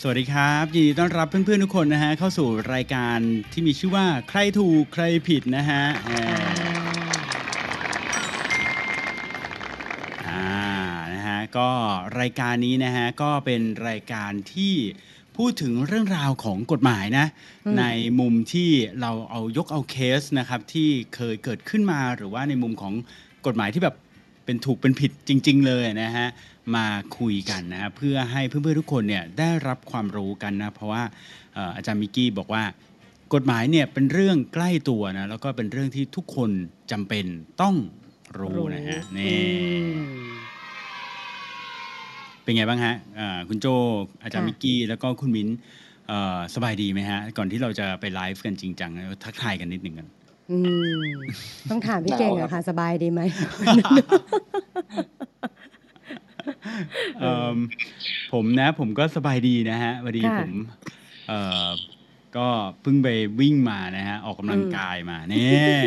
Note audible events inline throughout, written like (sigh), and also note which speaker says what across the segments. Speaker 1: สวัสดีครับยินดีต้อนรับเพื่อนๆทุกคนนะฮะเข้าสู่รายการที่มีชื่อว่าใครถูกใครผิดนะฮะเอ่ออ่านะฮะก็รายการนี้นะฮะก็เป็นรายการที่พูดถึงเรื่องราวของกฎหมายนะ
Speaker 2: อืม
Speaker 1: ในมุมที่เราเอายกเอาเคสนะครับที่เคยเกิดขึ้นมาหรือว่าในมุมของกฎหมายที่แบบเป็นถูกเป็นผิดจริง ๆ เลยนะฮะ มาคุยกันนะฮะเพื่อให้เพื่อนๆทุกคนเนี่ยได้รับความรู้กันนะเพราะว่าเอ่ออาจารย์มิกกี้บอกว่า กฎหมายเนี่ยเป็นเรื่องใกล้ตัวนะแล้วก็เป็นเรื่องที่ทุกคนจำเป็นต้องรู้นะฮะ
Speaker 2: อื
Speaker 1: นี่
Speaker 2: ม
Speaker 1: เป็นไงบ้างฮะเอ่อคุณโจอาจารย์
Speaker 2: ค่ะ
Speaker 1: มิกกี้แล้วก็คุณมิ้นเอ่อสบายดีไหมฮะ ก่อนที่เราจะไปไลฟ์กันจริงจังนะทักทายกันนิดหนึ่งกัน
Speaker 2: อืม ต้องถามพี่เก่งอะค่ะ สบายดีไหม
Speaker 1: (laughs) เอิ่มผมนะผมก็สบายดีนะฮะพอดี
Speaker 2: ค่ะ
Speaker 1: ผมเอ่อก็เพิ่งไปวิ่งมานะฮะ ออกกำลังกายมาเนี่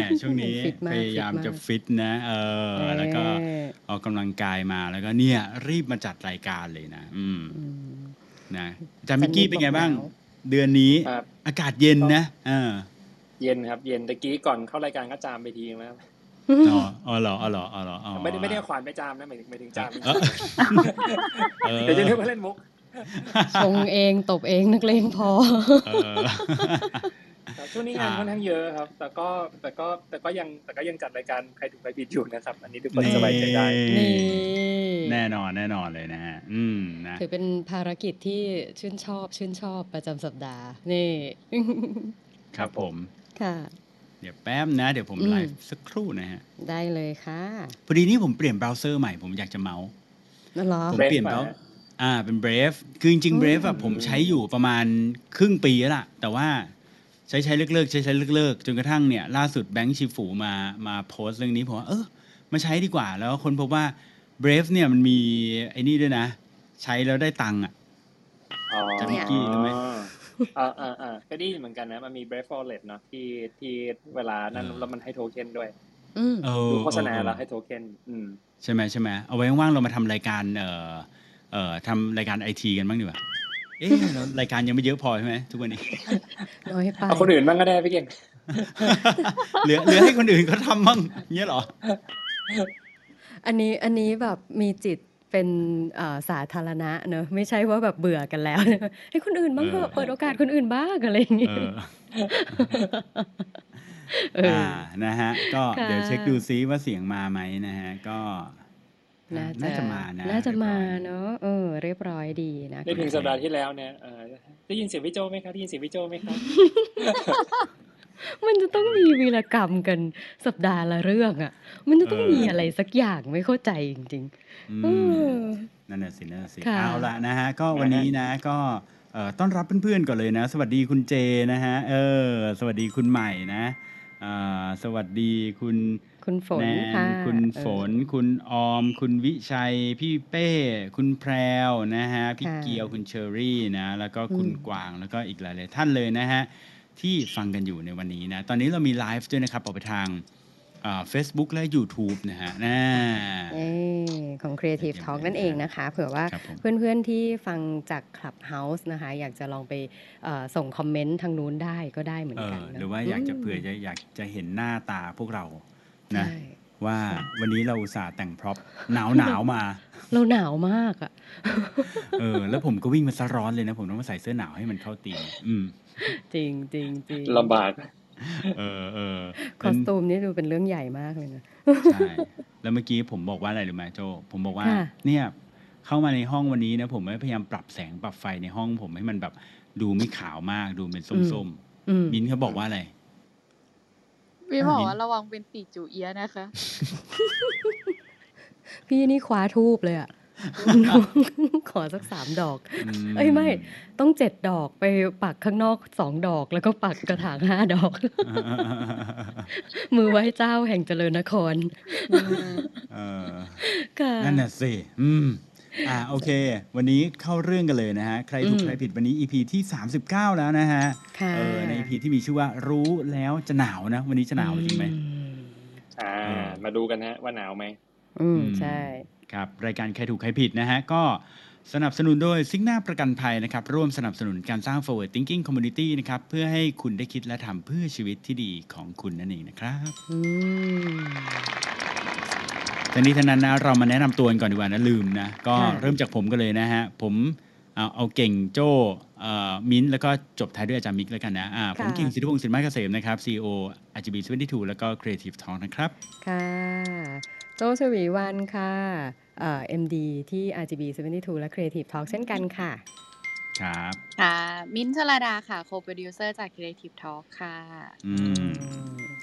Speaker 1: ยช่วงนี้
Speaker 2: (laughs) ฟิตมาก
Speaker 1: พยายาม
Speaker 2: ฟิตมาก
Speaker 1: จะฟิตนะเออแล้วก็
Speaker 2: เอ่อ
Speaker 1: ออกกำลังกายมาแล้วก็เนี่ยรีบมาจัดรายการเลยนะ อืม
Speaker 2: อืม
Speaker 1: นะอาจารย์มิกกี้
Speaker 2: จันนี่
Speaker 1: เป็นไง
Speaker 2: บอก
Speaker 1: บ้าง
Speaker 2: หนาว
Speaker 1: เดือนนี้
Speaker 3: ครับ
Speaker 1: อากาศเย็นนะเออ
Speaker 3: เย็นครับเย็นตะกี้ก่อนเข้ารายการก็จามไปทีนึงแล้ว
Speaker 1: อ๋ออ๋อเหรออ๋อเหรออ๋อเหรออ๋อ
Speaker 3: ไม่ได้ไม่ได้เอาขวานไปจามนะหมายถึงหมายถึงจาม
Speaker 1: เออเออ
Speaker 3: เดี๋ยวจะเรียกว่าเล่นมุก
Speaker 2: ชงเองตบเองนักเลงพอ
Speaker 1: เออ (laughs)
Speaker 3: ครับช่วงนี้งาน
Speaker 1: อ่า
Speaker 3: ค่อนข้างเยอะครับ แต่ก็แต่ก็แต่ก็ยังแต่ก็ยังจัดรายการใครถูกใครผิดอยู่นะครับ อันนี้ทุกคนสบายใจได้
Speaker 2: นี่
Speaker 1: แน่นอนแน่นอนเลยนะฮะ อืมนะ
Speaker 2: ถือเป็นภารกิจที่ชื่นชอบ ชื่นชอบประจำสัปดาห์ นี่
Speaker 1: ครับผม
Speaker 2: ค่ะ
Speaker 1: เดี๋ยวแป๊บนะ เดี๋ยวผม
Speaker 2: อืม
Speaker 1: ไลฟ์สักครู่นะฮะ
Speaker 2: ได้เลยค่ะ
Speaker 1: พอดีนี่ผมเปลี่ยนเบราว์เซอร์ใหม่ผมอยากจะเมาส์
Speaker 2: นั่นเหรอ
Speaker 1: ผม
Speaker 3: Brave
Speaker 1: เปลี่ยนเบราว์
Speaker 3: มาฮะ
Speaker 1: อ่า เป็น Brave คือจริงๆ Brave อะผมใช้อยู่ประมาณครึ่งปีแล้วล่ะ แต่ว่าใช้ใช้เลิกๆ ใช้ใช้เลิกๆ จนกระทั่งเนี่ย ล่าสุดแบงค์ชิฟูมามาโพสต์เรื่องนี้ผมว่า เออมาใช้ดีกว่า แล้วคนพบว่า Brave เนี่ยมันมีไอ้นี่ด้วยนะ ใช้แล้วได้ตังค์อะ
Speaker 3: อ๋อ
Speaker 1: จามกี้รู้ไหม
Speaker 3: อ่าอ่าอ่าก็ดีเหมือนกันนะมันมี Brave Wallet เนาะที่ที่เวลานั้น
Speaker 1: เออ
Speaker 3: แล้วมันให้โทเค็นด้วย
Speaker 2: อืม
Speaker 1: เออ
Speaker 3: ดูโฆษณาแล้วให้โทเค็นอืม
Speaker 1: ใช่ไหมใช่ไหมเอาไว้ว่างๆเรามาทำรายการเอ่อเอ่อทำรายการไอทีกันบ้างดีกว่าเอ๊ะ
Speaker 3: (laughs)
Speaker 1: เรารายการยังไม่เยอะพอใช่ไหมทุกวันนี้
Speaker 2: น้อยไป
Speaker 3: เอาคนอื่นบ้างก็ได้พี่เก่ง
Speaker 1: (laughs) เหลือเหลือให้คนอื่นเขาทำบ้างเงี้ยเหรอ
Speaker 2: อันนี้อันนี้แบบมีจิตเป็นเอ่อสาธารณะเนอะไม่ใช่ว่าแบบเบื่อกันแล้ว (laughs) ให้คนอื่นบ้างเถ
Speaker 1: เอ
Speaker 2: อะ
Speaker 1: อ
Speaker 2: เปิดโอกาสคนอื่นบ้างอะไรอย่างงี้
Speaker 1: เออ
Speaker 2: เออ
Speaker 1: อ่านะฮะ ก็
Speaker 2: ค่ะ
Speaker 1: เดี๋ยวเช็คดูซิว่าเสียงมาไหมนะฮะ ก็น่าจะมานะ
Speaker 2: น่าจะมา
Speaker 1: เรียบร้อย
Speaker 2: เนาะเออ เรียบร้อยดีนะ
Speaker 3: ได้เพียงสัปดาห์ที่แล้วเนี่ยเอ่อได้ยินเสียงพี่โจไหมครับได้ยินเสียงพี่โจไหมครับ
Speaker 2: มันจะต้องมีวีรกรรมกันสัปดาห์ละเรื่องอ่ะ มันจะต้องมีอะไรสักอย่างไม่เข้าใจจริง
Speaker 1: อื
Speaker 2: ๆเอ
Speaker 1: ม
Speaker 2: อ
Speaker 1: นั่นน่ะสินั่นน่ะสิ
Speaker 2: ค่ะ
Speaker 1: เอาละนะฮะ ก็วันนี้นะก็เอ่อต้อนรับเพื่อนๆก่อนเลยนะ สวัสดีคุณเจนะฮะ เออ สวัสดีคุณใหม่นะอ่าสวัสดีคุณ
Speaker 2: คุณฝน
Speaker 1: แน
Speaker 2: ค่ะ
Speaker 1: นคุณ
Speaker 2: เออ
Speaker 1: ฝน คุณออม คุณวิชัย พี่เป้ คุณแพรวนะฮะ พี่
Speaker 2: ค่ะ
Speaker 1: เกียว คุณเชอรี่นะ แล้วก็คุณ
Speaker 2: อืม
Speaker 1: กวาง แล้วก็อีกหลาย ๆ ท่านเลยนะฮะ ที่ฟังกันอยู่ในวันนี้นะ ตอนนี้เรามีไลฟ์ด้วยนะครับออกไปทางเฟซบุ๊กและ YouTube นะฮะน่า
Speaker 2: เออของ Creative Talk นั่นเองนะคะ เผื่อว่า
Speaker 1: ครับผม
Speaker 2: เพื่อนๆที่ฟังจาก Clubhouse นะคะ อยากจะลองไปเอ่อส่งคอมเมนต์ทางนู้นได้ก็ได้เหมือ
Speaker 1: เอน
Speaker 2: กัน
Speaker 1: อ
Speaker 2: นะ
Speaker 1: หรือว่าอยากจะ
Speaker 2: ม
Speaker 1: เผื่อจะอยากจะเห็นหน้าตาพวกเรานะ
Speaker 2: ใช่
Speaker 1: ว่าวันนี้เราอุตส่าห์แต่งพร็อพหนาวหนาวๆมา
Speaker 2: เราหนาวมากอ่ะ
Speaker 1: เออ แล้วผมก็วิ่งมาซะร้อนเลยนะ ผมต้องมาใส่เสื้อหนาวให้มันเข้าตีมอืม
Speaker 2: จริงจริงจริง
Speaker 3: ลำบาก
Speaker 1: เออเออ
Speaker 2: คอสตูมนี่ดูเป็นเรื่องใหญ่มากเลยนะ
Speaker 1: ใช่ แล้วเมื่อกี้ผมบอกว่าอะไรหรือไหมโจ ผมบอกว่า
Speaker 2: ค่ะ
Speaker 1: เนี่ย เข้ามาในห้องวันนี้นะ ผมพยายามปรับแสงปรับไฟในห้องผมให้มันแบบดูไม่ขาวมากดูเป็นส้ม
Speaker 2: อืม
Speaker 1: ๆ มิ้นเขาบอกว่าอะไร (laughs)
Speaker 4: วินบอก
Speaker 1: มิ้
Speaker 4: ว่าน ระวังเป็นตีจูเอียะนะคะ
Speaker 2: (laughs) พี่นี่คว้าทูบเลยอะ (laughs) ขอสักสามดอก
Speaker 1: อื
Speaker 2: เอ้ยไม่ ต้องเจ็ดดอกไปปักข้างนอกสองดอก แล้วก็ปักกระถางห้าดอก (laughs) มือไหว้เจ้าแห่งเจริญนคร
Speaker 1: เออ
Speaker 2: ค่ะ
Speaker 1: นั่นน่ะสิ อืม อ่าโอเค วันนี้เข้าเรื่องกันเลยนะฮะ ใครถูก
Speaker 2: อืม
Speaker 1: ใครผิดวันนี้ EP ที่ 39 แล้วนะฮะ
Speaker 2: ค่ะ
Speaker 1: เออ ใน EP ที่มีชื่อว่ารู้แล้วจะหนาวนะ วันนี้จะหนาวจริงไหม
Speaker 2: อื
Speaker 3: อ่า
Speaker 1: เออ
Speaker 3: มาดูกันฮะว่าหนาวไหม
Speaker 2: อืม ใช่
Speaker 1: ครับ รายการใครถูกใครผิดนะฮะ ก็ สนับสนุนโดยซิกหน้าประกันภัยนะครับ ร่วมสนับสนุนการสร้าง forward thinking community นะครับ เพื่อให้คุณได้คิดและทำเพื่อชีวิตที่ดีของคุณนั่นเองนะครับ
Speaker 2: อืม
Speaker 1: ทั้งนี้ทั้งนั้นนะเรามาแนะนำตัวกันก่อนดีกว่านะลืมนะก็
Speaker 2: ค่ะ
Speaker 1: เริ่มจากผมกันเลยนะฮะผมเอาเอาเก่งโจ้เอ่อมิ้นท์แล้วก็จบท้ายด้วยอาจารย์มิกแล้วกันนะอ่าผมเก่งสิทธิพงศ์สินไม้เกษมนะครับ CEO RGB 72แล้วก็ Creative Talk นะครับ
Speaker 2: ค่ะ โจชวีวันค่ะเอ่อ MD ที่ RGB 72 และ Creative Talk เช่นกันค่ะ
Speaker 1: ครับ
Speaker 4: ค่ะ มิ้นท์ชลาดาค่ะ โคโปรดิวเซอร์จาก Creative Talk ค่ะ
Speaker 1: อืม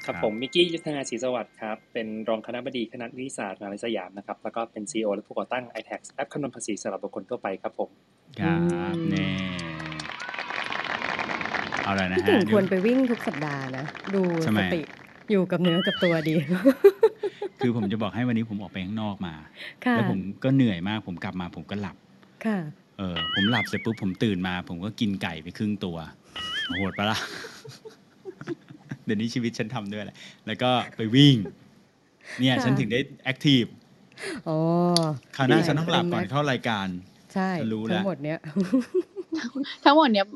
Speaker 3: ครับ
Speaker 1: ครับ
Speaker 3: ผมมิกกี้ยุทธนาศรีสวัสดิ์ครับ เป็นรองคณบดีคณะนิติศาสตร์มหาวิทยาลัยสยามนะครับ แล้วก็เป็น CEO และผู้ก่อตั้ง i t a x แอปคำนวณภาษีสำหรับบุคคลทั่วไปครับผม
Speaker 1: ครับ
Speaker 2: อืม
Speaker 1: เน่เอาละนะ
Speaker 2: พี่
Speaker 1: ฮะ
Speaker 2: กิ่ง
Speaker 1: เดี๋ยว
Speaker 2: ควรไปวิ่งทุกสัปดาห์นะ ดู
Speaker 1: ทำไม
Speaker 2: สติอยู่กับเนื้อกับตัวดี (laughs)
Speaker 1: คือผมจะบอกให้วันนี้ผมออกไปข้างนอกมา
Speaker 2: ค่ะ
Speaker 1: แล้วผมก็เหนื่อยมากผมกลับมาผมก็หลับ
Speaker 2: ค่ะ
Speaker 1: เออผมหลับเสร็จปุ๊บผมตื่นมา ผมก็กินไก่ไปครึ่งตัว โหดปะล่ะ เดี๋ยวนี้ชีวิตฉันทำด้วยแหละแล้วก็ไปวิ่ง เนี่ย
Speaker 2: ค่ะ
Speaker 1: ฉันถึงได้แอคทีฟ
Speaker 2: อ๋อ
Speaker 1: คราวหน้า
Speaker 2: วิ่ง
Speaker 1: ฉันต้องหลับ
Speaker 2: เป็น
Speaker 1: ก่อน
Speaker 2: ไหม
Speaker 1: เข้ารายการ
Speaker 2: ใช่
Speaker 1: ฉันรู้แล้ว
Speaker 2: ทั้งหมดเนี้ย
Speaker 4: ทั้งหมดเนี้ย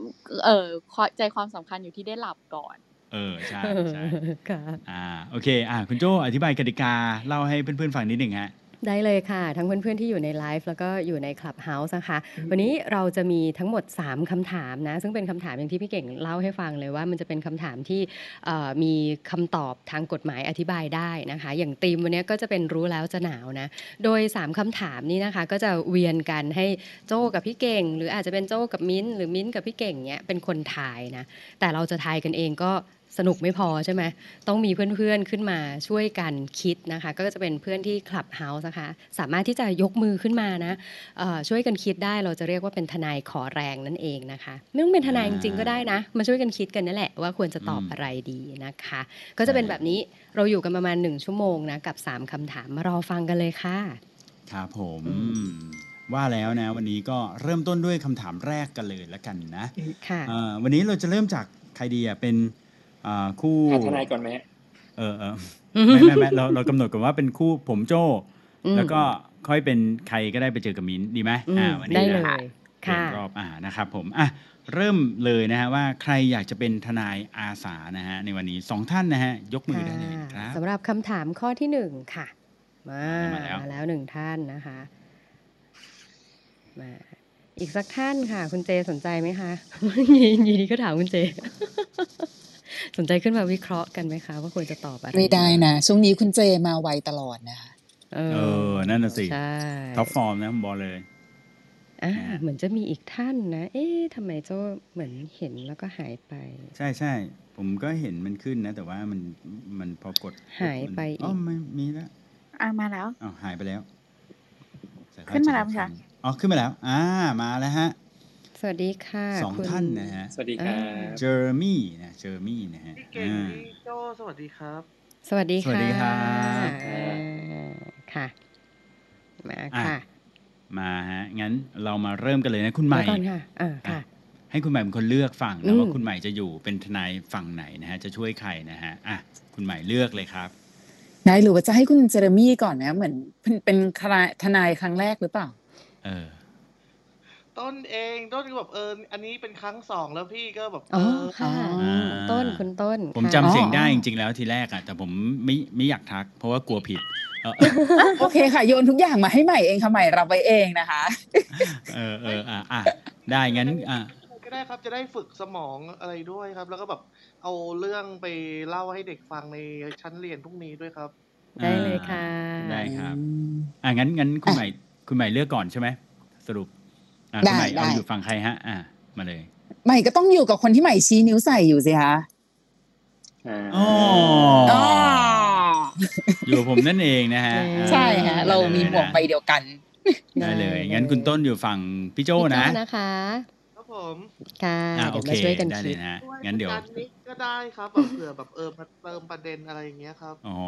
Speaker 4: เออความใจความสำคัญอยู่ที่ได้หลับก่อน
Speaker 1: เออใช่ใช่
Speaker 2: ค่ะ
Speaker 1: อ่าโอเค อ่าคุณโจอธิบายกติกา เล่าให้เพื่อนๆฟังนิดหนึ่งฮะ
Speaker 2: ได้เลยค่ะ ทั้งเพื่อนๆที่อยู่ในไลฟ์แล้วก็อยู่ใน Clubhouse นะคะ วันนี้เราจะมีทั้งหมด 3คำถามนะ ซึ่งเป็นคำถามอย่างที่พี่เก่งเล่าให้ฟังเลยว่ามันจะเป็นคำถามที่เอ่อมีคำตอบทางกฎหมายอธิบายได้นะคะ อย่างธีมวันนี้ก็จะเป็นรู้แล้วจะหนาวนะ โดย 3คำถามนี้นะคะ ก็จะเวียนกันให้โจ้กับพี่เก่ง หรืออาจจะเป็นโจ้กับมิ้นท์หรือมิ้นท์กับพี่เก่งเนี้ยเป็นคนทายนะ แต่เราจะทายกันเองก็สนุกไม่พอใช่ไหม ต้องมีเพื่อนๆ ขึ้นมาช่วยกันคิดนะคะ ก็จะเป็นเพื่อนที่ Clubhouse นะคะ สามารถที่จะยกมือขึ้นมานะเอ่อช่วยกันคิดได้เราจะเรียกว่าเป็นทนายขอแรงนั่นเองนะคะ ไม่ต้องเป็นทนายจริงๆก็ได้นะ มาช่วยกันคิดกันนั่นแหละว่าควรจะตอบ
Speaker 1: อืม
Speaker 2: อะไรดีนะคะ ก็จะเป็นแบบนี้เราอยู่กันประมาณ 1 ชั่วโมงนะ กับ 3คำถามมารอฟังกันเลยค่ะ
Speaker 1: ครับผม
Speaker 2: อื
Speaker 1: ว่าแล้วนะ วันนี้ก็เริ่มต้นด้วยคำถามแรกกันเลยละกันนะ
Speaker 2: ค่ะ
Speaker 1: อ่าวันนี้เราจะเริ่มจากใครดีอ่ะเป็นอ่าคู่
Speaker 3: อ่ะทนายก่อนไหมฮะ
Speaker 1: เออเอ (laughs) อ ไม่ไม่ไม่เราเรากำหนดกันว่าเป็นคู่ผมโจ้
Speaker 2: อืม
Speaker 1: แล้วก็ค่อยเป็นใครก็ได้ไปเจอกับมิ้นท์ดีไหม
Speaker 2: อืม
Speaker 1: อ่าวันนี้
Speaker 2: ได้เล
Speaker 1: นะ
Speaker 2: ย
Speaker 1: เปลี่ย
Speaker 2: ค่ะ
Speaker 1: นรอบอ่านะครับผมอ่ะเริ่มเลยนะฮะว่าใครอยากจะเป็นทนายอาสานะฮะในวันนี้สองท่านนะฮะยกมือได้เลยนะค
Speaker 2: ค่ะ
Speaker 1: รับ
Speaker 2: สำหรับคำถามข้อที่หนึ่งค่ะ มา
Speaker 1: มาแล้ว
Speaker 2: มาแล้วหนึ่งท่านนะคะมาอีกสักท่านค่ะ คุณเจสนใจไหมคะ (laughs) ยินดีก็ถามคุณเจ (laughs) สนใจขึ้นมาวิเคราะห์กันไหมคะ ว่าควรจะตอบอะไร
Speaker 5: ไม่ได้นะ ช่วงนี้คุณเจมาไวตลอดนะคะ
Speaker 2: เอ
Speaker 1: เออนั่นน่ะสิ
Speaker 2: ใช่
Speaker 1: ท็อปฟอร์มนะผมบอกเลย
Speaker 2: อ่า
Speaker 1: นะฮะ
Speaker 2: เหมือนจะมีอีกท่านนะ เอ๊ะทำไมเจ้าเหมือนเห็นแล้วก็หายไป
Speaker 1: ใช่ใช่ผมก็เห็นมันขึ้นนะ แต่ว่ามันมันพอกด
Speaker 2: หายไปอีก
Speaker 1: อ๋อไม่มีแล้ว
Speaker 4: อ่ะ มาแล้ว
Speaker 1: อ๋อหายไปแล้ว
Speaker 4: ขึ้นมาแล้วค่ะ
Speaker 1: อ๋อขึ้นมาแล้ว อ่ามาแล้วฮะ
Speaker 2: สวัสดีค่ะ
Speaker 1: สอง
Speaker 2: คุณ
Speaker 1: ท่านนะฮะ
Speaker 3: สวัสดีครั
Speaker 2: อ่
Speaker 3: บ
Speaker 1: เจอร์มี่นะเจอร์มี่นะฮะ
Speaker 6: พี่เก่ง
Speaker 1: อ่า
Speaker 6: พี่โจสวัสดีครับ
Speaker 2: สวัสดี
Speaker 1: สวัส
Speaker 2: ค่ะ
Speaker 1: ดีครับ
Speaker 2: อ่าค่ะ มา
Speaker 1: อ่ะ
Speaker 2: ค่ะ
Speaker 1: มาฮะ งั้นเรามาเริ่มกันเลยนะ คุณใหม่
Speaker 2: าก่อนค่ะอ่า
Speaker 1: อ่ะ
Speaker 2: ค่ะ
Speaker 1: ให้คุณใหม่เป็นคนเลือกฝั่ง
Speaker 2: อื
Speaker 1: นะ
Speaker 2: ม
Speaker 1: ว่าคุณใหม่จะอยู่เป็นทนายฝั่งไหนนะฮะ จะช่วยใครนะฮะ อ่ะ คุณใหม่เลือกเลยครับ
Speaker 5: ได้หรือว่าจะให้คุณเจอเรมี่ก่อนนะเหมือนเป็นเป็นทนายทนายครั้งแรกหรือเปล่า
Speaker 1: เออ
Speaker 6: ต้นเองต้นก็แบบเอออันนี้เป็นครั้งสองแล้วพี่ก็แบบเอ
Speaker 2: อ๋อ
Speaker 6: อ
Speaker 2: ค่ะ
Speaker 1: อ่า
Speaker 2: ต้นคุณต้น
Speaker 1: ผมจำ
Speaker 2: ค่ะ
Speaker 1: เสียงได้
Speaker 5: อ๋อ
Speaker 1: จริงๆแล้วทีแรกอะแต่ผมไม่ไม่อยากทัก เพราะว่ากลัวผิด เออ
Speaker 5: โอเคค่ะ โยนทุกอย่างมาให้ใหม่เองค่ะใหม่รับไว้เองนะคะ
Speaker 1: เออเอออ่ะอ่ะได้งั้น อ่ะ
Speaker 6: ก็ได้ครับจะได้ฝึกสมองอะไรด้วยครับ แล้วก็แบบเอาเรื่องไปเล่าให้เด็กฟังในชั้นเรียนพรุ่งนี้ด้วยครับ
Speaker 2: ได้เลยค่ะ
Speaker 1: ได้ ครับ อ่ะงั้นงั้นคุณใหม่ คุณใหม่เลือกก่อนใช่ไหมสรุป อ่ะคุณใหม่
Speaker 5: ได้
Speaker 1: เอา
Speaker 5: ได้
Speaker 1: อยู่ฝั่งใครฮะ อ่ะมาเลย
Speaker 5: (laughs) ใหม่ก็ต้องอยู่กับคนที่ใหม่ชี้นิ้วใส่อยู่สิคะ
Speaker 3: อ่า
Speaker 1: อ๋อ
Speaker 5: อ
Speaker 1: อยู่กับผมนั่นเองนะฮะ
Speaker 2: เย้
Speaker 5: ใช่ฮะ
Speaker 1: อ่
Speaker 5: เรามีหมวกใบ
Speaker 1: ได้
Speaker 5: เดียวกัน
Speaker 1: ได้เลย งั้นคุณต้นอยู่ฝั่งพี่โจนะ
Speaker 2: พี่โจ้นะคะ
Speaker 6: ครับผม
Speaker 2: ค่ะ
Speaker 1: อ่าโอ
Speaker 2: เดี๋ยว
Speaker 1: เค
Speaker 2: มาช่วยกัน
Speaker 1: ได้เล
Speaker 2: คิ
Speaker 1: ย
Speaker 2: ด
Speaker 1: นะฮะงั้นเดี๋ยว
Speaker 6: การนิกก็ได้ครับแบบเผื่อแบบเออมาเติมประเด็นอะไรอย่างเงี้ยครับ
Speaker 1: อ๋อ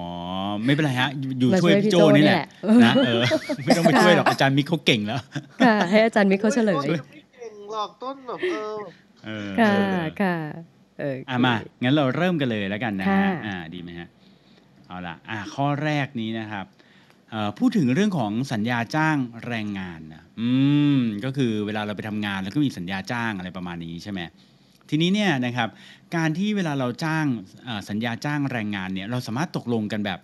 Speaker 1: ไม่เป็นไรฮะ อยู่
Speaker 2: มา
Speaker 1: ช่วยพี่โจนี่แหละ
Speaker 2: นี่แหละ
Speaker 1: นะเออ ไม่ต้องไปช่วยหรอกอาจารย์มิกเขาเก่งแล้ว
Speaker 2: ค่ะ ให้อาจารย์มิกเขาเฉลย
Speaker 6: ต้นจะไม่เก่งหรอกต้นแบบเออ
Speaker 1: เออ
Speaker 2: ค่ะ
Speaker 1: เออ
Speaker 2: ค่ะเออ
Speaker 1: อ่ะ
Speaker 2: อ
Speaker 1: มา งั้นเราเริ่มกันเลยแล้วกันนะฮะ
Speaker 2: ค่ะ
Speaker 1: อ่า ดีไหมฮะ เอาล่ะ อ่าข้อแรกนี้นะครับ เอ่อพูดถึงเรื่องของสัญญาจ้างแรงงานนะอืมก็คือเวลาเราไปทำงานแล้วก็มีสัญญาจ้างอะไรประมาณนี้ใช่ไหมทีนี้เนี่ยนะครับ การที่เวลาเราจ้างเอ่อสัญญาจ้างแรงงานเนี่ยเราสามารถตกลงกันแบบ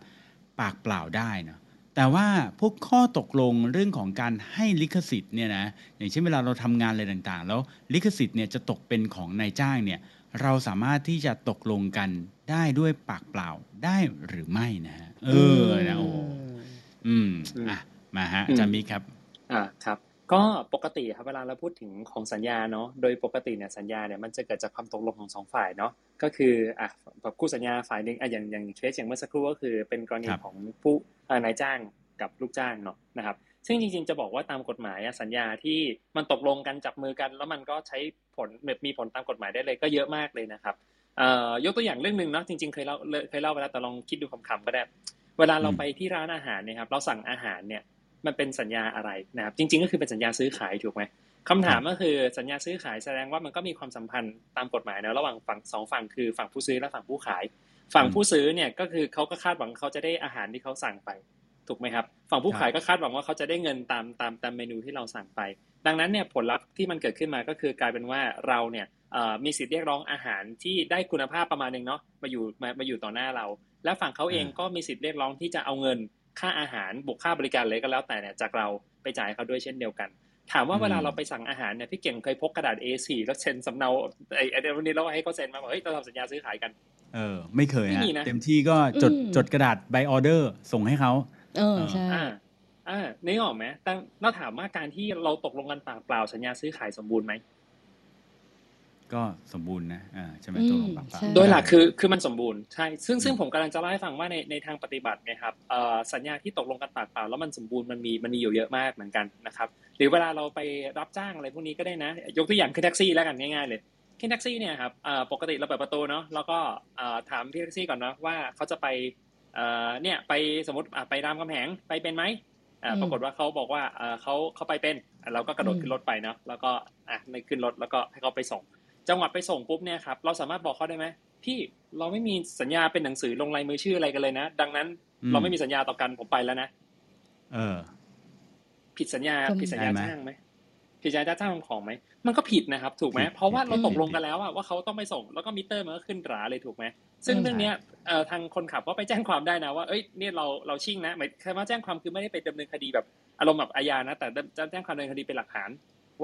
Speaker 1: ปากเปล่าได้นะแต่ว่าพวกข้อตกลงเรื่องของการให้ลิขสิทธิ์เนี่ยนะอย่างเช่นเวลาเราทำงานอะไรต่างๆ แล้วลิขสิทธิ์เนี่ยจะตกเป็นของนายจ้างเนี่ยเราสามารถที่จะตกลงกันได้ด้วยปากเปล่าได้หรือไม่นะฮะเออนะโอ้ อืม อ่ะ มาฮะอาจารย์มิกครับ
Speaker 3: อ่าครับก็ปกติครับเวลาเราพูดถึงของสัญญาเนาะโดยปกติเนี่ยสัญญาเนี่ยมันจะเกิดจากความตกลงของสองฝ่ายเนาะก็คืออ่ะแบบคู่สัญญาฝ่ายหนึ่งอ่ะอย่างอย่างเคสอย่างเมื่อสักครู่ก็คือเป็นกรณี
Speaker 1: ครับ
Speaker 3: ของผู้อ่านายจ้างกับลูกจ้างเนาะนะครับซึ่งจริงๆจะบอกว่าตามกฎหมายอ่ะสัญญาที่มันตกลงกันจับมือกัน แล้วมันก็ใช้ผลแบบมีผลตามกฎหมายได้เลยก็เยอะมากเลยนะครับเอ่อยกตัวอย่างเรื่องหนึ่งเนาะจริงๆเคยเล่าเคยเล่าไปแล้วแต่ลองคิดดูคำๆก็ได้ เวลาเราไปที่ร้านอาหารเนี่ยครับเราสั่งอาหารเนี่ย มันเป็นสัญญาอะไรนะครับจริง ๆ ก็คือเป็นสัญญาซื้อขายถูกไหมคำถามก็คือสัญญาซื้อขายแสดงว่ามันก็มีความสัมพันธ์ตามกฎหมายนะระหว่างฝั่งสองฝั่งคือฝั่งผู้ซื้อและฝั่งผู้ขาย ฝั่งผู้ซื้อเนี่ยก็คือเขาก็คาดหวังเขาจะได้อาหารที่เขาสั่งไปถูกไหมครับ ฝั่งผู้ขายก็คาดหวังว่าเขาจะได้เงินตามตามตามเมนูที่เราสั่งไป ดังนั้นเนี่ยผลลัพธ์ที่มันเกิดขึ้นมาก็คือกลายเป็นว่าเราเนี่ยเอ่อมีสิทธิ์เรียกร้องอาหารที่ได้คุณภาพประมาณหนึ่งเนาะมาอยู่มามาอยู่ต่อหน้าเรา และฝั่งเขาเอง
Speaker 1: อ่า
Speaker 3: ก็มีสิทธิ์เรียกร้องที่จะเอาเงินค่าอาหารบวกค่าบริการเลยก็แล้วแต่เนี่ยจากเราไปจ่ายเขาด้วยเช่นเดียวกัน ถามว่าเวลาเราไปสั่งอาหารเนี่ยพี่เก่งเคยพกกระดาษ A4 แล้วเซ็นสำเนาไอ้ไอ้เดี๋ยววันนี้เราให้เขาเซ็นมาบอกเฮ้ยเราทำสัญญาซื้อขายกัน
Speaker 1: เออ ไม่เคย
Speaker 3: ไม่
Speaker 1: ฮะ
Speaker 3: มีนะ
Speaker 1: เต็มที่ก็จด
Speaker 2: อืม
Speaker 1: จดกระดาษใบออเดอร์ส่งให้เขา
Speaker 2: เออใช่
Speaker 3: อ่าอ่านึกออกไหมแต่เราถามว่าการที่เราตกลงกันปากเปล่าสัญญาซื้อขายสมบูรณ์ไหม
Speaker 1: ก็สมบูรณ์นะอ่าใช่ไหม
Speaker 2: อืม
Speaker 1: ตกลงปากเปล่า
Speaker 2: ใช่
Speaker 3: โดยหลักคือคือมันสมบูรณ์ใช่ซึ่งซึ่งผมกำลังจะเล่าให้ฟังว่าในในทางปฏิบัติเนะครับเอ่อสัญญาที่ตกลงกันปากเปล่าแล้วมันสมบูรณ์มันมีมันมีอยู่เยอะมากเหมือนกันนะครับหรือเวลาเราไปรับจ้างอะไรพวกนี้ก็ได้นะ ยกตัวอย่างขึ้นแท็กซี่แล้วกันง่ายๆเลยขึ้นแท็กซี่เนี่ยครับเอ่อปกติเราเปิดประตูเนาะแล้วก็เอ่อถามพี่แท็กซี่ก่อนนะว่าเขาจะไปเอ่อเนี่ยไปสมมติอ่ะไปรามคำแหงไปเป็นไหมอ่ะ
Speaker 2: อืม
Speaker 3: ปรากฏว่าเขาบอกว่าเอ่อเขาเขาไปเป็นอ่ะเราก็กระโดดขึ้นรถไปเนาะแล้วก็อ่ะขึ้นรถแล้วก็ให้เขาไปส่ง จังหวัดไปส่งปุ๊บเนี่ยครับเราสามารถบอกเขาได้ไหมพี่เราไม่มีสัญญาเป็นหนังสือลงลายมือชื่ออะไรกันเลยนะ ดังนั้น
Speaker 1: อื
Speaker 3: เราไม่มีสัญญาต่อกันผมไปแล้วนะ
Speaker 1: เออ
Speaker 3: ผิดสัญญา
Speaker 2: ก็มี
Speaker 3: ผิดสัญญา
Speaker 1: ได้ไหม
Speaker 3: จ้างไหมผิดสัญญาจ้างของไหมมันก็ผิดนะครับ ถูกไหม
Speaker 1: ผิด
Speaker 3: เพราะว่า
Speaker 1: ผิด
Speaker 3: เรา
Speaker 1: ผิด
Speaker 3: ตกลง
Speaker 1: ผิด
Speaker 3: กันแล้วอะว่าเขาต้องไปส่งแล้วก็มิเตอร์มันก็ขึ้นราเลยถูกไหมซึ่งเรื่องเนี้ยเอ่อทางคนขับก็ไปแจ้งความได้นะว่าเอ้ยเนี่ยเราเราชิ่งนะหมายคำว่าแจ้งความคือไม่ได้ไปดำเนินคดีแบบอารมณ์แบบอาญานะ แต่จะแจ้งความดำเนินคดีเป็นหลักฐาน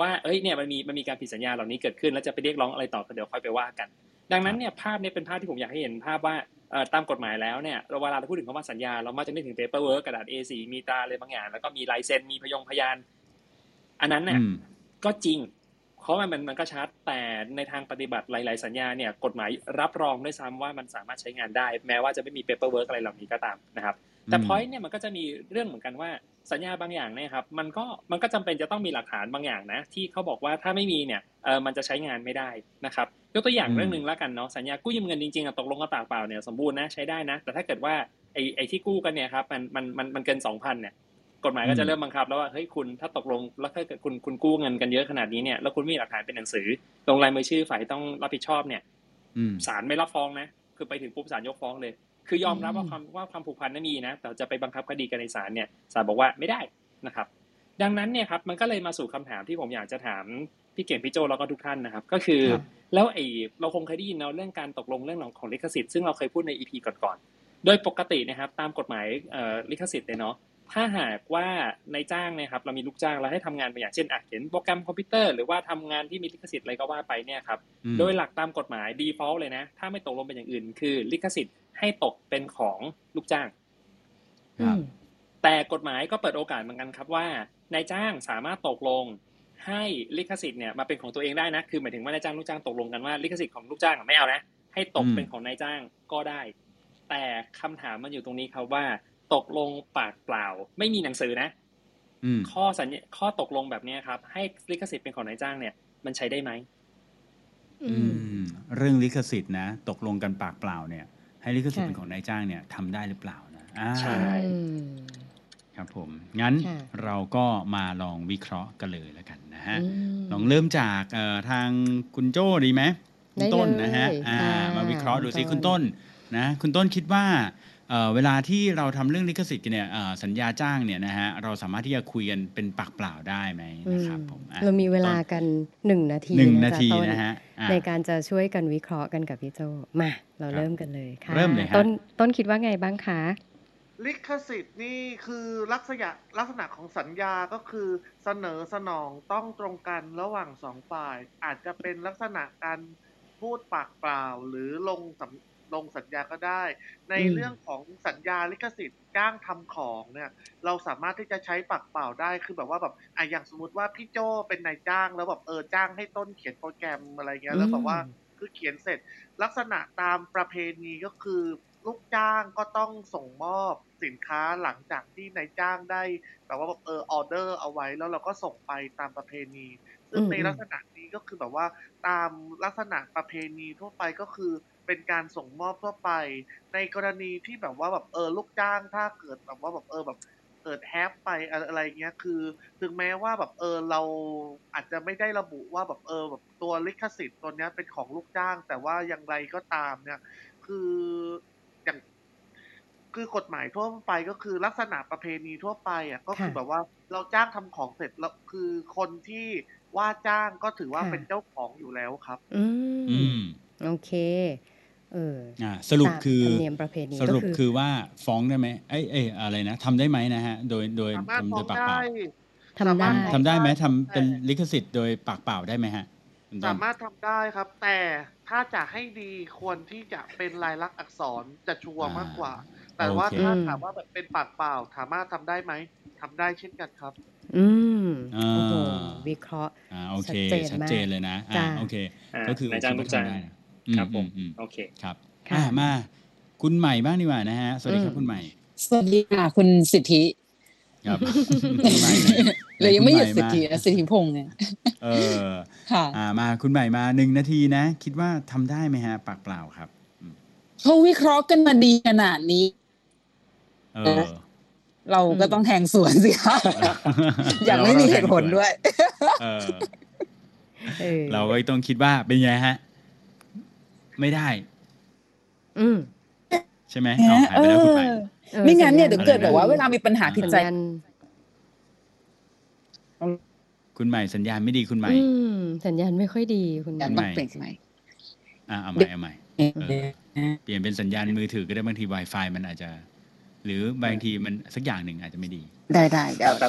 Speaker 3: ว่าเอ้ยเนี่ยมันมีมันมีการผิดสัญญาเหล่านี้เกิดขึ้นแล้วจะไปเรียกร้องอะไรต่อก็เดี๋ยวค่อยไปว่ากัน ดังนั้นเนี่ยภาพเนี่ยเป็นภาพที่ผมอยากให้เห็นภาพว่าเอ่อตามกฎหมายแล้วเนี่ยเราเวลาเราพูดถึงคำว่าสัญญา เรามักจะนึกถึง paperwork กระดาษ A4 มีตราอะไรบางอย่าง แล้วก็มีลายเซ็นมีพยงพยาน อันนั้นเนี่ย
Speaker 1: อืม
Speaker 3: ก็จริง เพราะมันมันมันก็ชัดแต่ในทางปฏิบัติหลาย ๆ สัญญาเนี่ยกฎหมายรับรองด้วยซ้ำว่ามันสามารถใช้งานได้ แม้ว่าจะไม่มี paperwork อะไรเหล่านี้ก็ตามนะครับ แต่
Speaker 1: อืม
Speaker 3: point เนี่ยมันก็จะมีเรื่องเหมือนกันว่าสัญญาบางอย่างเนี่ยครับมันก็มันก็จำเป็นจะต้องมีหลักฐานบางอย่างนะที่เขาบอกว่าถ้าไม่มีเนี่ยเออมันจะใช้งานไม่ได้นะครับยกตัวอย่าง
Speaker 1: อืม
Speaker 3: เรื่องหนึ่งแล้วกันเนาะสัญญากู้ยืมเงินจริงๆอะตกลงกันปากเปล่าเนี่ยสมบูรณ์นะใช้ได้นะ แต่ถ้าเกิดว่าไอ้ไอ้ที่กู้กันเนี่ยครับมันมันมันมันเกินสองพันเนี่ยกฎหมายก็จะเริ่มบังคับ แล้วว่าเฮ้ยคุณถ้าตกลงแล้วถ้าเกิดคุณคุณกู้เงินกันเยอะขนาดนี้เนี่ยแล้วคุณไม่มีหลักฐานเป็นหนังสือลงลายมือชื่อฝ่ายต้องรับผิดชอบเนี่ย
Speaker 1: อืม
Speaker 3: ศาลไม่รับฟ้องนะ คือไปถึงปุ๊บศาลยกฟ้องเลย คือยอมรับ
Speaker 2: อืม
Speaker 3: ว่าความว่าความผูกพันนั้นมีนะ แต่จะไปบังคับคดีกันในศาลเนี่ย ศาลบอกว่าไม่ได้นะครับ ดังนั้นเนี่ยครับ มันก็เลยมาสู่คำถามที่ผมอยากจะถามพี่เก่งพี่โจแล้วก็ทุกท่านนะครับ ก็คือ
Speaker 1: ครับ
Speaker 3: แล้วไอ้เราคงเคยได้ยินเนาะเรื่องการตกลงเรื่องของลิขสิทธิ์ ซึ่งเราเคยพูดในอีพีก่อนๆ โดยปกตินะครับ ตามกฎหมายเอ่อลิขสิทธิ์เนี่ยเนาะ ถ้าหากว่านายจ้างเนะครับ เรามีลูกจ้างเราให้ทำงานไปอย่างเช่นอ่ะเขียนโปรแกรมคอมพิวเตอร์หรือว่าทำงานที่มีลิขสิทธิ์อะไรก็ว่าไปเนี่ยครับ
Speaker 1: อืม
Speaker 3: โดยหลักตามกฎหมาย default เลยนะ ถ้าไม่ตกลงเป็นอย่างอื่น คือลิขสิทธิ์ให้ตกเป็นของลูกจ้าง
Speaker 1: ครับ
Speaker 2: อืม
Speaker 3: แต่กฎหมายก็เปิดโอกาสเหมือนกันครับว่านายจ้างสามารถตกลงให้ลิขสิทธิ์เนี่ยมาเป็นของตัวเองได้นะ คือหมายถึงว่านายจ้างลูกจ้างตกลงกันว่าลิขสิทธิ์ของลูกจ้างอะไม่เอานะ ให้ตก
Speaker 1: อืม
Speaker 3: เป็นของนายจ้างก็ได้ แต่คำถามมันอยู่ตรงนี้ครับว่า ตกลงปากเปล่า ไม่มีหนังสือนะ
Speaker 1: อืม
Speaker 3: ข้อสัญญาข้อตกลงแบบเนี้ยครับ ให้ลิขสิทธิ์เป็นของนายจ้างเนี่ยมันใช้ได้ไหม
Speaker 1: อืม เรื่องลิขสิทธิ์นะ ตกลงกันปากเปล่าเนี่ย ให้ลิขสิทธิ์
Speaker 2: ค่ะ
Speaker 1: เป็นของนายจ้างเนี่ยทำได้หรือเปล่านะอ่า
Speaker 3: ใช่
Speaker 2: อืม
Speaker 1: ครับผม งั้น
Speaker 2: ค่ะ
Speaker 1: เราก็มาลองวิเคราะห์กันเลยแล้วกันนะฮะ
Speaker 2: อืม
Speaker 1: ลองเริ่มจากเอ่อทางคุณโจ้ดีไหมคุณต้น
Speaker 2: ได้เลย
Speaker 1: นะฮะอ่า
Speaker 2: ค่ะ
Speaker 1: มาวิเคราะห์ดูสิ
Speaker 2: คุ
Speaker 1: คุณ ณ
Speaker 2: ต้
Speaker 1: ต้
Speaker 2: น
Speaker 1: นนะคุณต้นคิดว่าเ เอ่อเวลาที่เราทำเรื่องลิขสิทธิ์กันเนี่ยเอ่อสัญญาจ้างเนี่ยนะฮะเราสามารถที่จะคุยกันเป็นปากเปล่าได้ไหมนะครับ
Speaker 2: อืม
Speaker 1: ผมอ่ะ
Speaker 2: เรามีเวลากันหนึ่งนา
Speaker 1: หนึ่ง
Speaker 2: ทีะจ๊ะ
Speaker 1: นาที
Speaker 2: ต้
Speaker 1: นะฮะอ่ะ
Speaker 2: ในการจะช่วยกันวิเคราะห์กันกับพี่โจมา เราเริ่มกันเลยค่ะ
Speaker 1: เริ่มเลยฮะ
Speaker 2: ต้นต้นคิดว่าไงบ้างคะ
Speaker 6: ลิขสิทธิ์นี่คือลักษณะลักษณะของสัญญาก็คือเสนอสนองต้องตรงกันระหว่างสองฝ่าย อาจจะเป็นลักษณะการพูดปากเปล่าหรือลงสำลงสัญญาก็ได้ ใน
Speaker 2: อืม
Speaker 6: เรื่องของสัญญาลิขสิทธิ์จ้างทำของเนี่ย เราสามารถที่จะใช้ปากเปล่าได้คือแบบว่าแบบอ่ะอย่างสมมติว่าพี่โจเป็นนายจ้างแล้วแบบเออจ้างให้ต้นเขียนโปรแกรมอะไรเงี้ยแล้วแบบว่า คือเขียนเสร็จลักษณะตามประเพณีก็คือ ลูกจ้างก็ต้องส่งมอบสินค้าหลังจากที่นายจ้างได้แบบว่าแบบเออออเดอร์เอาไว้แล้วเราก็ส่งไปตามประเพณี ซึ่ง
Speaker 2: อืม
Speaker 6: ในลักษณะนี้ก็คือแบบว่าตามลักษณะประเพณีทั่วไปก็คือ เป็นการส่งมอบทั่วไป ในกรณีที่แบบว่าแบบเออลูกจ้างถ้าเกิดแบบว่าแบบเออแบบ เกิดแฮปไปอะไรอะไรเงี้ยคือ ถึงแม้ว่าแบบเออเราอาจจะไม่ได้ระบุว่าแบบเออแบบตัวลิขสิทธิ์ตัวเนี้ยเป็นของลูกจ้าง แต่ว่าอย่างไรก็ตามเนี่ย คืออย่างคือกฎหมายทั่วไปก็คือลักษณะประเพณีทั่วไปอ่ะก็คือ
Speaker 2: ค่ะ
Speaker 6: แบบว่าเราจ้างทำของเสร็จแล้วคือคนที่ว่าจ้างก็ถือว่า
Speaker 2: ค่ะ
Speaker 6: เป็นเจ้าของอยู่แล้วครับ
Speaker 2: อื
Speaker 1: อื
Speaker 2: ม
Speaker 1: ม
Speaker 2: โอเคเออ
Speaker 1: อ่ะสรุปคือ
Speaker 2: ตามธรรมเนียมประเพณี
Speaker 1: สรุป
Speaker 2: ก็
Speaker 1: คือว่าฟ้องได้ไหมเอ้ยเอ้ยอะไรนะทำได้ไหมนะฮะ โดยโดย
Speaker 6: สามารถ
Speaker 1: ทำ
Speaker 6: ฟ้
Speaker 1: โด
Speaker 6: อย ง
Speaker 1: ปากเป
Speaker 6: ได้
Speaker 1: ล่า
Speaker 2: ทำได้
Speaker 6: สามารถฟ้อง
Speaker 1: ทำได้ไหมทำเป็นลิขสิทธิ์โดยปากเปล่าได้ไหมฮะคุณต้น
Speaker 6: สามารถทำได้ครับ แต่ถ้าจะให้ดีควรที่จะเป็นลายลักษณ์อักษรจะชัวร์มากกว่า แต่ว่า
Speaker 1: โอเค
Speaker 6: ถ้า
Speaker 2: อืม
Speaker 6: ถามว่าแบบเป็นปากเปล่าสามารถทำได้ไหมทำได้เช่นกันครับ
Speaker 2: อืม
Speaker 1: อ่า
Speaker 2: โอ้โหวิเคราะห์
Speaker 1: อ่าโอเค
Speaker 2: ชั
Speaker 1: ชั
Speaker 2: ด
Speaker 1: ด
Speaker 2: เจ
Speaker 1: เจ
Speaker 2: น
Speaker 1: น
Speaker 2: มาก
Speaker 1: เลยนะ
Speaker 2: จ้า
Speaker 1: อ่าโอเค
Speaker 3: า
Speaker 1: ก็คือน
Speaker 3: ายจ้างลูกจ้าง
Speaker 1: ได้นะอื
Speaker 3: ครับผม
Speaker 1: อือื
Speaker 3: โอเค
Speaker 1: ครับ
Speaker 2: ค่ะ
Speaker 1: อ่ามา คุณใหม่บ้างดีกว่านะฮะ สวัสดีครับ
Speaker 2: อืม
Speaker 1: คุณใหม่
Speaker 5: สวัสดีค่ะคุณสิทธิ
Speaker 1: ครับ
Speaker 5: อืม
Speaker 1: คุณใหม่
Speaker 5: เรายังไม่หยุด
Speaker 1: คุณ
Speaker 5: สิท
Speaker 1: ใา
Speaker 5: ธินะสิทธิพงษ์เนี่ย
Speaker 1: เออ
Speaker 5: ค่ะ
Speaker 1: อ่ามาคุณใหม่มาหนึ่งนาทีนะ คิดว่าทำได้ไหมฮะ ปากเปล่าครับ
Speaker 5: เขาวิเคราะห์กันมาดีขนาดนี้
Speaker 1: เออ
Speaker 5: เราก็ต้องแทงสวนสิคะอย่างไม่มีเหตุผลด้วย
Speaker 1: เออ
Speaker 2: เออ
Speaker 1: เราก็ต้องคิดว่าเป็นไงฮะ ไม่ได้
Speaker 2: อืม
Speaker 1: ใช่ไหมเอาหายไปแล้วคุณใหม่
Speaker 2: ออ
Speaker 5: ไม่งั้นเนี่ย
Speaker 2: สั
Speaker 5: เดี๋ยว
Speaker 2: ญญณ
Speaker 5: เกิดแบบว่าเวลามีปัญหา
Speaker 1: อ่า
Speaker 5: ผิด
Speaker 2: สัญ
Speaker 5: ใจ
Speaker 2: ญาณ
Speaker 1: คุณใหม่สัญญาณไม่ดีคุณใหม่
Speaker 2: อืมสัญญาณไม่ค่อยดีคุณ
Speaker 5: อย่าง
Speaker 1: ไม่
Speaker 5: ต้องเปลี่ยนไหม
Speaker 1: อ่ะเอาใหม่เอาใหม่
Speaker 5: เออ
Speaker 1: เปลี่ยนเป็นสัญญาณมือถือก็ได้บางที Wi-Fi มันอาจจะ หรือบางทีมันสักอย่างหนึ่งอาจจะไม่ดี
Speaker 5: ได้ได้เดี๋ยว
Speaker 3: แต่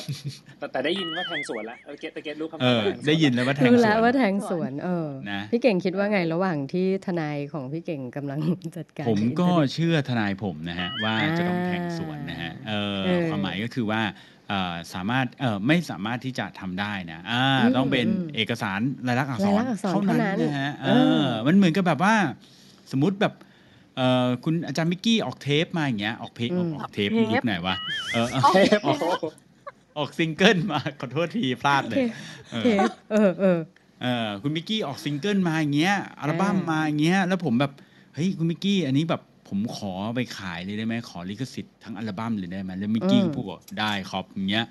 Speaker 3: แต่แต่ได้ยินว่าแทงสวนละเกตตะเกตรู้คำ
Speaker 1: เอ
Speaker 3: ถาม
Speaker 1: อ
Speaker 3: แทงสว
Speaker 1: ได้ยินแล้วว่าแทง
Speaker 2: รู้
Speaker 1: ส
Speaker 2: แล้ว
Speaker 1: ว
Speaker 2: ว่าน แทงสวน เออ
Speaker 1: นะ
Speaker 2: พี่เก่งคิดว่าไงระหว่างที่ทนายของพี่เก่งกำลัง จัดการ
Speaker 1: ผมก็เชื่อทนายผมนะฮะ ว่าจะต้องแทงสวนนะฮะเออ
Speaker 2: เออ
Speaker 1: ความหมายก็คือว่าเอ่อสามารถเออไม่สามารถที่จะทำได้นะอ่า
Speaker 2: อืม
Speaker 1: ต้องเป็น
Speaker 2: อืม
Speaker 1: เอกสารลายลักษณ์อักษ
Speaker 2: ลาย
Speaker 1: ร
Speaker 2: ลักษณ์อักษร
Speaker 1: เท่านั้น
Speaker 2: เท่านั้น
Speaker 1: นะฮะเอ
Speaker 2: เอ
Speaker 1: อ
Speaker 2: อ
Speaker 1: มันเหมือนกับแบบว่า สมมติแบบเออคุณอาจารย์มิกกี้ออกเทปมาอย่างเงี้ยออกเพลงออกออกเทปยุคไหนวะเออเออออกออกซิงเกิลมาขอโทษทีพลาดเลยเออ
Speaker 2: เทปเออเออ
Speaker 1: เออคุณมิกกี้ออกซิงเกิลมาอย่างเงี้ยอัลบั้มมาอย่างเงี้ยแล้วผมแบบเฮ้ยคุณมิกกี้อันนี้แบบผมขอไปขายเลยได้ไหมขอลิขสิทธิ์ทั้งอัลบั้มเลยได้ไหมแล้วมิกกี้
Speaker 2: อืม
Speaker 1: ก็พูดบอกได้ครับอย่างเงี้ย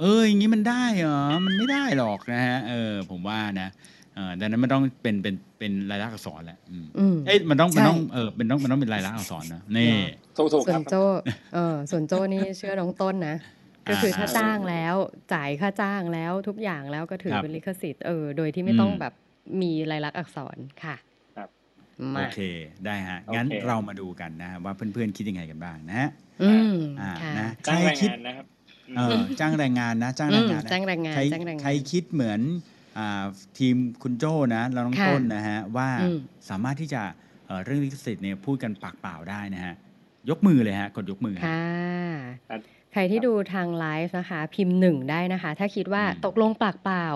Speaker 1: เอออย่างงี้มันได้เหรอมันไม่ได้หรอกนะฮะเออผมว่านะเออดังนั้นมันต้องเป็นเป็นเป็นลายลักษณ์อักษรแหละอืม
Speaker 2: อืม
Speaker 1: เอ้ยมันต้องมันต้องเออเป็นต้องมันต้องเป็นลายลักษณ์อักษรนะนี่
Speaker 3: ถูกถูก
Speaker 2: ส่
Speaker 3: คว รั
Speaker 2: น
Speaker 3: บ
Speaker 2: โจ้เออส่วนโจ้นี่เชื่อน้องต้นนะ ก็คือถ้า
Speaker 1: อ่า
Speaker 2: จ้างแล้วจ่ายค่าจ้างแล้วทุกอย่างแล้วก็ถือ
Speaker 1: ครับ
Speaker 2: เป็นลิขสิทธิ์เออโดยที่ไม่ต้อง
Speaker 1: อืม
Speaker 2: แบบมีลายลักษณ์อักษรค่ะ
Speaker 3: ครับ
Speaker 1: โอ
Speaker 2: มา
Speaker 1: เคได้ฮะงั้น
Speaker 3: โอเค
Speaker 1: เรามาดูกันนะฮะว่าเพื่อนๆคิดยังไงกันบ้างนะฮะ
Speaker 2: อืม
Speaker 1: อ่า
Speaker 2: ค่ะ
Speaker 1: นะใคร
Speaker 3: จ้างแรง
Speaker 1: คิด
Speaker 3: งานนะครับ
Speaker 1: เออจ้างแรงงานนะจ้างแร
Speaker 2: อื
Speaker 1: ง
Speaker 2: ม
Speaker 1: งานนะ
Speaker 2: จ้างแรงงาน
Speaker 1: ใคร
Speaker 2: จ้างแรงงาน
Speaker 1: ใครคิดเหมือนอ่าทีมคุณโจ้นะเราน้อง
Speaker 2: ค่ะ
Speaker 1: ต้นนะฮะว่า
Speaker 2: อืม
Speaker 1: สามารถที่จะเอ่อเรื่องลิขสิทธิ์เนี่ยพูดกันปากเปล่าได้นะฮะ ยกมือเลยฮะกดยกมือฮะ
Speaker 2: ค่ะ
Speaker 3: ครับ
Speaker 2: ใครที่ดูทางไลฟ์นะคะ พิมพ์หนึ่งได้นะคะ ถ้าคิดว่า
Speaker 1: อืม
Speaker 2: ตกลงปากเปล่า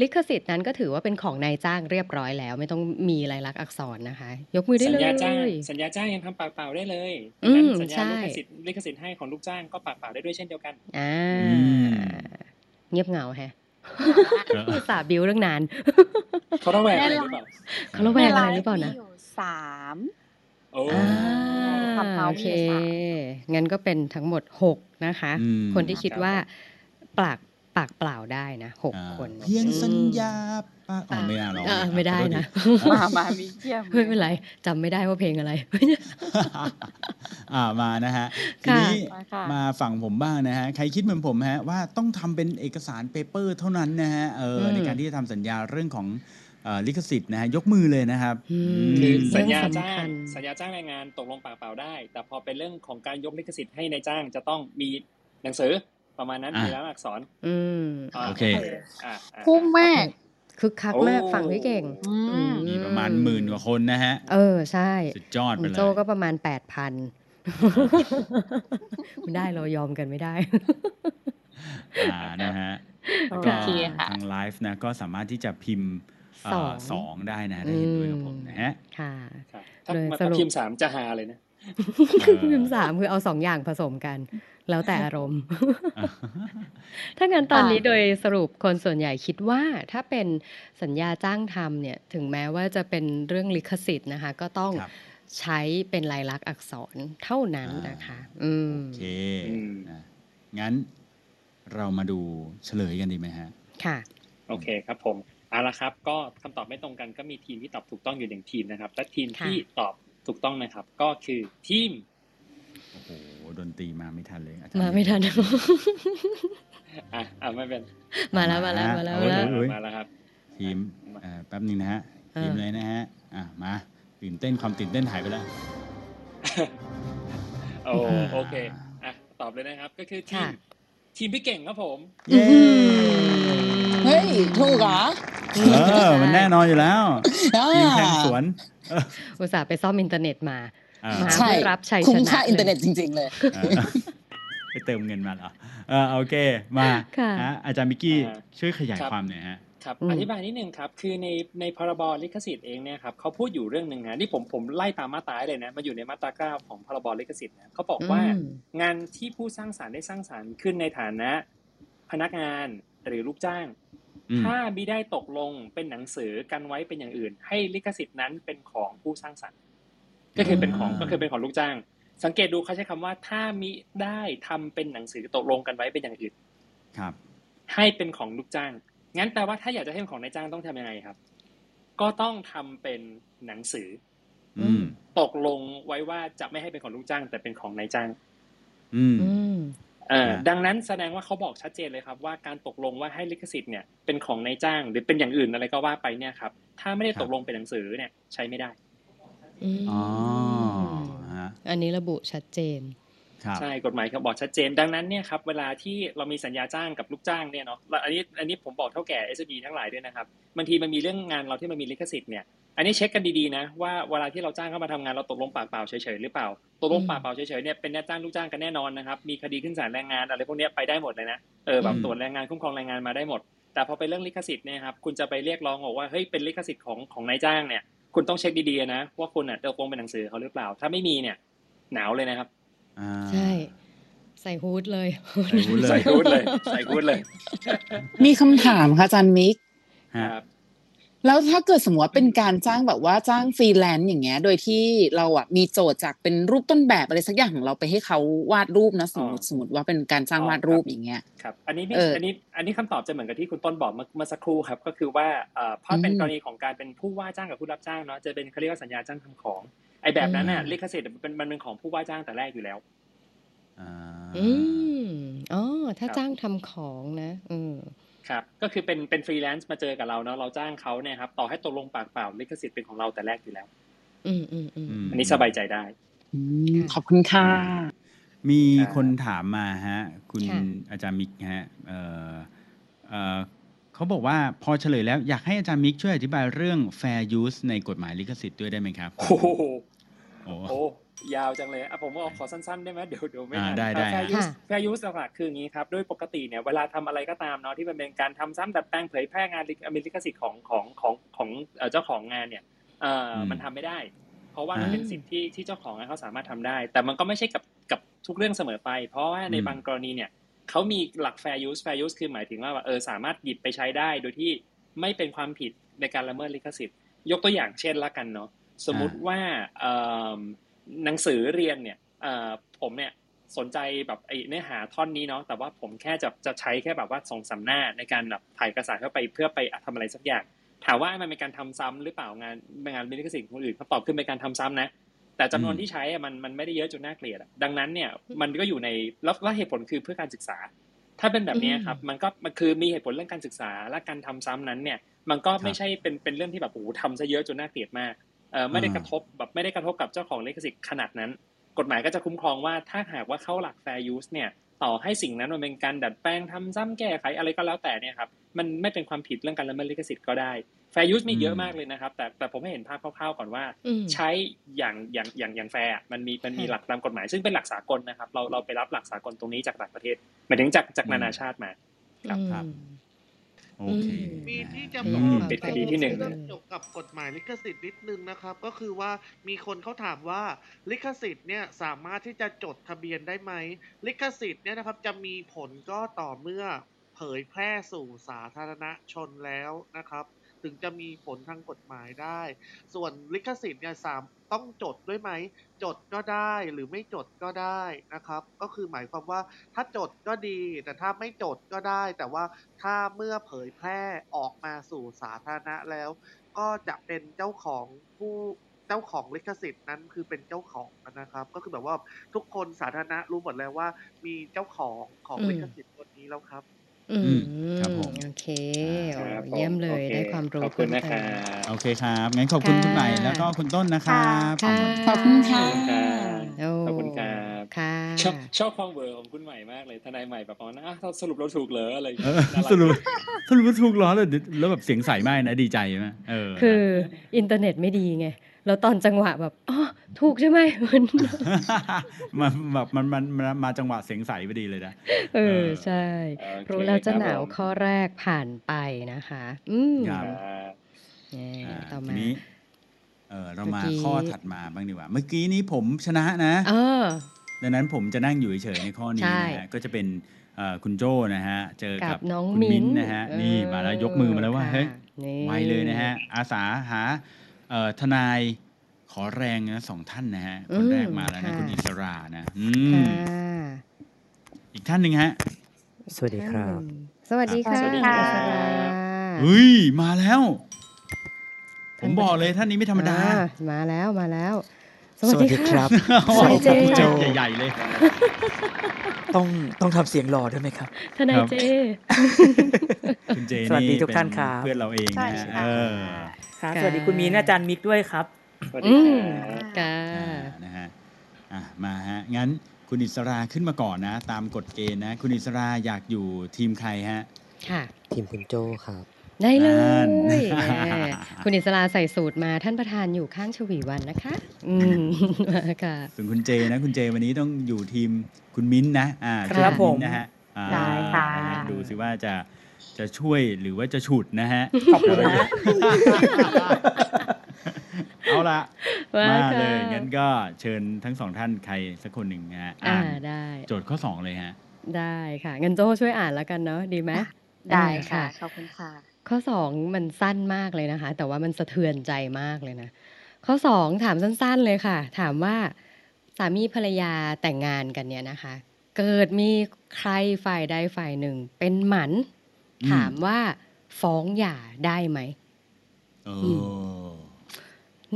Speaker 2: ลิขสิทธิ์นั้นก็ถือว่าเป็นของนายจ้างเรียบร้อยแล้ว ไม่ต้องมีลายลักษณ์อักษรนะคะ ยกมือได้
Speaker 3: สัญ
Speaker 2: เลย
Speaker 3: ญาจ้างสัญญาจ้างยังทำปากเปล่าได้เลย
Speaker 2: อืม
Speaker 3: งั้นสัญญา
Speaker 2: ใช่
Speaker 3: ลิขสิทธิ์ลิขสิทธิ์ให้ของลูกจ้างก็ปากเปล่าได้ด้วยเช่นเดียวกัน
Speaker 2: อ่า
Speaker 1: อืม
Speaker 2: เงียบเหงาแฮะ
Speaker 1: เออ
Speaker 2: อุตสาห์บิวเรื่องนาน
Speaker 3: เขาต้องแหวกอะไรหรือเปล่า
Speaker 2: เขาระแวงอะไรหรือเปล่านะ
Speaker 4: ใไฟ์มีอยู่สาม
Speaker 3: โอ้
Speaker 1: อ่
Speaker 2: อ่า
Speaker 4: ทำเมาส์
Speaker 2: โอ
Speaker 4: มี
Speaker 2: เค
Speaker 4: อยู่สาม
Speaker 2: งั้นก็เป็นทั้งหมด 6 นะคะ
Speaker 1: อืม
Speaker 2: คนที่คิดว่าปาก ปากเปล่าได้นะหก
Speaker 1: อ่า
Speaker 2: คน
Speaker 1: เพียงสัญญาปะอ๋อ
Speaker 2: อ่า
Speaker 1: ไม่ได้หรอก
Speaker 2: อ่าไม่ได้นะ
Speaker 4: มามามีเยี่ยม
Speaker 2: ไม่เป็นไรจำไม่ได้ว่าเพลงอะไร (laughs)
Speaker 1: อ่ามานะฮะที
Speaker 2: ค่ะ
Speaker 1: นี้
Speaker 4: มาค่ะ
Speaker 1: มาฝั่งผมบ้างนะฮะใครคิดเหมือนผมฮะว่าต้องทำเป็นเอกสารเปเปอร์เท่านั้นนะฮะเอออ
Speaker 2: ม
Speaker 1: ในการที่จะทำสัญญาเรื่องของเอ่อลิขสิทธิ์นะฮะยกมือเลยนะครับ
Speaker 2: อืม
Speaker 1: ม
Speaker 3: คือ
Speaker 2: เรื่
Speaker 3: สัญ
Speaker 2: อง
Speaker 3: ญา
Speaker 2: สำ
Speaker 3: จ้าง
Speaker 2: คัญ
Speaker 3: สัญญาจ้างแรงงานตกลงปากเปล่าได้ แต่พอเป็นเรื่องของการยกลิขสิทธิ์ให้นายจ้างจะต้องมีหนังสือประมาณนั้น
Speaker 1: อ่ะ
Speaker 3: มีแล้วอักษร
Speaker 2: อืม
Speaker 3: อ่ะ
Speaker 1: โอเค
Speaker 3: อ่ะอ่ะ
Speaker 4: พุ่งมาก
Speaker 2: คึกคักมาก
Speaker 3: โอ้
Speaker 2: ฝั่งพี่เก่ง
Speaker 4: อืม
Speaker 2: อื
Speaker 1: มีประมาณหมื่นกว่าคนนะฮะ
Speaker 2: เออใช่
Speaker 1: สุดยอดไป
Speaker 2: คุณ
Speaker 1: เลย
Speaker 2: โจก็ประมาณแปดพันไม่ได้เรายอมกันไม่ได้
Speaker 1: อ่านะฮะแล้ว
Speaker 4: โอ
Speaker 1: ก็
Speaker 4: เคค่ะ
Speaker 1: ทางไลฟ์นะก็สามารถที่จะพิมพ์เอ่
Speaker 2: สอ
Speaker 1: อง สองได้นะถ้าเห็นด้วยกับผมนะฮะ
Speaker 2: ค่ะ
Speaker 3: ครับถ้า
Speaker 2: เลย
Speaker 3: มา
Speaker 2: สรุป
Speaker 3: พิมพ์สามจะหาเลยนะ
Speaker 1: เออ
Speaker 2: พิมพ์สามคือเอาสองอย่างผสมกัน แล้วแต่อารมณ์ ถ้างั้นตอนนี้โดยสรุปคนส่วนใหญ่คิดว่าถ้าเป็นสัญญาจ้างทำเนี่ยถึงแม้ว่าจะเป็นเรื่องลิขสิทธิ์นะคะ ก็ต้อง
Speaker 1: ครับ
Speaker 2: ใช้เป็นลายลักษณ์อักษรเท่านั้นนะคะ อืม
Speaker 1: โอเคนะงั้นเรามาดูเฉลยกันดีไหมฮะ
Speaker 2: ค่ะ
Speaker 3: โอเคครับผมเอาละครับ ก็คำตอบไม่ตรงกันก็มีทีมที่ตอบถูกต้องอยู่หนึ่งทีมนะครับ และทีม
Speaker 2: ค่ะ
Speaker 3: ที่ตอบถูกต้องนะครับ ก็คือทีม
Speaker 1: โอ้โห ดนตรีมาไม่ทันเลยอจรย์
Speaker 2: มาไม่ทัน
Speaker 3: อ่ะอ่ะไม่เป็น
Speaker 2: มาแล้วมาแล้วมาแล้วมาแล้ว
Speaker 1: เอเย
Speaker 3: มาแล้วครับ
Speaker 1: ทีมเอ่อแป๊บหนึงนะฮะ
Speaker 2: เออ
Speaker 1: ทีมเลยนะฮะ อ่ะ มาตื่นเต้นความตื่นเต้นหายไปแล้ว
Speaker 3: โอ้
Speaker 1: อ่า
Speaker 3: โอเคอ่ะตอบเลยนะครับ ก็คือทีม
Speaker 2: ค่ะ
Speaker 3: ทีมพี่เก่งครับผม
Speaker 1: เย้
Speaker 5: เฮ้ย ถูกเหรอ
Speaker 1: เออมันแน่นอนอยู่แล้วทีมแทงสวน
Speaker 2: อุตส่าห์ไปซ่อมอินเทอร์เน็ตมา
Speaker 1: อ่า
Speaker 2: มา
Speaker 5: ใช่
Speaker 2: ผู้รับชัยชนะ
Speaker 5: คุ้มค่าอินเทอร์เน็ตจริง ๆ เลย
Speaker 1: เอ (laughs) อไปเติมเงินมาเหรอเออโอเค มา
Speaker 2: ค่ะ
Speaker 1: ฮะอาจารย์มิกกี้
Speaker 3: อ่า
Speaker 1: ช่วยขยาย
Speaker 3: ครับ
Speaker 1: ความหน่อยฮะ
Speaker 3: ครับ
Speaker 2: อืม
Speaker 3: อธิบายนิดนึงครับ คือในในพรบลิขสิทธิ์เองเนี่ยครับเขาพูดอยู่เรื่องหนึ่งนะที่ผมผมไล่ตามมาตราเลยนะมาอยู่ในมาตราเก้าของพรบลิขสิทธิ์นะเขาบอกว่า
Speaker 2: อืม
Speaker 3: งานที่ผู้สร้างสารรค์ได้สร้างสารรค์ขึ้นในฐานะ พนักงานหรือลูกจ้าง
Speaker 1: อืม
Speaker 3: ถ้ามิได้ตกลงเป็นหนังสือกันไว้เป็นอย่างอื่น ให้ลิขสิทธิ์นั้นเป็นของผู้สร้างสรรค์ ก็คือเป็นของก็คือเป็นของลูกจ้าง สังเกตดูเขาใช้คำว่าถ้ามิได้ทำเป็นหนังสือตกลงกันไว้เป็นอย่างอื่น
Speaker 1: ครับ
Speaker 3: ให้เป็นของลูกจ้าง งั้นแปลว่าถ้าอยากจะให้เป็นของนายจ้างต้องทำยังไงครับ ก็ต้องทำเป็นหนังสือ
Speaker 1: อืม
Speaker 3: ตกลงไว้ว่าจะไม่ให้เป็นของลูกจ้าง แต่เป็นของนายจ้าง
Speaker 1: อืม
Speaker 2: อืม
Speaker 3: เอ่อ
Speaker 1: อ่า
Speaker 3: ดังนั้นแสดงว่าเขาบอกชัดเจนเลยครับว่าการตกลงว่าให้ลิขสิทธิ์เนี่ยเป็นของนายจ้าง หรือเป็นอย่างอื่นอะไรก็ว่าไปเนี่ยครับถ้าไม่ได้ตกลงเป็นหนังสือเนี่ยใช้ไม่ได้
Speaker 2: อืม
Speaker 1: อ๋อฮะ
Speaker 2: อันนี้ระบุชัดเจน
Speaker 1: ครับ
Speaker 3: ใช่กฎหมายเขาบอกชัดเจน ดังนั้นเนี่ยครับเวลาที่เรามีสัญญาจ้างกับลูกจ้างเนี่ยเนาะแล้วอันนี้อันนี้ผมบอกเท่าแก่ s อ b ทั้งหลายด้วยนะครับบางทีมันมีเรื่องงานเราที่มันมีลิขสิทธิ์เนี่ยอันนี้เช็คกันดีๆนะว่าเวลาที่เราจ้างเข้ามาทำงานเราตกลงปากเปล่าเฉยๆหรือเปล่าตกลงปากเปล่าเฉยๆเนี่ยเป็นนายจ้างลูกจ้างกันแน่นอนนะครับมีคดีขึ้นศาลแรงงานอะไรพวกเนี้ยไปได้หมดเลยนะเออแบบตรวจแรงงานคุ้มครองแรงงานมาได้หมด แต่พอเป็นเรื่องลิขสิทธิ์เนี่ยครับคุณจะไปเรียกร้องบอกว่าเฮ้ยเป็นลิขสิทธิ์ของของนายจ้างเนี่ย คุณต้องเช็คดีๆนะว่าคุณอ่ะตกลงเป็นหนังสือเขาหรือเปล่า ถ้าไม่มีเนี่ยหนาวเลยนะครับ
Speaker 1: อ่า
Speaker 2: ใช่ ใส่ฮูดเลย
Speaker 1: ใส่ฮู้ด เลย
Speaker 3: ใส่กูดเลยใส่กูดเลย
Speaker 5: มีคำถามค่ะอาจารย์มิก
Speaker 1: ฮะ
Speaker 3: ครับ
Speaker 5: แล้วถ้าเกิดสมมติว่าเป็นการจ้างแบบว่าจ้างฟรีแลนซ์อย่างเงี้ย โดยที่เราอ่ะมีโจทย์จากเป็นรูปต้นแบบอะไรสักอย่างของเราไปให้เขาวาดรูปนะสมมติสมมติว่าเป็นการจ้างวาดรูปอย่างเงี้ย
Speaker 3: ครับ อันนี้ไม่
Speaker 5: เอออั
Speaker 3: อันนี้อันนี้คำตอบจะเหมือนกับที่คุณต้นบอกเมื่อเมื่อสักครู่ครับ ก็คือว่าเอ่อเพราะเป็น
Speaker 5: อืม
Speaker 3: กรณีของการเป็นผู้ว่าจ้างกับผู้รับจ้างเนาะจะเป็นเขาเรียกว่าสัญญาจ้างทำของไอ้แบบนั้นน่ะ
Speaker 2: อืม
Speaker 3: ลิขสิทธิ์มันเป็นมันเป็นของผู้ว่าจ้างแต่แรกอยู่แล้ว
Speaker 1: อ่า
Speaker 2: อืมอ๋อ ถ้า
Speaker 3: ครับ
Speaker 2: จ้างทำของนะเออ
Speaker 3: ครับก็คือเป็นเป็นฟรีแลนซ์มาเจอกับเราเนาะเราจ้างเขาเนี่ยครับต่อให้ตกลงปากเปล่าลิขสิทธิ์เป็นของเราแต่แรกอยู่แล้ว
Speaker 2: อืมอืมอืม
Speaker 1: ม
Speaker 3: อันนี้สบายใจได้
Speaker 5: อืมขอบคุณค่ะ
Speaker 1: มี
Speaker 3: อ่า
Speaker 1: คนถามมาฮะ คุณ
Speaker 2: ค่ะ
Speaker 1: อาจารย์มิกฮะเอ่อเอ่อเขาบอกว่าพอเฉลยแล้วอยากให้อาจารย์มิกช่วยอธิบายเรื่อง fair use ในกฎหมายลิขสิทธิ์ด้วยได้ไหมครับ
Speaker 3: โอ้โห
Speaker 1: โอ้
Speaker 3: โอ้ยาวจังเลยอ่ะผมเอาขอสั้นๆได้ไหมเดี๋ยวเดี๋ยวไม่ทัน
Speaker 1: อ่าได้ได้
Speaker 3: แฟร์ยูส
Speaker 2: ค่ะ
Speaker 3: แฟร์ยูสหลักๆคืออย่างนี้ครับโด้วยปกติเนี่ยเวลาทำอะไรก็ตามเนาะที่มันเป็นการทำซ้ำดัดแปลงเผยแพร่งานลิขอเมริกสิทธิ์ของของของของเอ่อเจ้าของงานเนี่ยเอ่ออ
Speaker 1: ม
Speaker 3: มันทำไม่ได้ เพราะว่า
Speaker 1: อ่ามั
Speaker 3: มันเป็นสิทธิ์ที่ที่เจ้าของงานเขาสามารถทำได้ แต่มันก็ไม่ใช่กับกับทุกเรื่องเสมอไป เพราะว่าใน
Speaker 1: อืม
Speaker 3: บางกรณีเนี่ยเขามีหลัก fair use fair use คือหมายถึงว่าเออสามารถหยิบไปใช้ได้ โดยที่ไม่เป็นความผิดในการละเมิดลิขสิทธิ์ ยกตัวอย่างเช่นละกันเนาะสมมุติว่าเอิ่มหนังสือเรียนเนี่ยเอ่อผมเนี่ย สนใจแบบไอเนื้อหาท่อนนี้เนาะแต่ว่าผมแค่จะจะใช้แค่แบบว่าสองสามหน้าในการแบบถ่ายเอกสารเข้าไปเพื่อไปทำอะไรสักอย่าง ถามว่ามันเป็นการทำซ้ำหรือเปล่างานงานลิขสิทธิ์ของคนอื่นคำตอบคือเป็นการทำซ้ำนะ แต่จำนวน
Speaker 1: อืม
Speaker 3: ที่ใช้อะมันมันไม่ได้เยอะจนน่าเกลียดอะดังนั้นเนี่ยมันก็อยู่ในแล้วแล้วเหตุผลคือเพื่อการศึกษา ถ้าเป็นแบบเนี้ยครับมันก็มันคือมีเหตุผลเรื่องการศึกษาและการทำซ้ำนั้นเนี่ย มันก็ไม่ใช่เป็นเป็นเรื่องที่แบบโอ้โหทำซะเยอะจนน่าเกลียดมากเออไม่ได้
Speaker 1: อ่าก
Speaker 3: ระทบแบบไม่ได้กระทบกับเจ้าของลิขสิทธิ์ขนาดนั้น กฎหมายก็จะคุ้มครองว่าถ้าหากว่าเข้าหลัก fair use เนี่ยต่อให้สิ่งนั้นมันเป็นการดัดแปลงทำซ้ำแก้ไขอะไรก็แล้วแต่เนี่ยครับมันไม่เป็นความผิดเรื่องการละเมิดลิขสิทธิ์ก็ได้ fair use มีเยอะ
Speaker 1: อืม
Speaker 3: มากเลยนะครับ แต่แต่ผมให้เห็นภาพคร่าวๆก่อนว่า
Speaker 2: อืม
Speaker 3: ใช้อย่างอย่างอย่างอย่างแฟร์อะมันมีมันมี
Speaker 2: ค่ะ
Speaker 3: หลักตามกฎหมาย ซึ่งเป็นหลักสากลนะครับ เราเราไปรับหลักสากลตรงนี้จากต่างประเทศหมายถึงจากจากนานาชาติมา
Speaker 1: ครับครับ
Speaker 2: อืม
Speaker 1: โอเค
Speaker 2: อื
Speaker 6: มี
Speaker 1: นะฮะ
Speaker 6: ที่จะ
Speaker 2: อื
Speaker 6: บอ
Speaker 2: ม
Speaker 6: ก
Speaker 3: ปิดคดีที่หนึ่ง
Speaker 6: เรื่องเกี่ยวกับกฎหมายลิขสิทธิ์นิดนึงนะครับ ก็คือว่ามีคนเขาถามว่าลิขสิทธิ์เนี่ยสามารถที่จะจดทะเบียนได้ไหมลิขสิทธิ์เนี่ยนะครับจะมีผลก็ต่อเมื่อเผยแพร่สู่สาธารณชนแล้วนะครับ ถึงจะมีผลทางกฎหมายได้ ส่วนลิขสิทธิ์เนี่ยสามต้องจดด้วยไหม จดก็ได้หรือไม่จดก็ได้นะครับ ก็คือหมายความว่าถ้าจดก็ดี แต่ถ้าไม่จดก็ได้ แต่ว่าถ้าเมื่อเผยแพร่ออกมาสู่สาธารณะแล้ว ก็จะเป็นเจ้าของผู้เจ้าของลิขสิทธิ์นั้นคือเป็นเจ้าของนะครับ ก็คือแบบว่าทุกคนสาธารณะรู้หมดแล้วว่า มีเจ้าของของ
Speaker 2: อืม
Speaker 6: ลิขสิทธิ์ตัวนี้แล้วครับ
Speaker 2: อืม
Speaker 1: ครับผม
Speaker 2: โอเค
Speaker 1: ค
Speaker 2: โอ้
Speaker 1: รับ
Speaker 2: เยี่ยมเลยได้ความรู้
Speaker 3: ขอบคุณนะครั
Speaker 2: เพิ่มเติม
Speaker 1: โอบ เคครับงั้นขอบคุณ
Speaker 2: ค่ะ
Speaker 1: คุณใหม่แล้วก็คุณต้นนะครับ
Speaker 2: ค่ะ
Speaker 5: ขอบคุณค่ะ
Speaker 2: โอ้
Speaker 3: ขอบคุณครับ
Speaker 2: ค่ะ
Speaker 3: ชอบชอบความเวอร์ของคุณใหม่มากเลยทนายใหม่แบบอ๋อนะอ่ะสรุปเราถูกเหรออะไรอย่าง
Speaker 1: เอ (laughs)
Speaker 3: เงี้ย
Speaker 1: อ
Speaker 3: น่ารัก
Speaker 1: สรุปสรุปว่าถูกเหร้อเลยแล้วแบบเสียงใสมากนะดีใจไหมเออ
Speaker 2: คืออินเทอร์เน็ตไม่ดีไง แล้วตอนจังหวะแบบอ๋อถูกใช่ไหม (laughs) มัน
Speaker 1: (laughs) มันแบบมันมันมันมาจังหวะเสียงใสพอดีเลยนะ
Speaker 2: เออใช่
Speaker 3: โอเค
Speaker 2: รู้แล้วจะหนาว
Speaker 3: ค
Speaker 2: ข้อแรกผ่านไปนะคะ อืม
Speaker 1: ครั
Speaker 3: รับผม
Speaker 1: อ่าที
Speaker 2: เย้ต่อมา
Speaker 1: นี้เออเรามา
Speaker 2: เมื่อกี้
Speaker 1: ข้อถัดมาบ้างดีกว่า เมื่อกี้นี้ผมชนะนะ
Speaker 2: เออ
Speaker 1: ดังนั้นผมจะนั่งอยู่เฉยๆในข้อนี้
Speaker 2: ใช่
Speaker 1: นะฮะก็จะเป็นเอ่อคุณโจนะฮะ เจอกับ
Speaker 2: กับน้อง
Speaker 1: คุณ
Speaker 2: มิ้
Speaker 1: มิ้
Speaker 2: น
Speaker 1: น
Speaker 2: ท์
Speaker 1: นะฮะ
Speaker 2: เออ
Speaker 1: นี่มาแล้วยกมือมาแล้วว่า
Speaker 2: ค่ะ
Speaker 1: เฮ้ย
Speaker 2: นี่
Speaker 1: ไวเลยนะฮะ อาสาหาเอ่อทนายขอแรงนะสองท่านนะฮะ คนแรกมาแล้วนะคุณอิสรานะอืม
Speaker 2: ค่ะ
Speaker 1: อีกท่านหนึ่งฮะ
Speaker 7: สวัสดีครับ
Speaker 2: สวัสดีค่ะ
Speaker 4: สวัสดี
Speaker 2: คุณ
Speaker 4: ค่ะ
Speaker 2: อัศรา
Speaker 1: เฮ้ยมาแล้ว ผมบอกเลยท่านนี้ไม่ธรรมดา
Speaker 2: อ่มาแล้วมาแล้ว สวัส
Speaker 7: สวัส
Speaker 2: ดี
Speaker 7: ดีค
Speaker 2: ค่ะ
Speaker 7: รับ
Speaker 2: สวัสดีเจ๊
Speaker 1: โจ๊กใหญ่ๆเลย
Speaker 7: ต้องต้องทำเสียงหล่อด้วยไหมครับ
Speaker 2: ทนาย
Speaker 1: ครับ
Speaker 2: เจ
Speaker 1: คุณเจ
Speaker 7: สวัสดี
Speaker 1: เป็
Speaker 7: ทุกท่านครับ
Speaker 1: เพื่อนเราเองนะฮะเออ
Speaker 2: ครับ
Speaker 7: สวัสดีคุณมีนอาจารย์มิกด้วยครับ
Speaker 3: สวัส
Speaker 2: อื
Speaker 3: ดี
Speaker 2: ม
Speaker 3: ครับ
Speaker 2: ค่ะ
Speaker 1: อ่านะฮะอ่ะมาฮะงั้นคุณอิสราขึ้นมาก่อนนะ ตามกฎเกณฑ์นะ คุณอิสราอยากอยู่ทีมใครฮะ
Speaker 2: ค่ะ
Speaker 7: ทีมคุณโจครับ
Speaker 2: ได้เล
Speaker 1: นั่น
Speaker 2: ยแหมคุณอิสราใส่สูตรมาท่านประธานอยู่ข้างชวีวันนะคะ อืมค่ะ
Speaker 1: ส่วนคุณเจนะ คุณเจวันนี้ต้องอยู่ทีมคุณมิ้นท์นะอ่า
Speaker 7: ครับ
Speaker 1: ช่วยณนท์
Speaker 7: ผม
Speaker 1: นะฮะอ่า
Speaker 4: ได้ค่ะ
Speaker 1: นฮดูสิว่าจะจะช่วยหรือว่าจะฉุดนะฮะ
Speaker 7: ขอบคุณนะ
Speaker 1: เอาละ
Speaker 2: ว่า
Speaker 1: มา
Speaker 2: ค่ะ
Speaker 1: เลยงั้นก็เชิญทั้งสองท่านใครสักคนหนึ่งนะฮะ
Speaker 2: อ่า
Speaker 1: อ่าน
Speaker 2: ได้
Speaker 1: โจทย์ข้อสองเลยฮะ
Speaker 2: ได้ค่ะงั้นโจ้ช่วยอ่านแล้วกันเนาะดีไหม
Speaker 4: ได้
Speaker 2: อ่า
Speaker 4: ค่ะ ขอบคุณค่ะ
Speaker 2: ข้อ 2 มันสั้นมากเลยนะคะ แต่ว่ามันสะเทือนใจมากเลยนะ ข้อ 2 ถามสั้นๆเลยค่ะ ถามว่าสามีภรรยาแต่งงานกันเนี่ยนะคะ เกิดมีใครฝ่ายใดฝ่ายหนึ่ง เป็นหมัน
Speaker 1: อืม
Speaker 2: ถามว่าฟ้องหย่าได้ไหม
Speaker 1: โอ้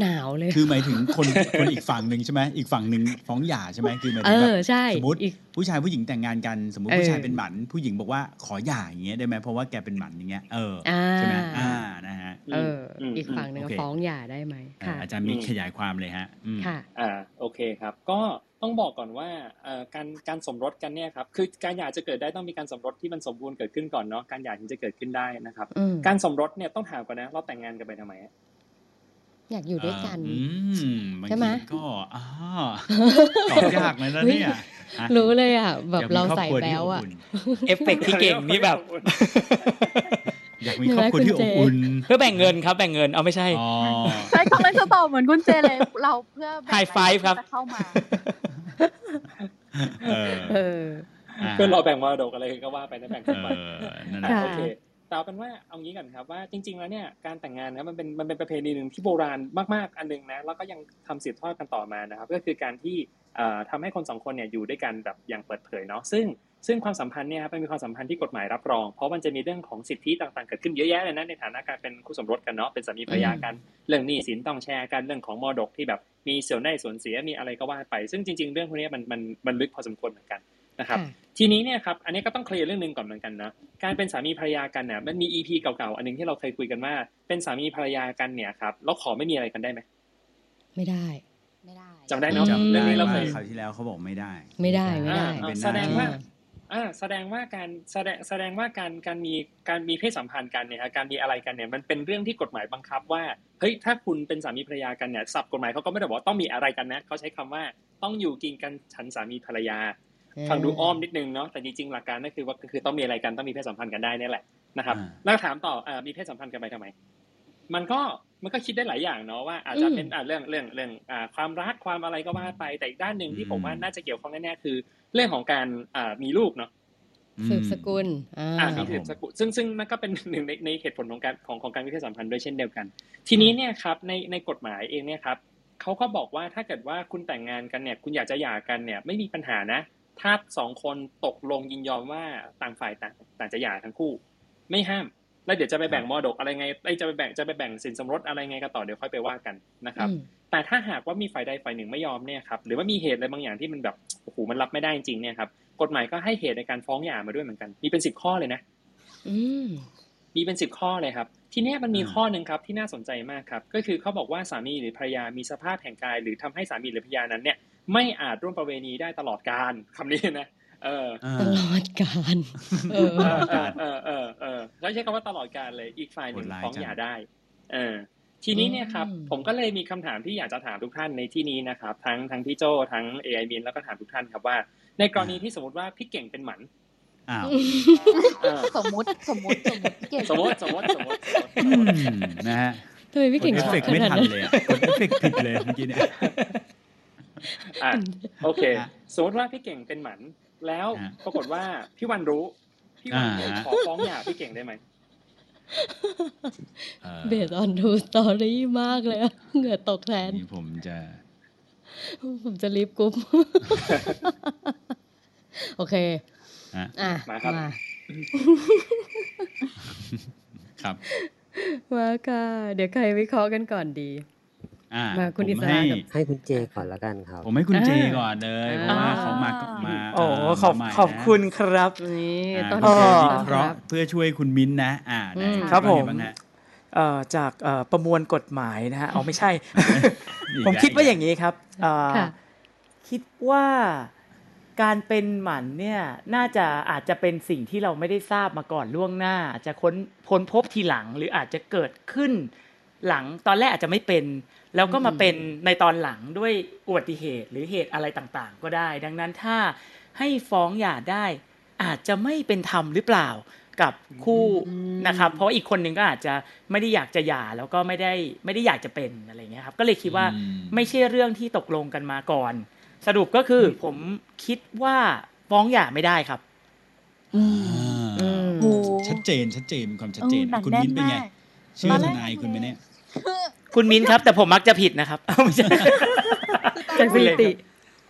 Speaker 2: หนาวเลย
Speaker 1: คือหมายถึงคน คนอีกฝั่งหนึ่งใช่ไหมอีกฝั่งหนึ่งฟ้องหย่าใช่ไหมคือหมาย
Speaker 2: เอ
Speaker 1: ถึงแบ
Speaker 2: อบใช่
Speaker 1: สมมติ
Speaker 2: อีก
Speaker 1: ผู้ชายผู้หญิงแต่งงานกัน สมมติ
Speaker 2: เออ
Speaker 1: ผู้ชายเป็นหมันผู้หญิงบอกว่าขอหย่าอย่างเงี้ยได้ไหมเพราะว่าแกเป็นหมันอย่างเงี้ยเออ
Speaker 2: อ่า
Speaker 1: ใช่ไหมอ่านะฮะ
Speaker 2: เอออ
Speaker 3: ม
Speaker 2: อีกฝั่งหนึ่ง
Speaker 1: โอเค
Speaker 2: ฟ้องหย่าได้ไหม
Speaker 1: อ่า
Speaker 2: ค่ะ
Speaker 1: อาจารย์มีขยายความเลยฮะอืม
Speaker 2: ค่ะ
Speaker 3: อ่าโอเคครับก็ต้องบอกก่อนว่าเอ่อการการสมรสกันเนี่ยครับคือการหย่าจะเกิดได้ต้องมีการสมรสที่มันสมบูรณ์เกิดขึ้นก่อนเนาะการหย่าถึงจะเกิดขึ้นได้นะครับ
Speaker 2: อืม
Speaker 3: การสมรสเนี่ยต้องถามก่อนนะ เราแต่งงานกันไปทำไมอะ
Speaker 2: อยากอยู่ด้วยกัน
Speaker 1: อ่าอืมบาง
Speaker 2: ใช่ไหม
Speaker 1: ทีก็
Speaker 2: (laughs)
Speaker 1: อ้าวตอบยากเลยนะเนี่ย
Speaker 2: เฮ้ รู้เลยอ่ะแบบเราใส่แบ้วอ่ะ
Speaker 7: เอฟเฟกต์ที่เก่งนี่แบบ
Speaker 1: อยากมีครอบครัวที่อบอุ่น
Speaker 7: เพื่อแบ่งเงินครับ แบ่งเงินเอาไม่ใช่
Speaker 1: อ๋อ
Speaker 4: ใช่คำนั้นจะตอบเหมือนคุณเจเลย เราเพื่อแบบ
Speaker 7: High five ครับ
Speaker 4: จะเข้ามา
Speaker 1: เออ
Speaker 2: เออ
Speaker 1: า
Speaker 3: เพื่อนเราแบ่งมรดกอะไร
Speaker 1: (laughs)
Speaker 3: ก็ว่าไปนะแบ่ง
Speaker 1: เอ
Speaker 3: กันไป
Speaker 1: อนั่นแห
Speaker 2: ค่ะ
Speaker 1: ละ
Speaker 3: โอเคแต่เอาเป็นว่าเอางี้ก่อนครับว่าจริง ๆ แล้วเนี่ยการแต่งงานนะมันเป็นมันเป็นประเพณีหนึ่งที่โบราณมากๆอันหนึงนะแล้วก็ยังทำสืบทอดกันต่อมานะครับ ก็คือการที่ เอ่อทำให้คนสองคนเนี่ยอยู่ด้วยกันแบบอย่างเปิดเผยเนาะซึ่งซึ่งความสัมพันธ์เนี่ยครับมันมีความสัมพันธ์ที่กฎหมายรับรอง เพราะมันจะมีเรื่องของสิทธิต่างๆเกิดขึ้นเยอะแยะเลยนะในฐานะการเป็นคู่สมรสกันเนาะเป็นสามีภรรยากัน เรื่องหนี้สินต้องแชร์กันเรื่องของมรดกที่แบบมีส่วนได้ส่วนเสียมีอะไรก็ว่าไป ซึ่งจริง ๆ เรื่องพวกเนี้ยมันมันมันลึกพอสมควรเหมือนกันนะครับ
Speaker 2: ค่ะ
Speaker 3: ทีนี้เนี่ยครับ อันนี้ก็ต้องเคลียร์เรื่องหนึ่งก่อนเหมือนกันนะ การเป็นสามีภรรยากันเนี่ยมันมี EP เก่าๆ อันหนึงที่เราเคยคุยกันว่า เป็นสามีภรรยากันเนี่ยครับ แล้วขอไม่มีอะไรกันได้ไหม
Speaker 2: ไม่ได้
Speaker 4: ไม่ได้
Speaker 3: จำได้ เนอะ
Speaker 1: จำ
Speaker 3: เรื่อ
Speaker 1: ได้
Speaker 3: งนี้เรา
Speaker 1: ว่า
Speaker 3: เคย
Speaker 1: คราวที่แล้วเขาบอกไม่ได้
Speaker 2: ไม่ได้ไม่ได้
Speaker 3: อ่า
Speaker 1: เป็นหน้า
Speaker 3: แสดงว่า
Speaker 2: ที่
Speaker 3: อ่าแสดงว่าการแสดงแสดงว่าการการมีการมีเพศสัมพันธ์กันเนี่ยฮะการมีอะไรกันเนี่ยมันเป็นเรื่องที่กฎหมายบังคับว่าเฮ้ยถ้าคุณเป็นสามีภรรยากันเนี่ยศัพท์กฎหมายเขาก็ไม่ได้บอกว่าต้องมีอะไรกันนะเขาใช้คำว่าต้องอยู่กินกันฉันสามีภรรยา ฟังดูอ้อมนิดนึงเนาะแต่จริงๆหลักการก็คือว่าก็คือต้องมีอะไรกันต้องมีเพศสัมพันธ์กันได้เนี่ยแหละนะครับ
Speaker 1: อ่า
Speaker 3: แล้วถามต่อเอ่อมีเพศสัมพันธ์กันไปทำไม มันก็มันก็คิดได้หลายอย่างเนาะว่าอาจจะเป็นอ่ะเรื่องเรื่องเรื่องอ่าความรักความอะไรก็ว่าไปแต่อีกด้านหนึ่งที่ผมว่าน่าจะเกี่ยวข้องแน่ๆคือ เรื่องของการอ่ามีลูกเนาะ
Speaker 1: อืม
Speaker 2: สืบสกุลอ่า
Speaker 3: อ่า
Speaker 1: ครั
Speaker 3: มี
Speaker 1: บ
Speaker 3: ถือสกุลซึ่งซึ่งนั่นก็ (laughs) เป็นหนึ่งในในเหตุผลของการของของการมีเพศสัมพันธ์ด้วยเช่นเดียวกัน ทีนี้เนี่ยครับในในกฎหมายเองเนี่ยครับเขาก็บอกว่าถ้าเกิดว่าคุณแต่งงานกันเนี่ยคุณอยากจะหย่ากันเนี่ยไม่มีปัญหานะ ถ้าสองคนตกลงยินยอมว่าต่างฝ่ายต่างต่างจะหย่าทั้งคู่ ไม่ห้าม แล้วเดี๋ยวจะไปแบ่งมรดกอะไรไงไอยจะไปแบ่งจะไปแบ่งสินสมรสอะไรไงกันต่อเดี๋ยวค่อยไปว่ากันนะครับ แต่ถ้าหากว่ามีฝ่ายใดฝ่ายหนึ่งไม่ยอมเนี่ยครับหรือว่ามีเหตุอะไรบางอย่างที่มันแบบโอ้โหมันรับไม่ได้จริงๆเนี่ยครับกฎหมายก็ให้เหตุในการฟ้องหย่ามาด้วยเหมือนกันมีเป็นสิบข้อเลยนะ
Speaker 2: อืม
Speaker 3: มีเป็นสิบข้อเลยครับ ทีเนี้ยมันมี
Speaker 1: อืม
Speaker 3: ข้อหนึ่งครับที่น่าสนใจมากครับ ก็คือเขาบอกว่าสามีหรือภรรยามีสภาพแห่งกาย หรือทำให้สามีหรือภรรยานั้นเนี่ยไม่อาจร่วมประเวณีได้ตลอดการคำนี้นะเออ
Speaker 1: อ่า
Speaker 2: ตลอดการเออ
Speaker 3: เออเออเออเออแล้วใช้คำว่าตลอดการเลยอีกฝ่ายหนึ่ง
Speaker 1: โหดร้าย
Speaker 3: ฟ้อง
Speaker 1: จัง
Speaker 3: หย่าได้ เออ ทีนี้เนี่ยครับ
Speaker 2: อืม
Speaker 3: ผมก็เลยมีคำถามที่อยากจะถามทุกท่านในที่นี้นะครับ ทั้งทั้งพี่โจทั้งเอไอบีนแล้วก็ถามทุกท่านครับว่า ในกรณีที่สมมติว่าพี่เก่งเป็นหมัน
Speaker 1: อ้าว
Speaker 3: เออ
Speaker 4: สมมติสมมติสมมติเก่ง
Speaker 3: สมมติสมมติสมมติสมมติ
Speaker 1: อืมนะฮะ
Speaker 2: ทำไมพี่เก่ง
Speaker 1: กดเอฟ
Speaker 2: ชอบ
Speaker 1: เฟกต์
Speaker 2: ข
Speaker 1: ไม่
Speaker 2: นาด
Speaker 1: ทัน
Speaker 2: นั้น
Speaker 1: เลยอะกดเอฟเฟกต์ผิดเลยเมื่อกี้เนี่ย
Speaker 3: อ่ะ โอเค
Speaker 1: ฮะ
Speaker 3: สมมติว่าพี่เก่งเป็นหมัน แล้ว
Speaker 1: ฮะ
Speaker 3: ปรากฏว่าพี่วันรู้ พี่วันเนี่ย
Speaker 1: อ่าฮะ
Speaker 3: ขอฟ้องหย่าพี่เก่งได้ไหม
Speaker 1: อ่อ
Speaker 2: เบสออนทูสตอรี่มากเลยอะเหงื่อตกแทน
Speaker 1: นี่ผมจะ
Speaker 2: ผมจะรีบ
Speaker 1: (laughs)
Speaker 2: กรุ๊ปโอเค
Speaker 1: ฮะ
Speaker 2: อ่ะ
Speaker 3: มาครับ
Speaker 2: มา
Speaker 1: (laughs) ครับ
Speaker 2: มาค่ะ เดี๋ยวใครวิเคราะห์กันก่อนดี
Speaker 1: อ่า
Speaker 2: มาคุณ
Speaker 1: ผ
Speaker 2: อิสระ
Speaker 1: ให้
Speaker 2: กับ
Speaker 8: ให้คุณเจก่อนละกันครับ
Speaker 1: ผมให้คุณเจ
Speaker 2: อ่า
Speaker 1: ก่อนเลยเพราะว่า
Speaker 2: อ่า
Speaker 1: เขามาก็มา
Speaker 7: โอ้ขอบ
Speaker 1: เมาใหม่นะ
Speaker 7: ขอบคุณครับ
Speaker 2: นี่
Speaker 1: อ่า
Speaker 2: ต้อน
Speaker 1: คุณเจวิเค
Speaker 2: รับต้อนรั
Speaker 7: อ่า
Speaker 1: ราะห์
Speaker 2: บ
Speaker 1: เพื่อช่วยคุณมิ้นนะ อ่าไหน
Speaker 2: อืม
Speaker 7: ครับ
Speaker 1: ว่าไงา
Speaker 7: ผม
Speaker 1: งฮะ
Speaker 7: เอ่อจากเอ่อประมวลกฎหมายนะฮะเอาไม่ใช่
Speaker 1: อีก
Speaker 7: ผม
Speaker 1: แล้
Speaker 7: คิดว่าอ
Speaker 1: อีก
Speaker 7: ย่างนี้ครับเอ่อ
Speaker 2: ค่ะ
Speaker 7: คิดว่าการเป็นหมันเนี่ยน่าจะอาจจะเป็นสิ่งที่เราไม่ได้ทราบมาก่อนล่วงหน้าอาจจะค้นค้นพบทีหลังหรืออาจจะเกิดขึ้นหลังตอนแรกอาจจะไม่เป็น แล้วก็มาเป็นในตอนหลังด้วยอุบัติเหตุหรือเหตุอะไรต่างๆ ก็ได้ ดังนั้นถ้าให้ฟ้องหย่าได้ อาจจะไม่เป็นธรรมหรือเปล่ากับคู่
Speaker 5: อืม
Speaker 7: นะครับ เพราะว่าอีกคนหนึ่งก็อาจจะไม่ได้อยากจะหย่าแล้วก็ไม่ได้ไม่ได้อยากจะเป็นอะไรเงี้ยครับก็เลยคิดว่า
Speaker 1: อืม
Speaker 7: ไม่ใช่เรื่องที่ตกลงกันมาก่อน สรุปก็คือผมคิดว่าฟ้องหย่าไม่ได้ครับ
Speaker 4: อืม
Speaker 2: อืม
Speaker 4: โอ้
Speaker 1: ชัดเจนชัดเจนความชัดเจน
Speaker 4: เออหนัก
Speaker 1: คุณมิ้นเป็นไง
Speaker 4: แน่น
Speaker 1: เชื่อท
Speaker 4: มาก
Speaker 1: นายคุณไหมเนี่ย
Speaker 4: คือ
Speaker 7: คุณมิ้นครับ แต่ผมมักจะผิดนะครับเอาไม่ใช่
Speaker 4: คือตอน
Speaker 2: จากส
Speaker 4: แรก
Speaker 2: ถิติ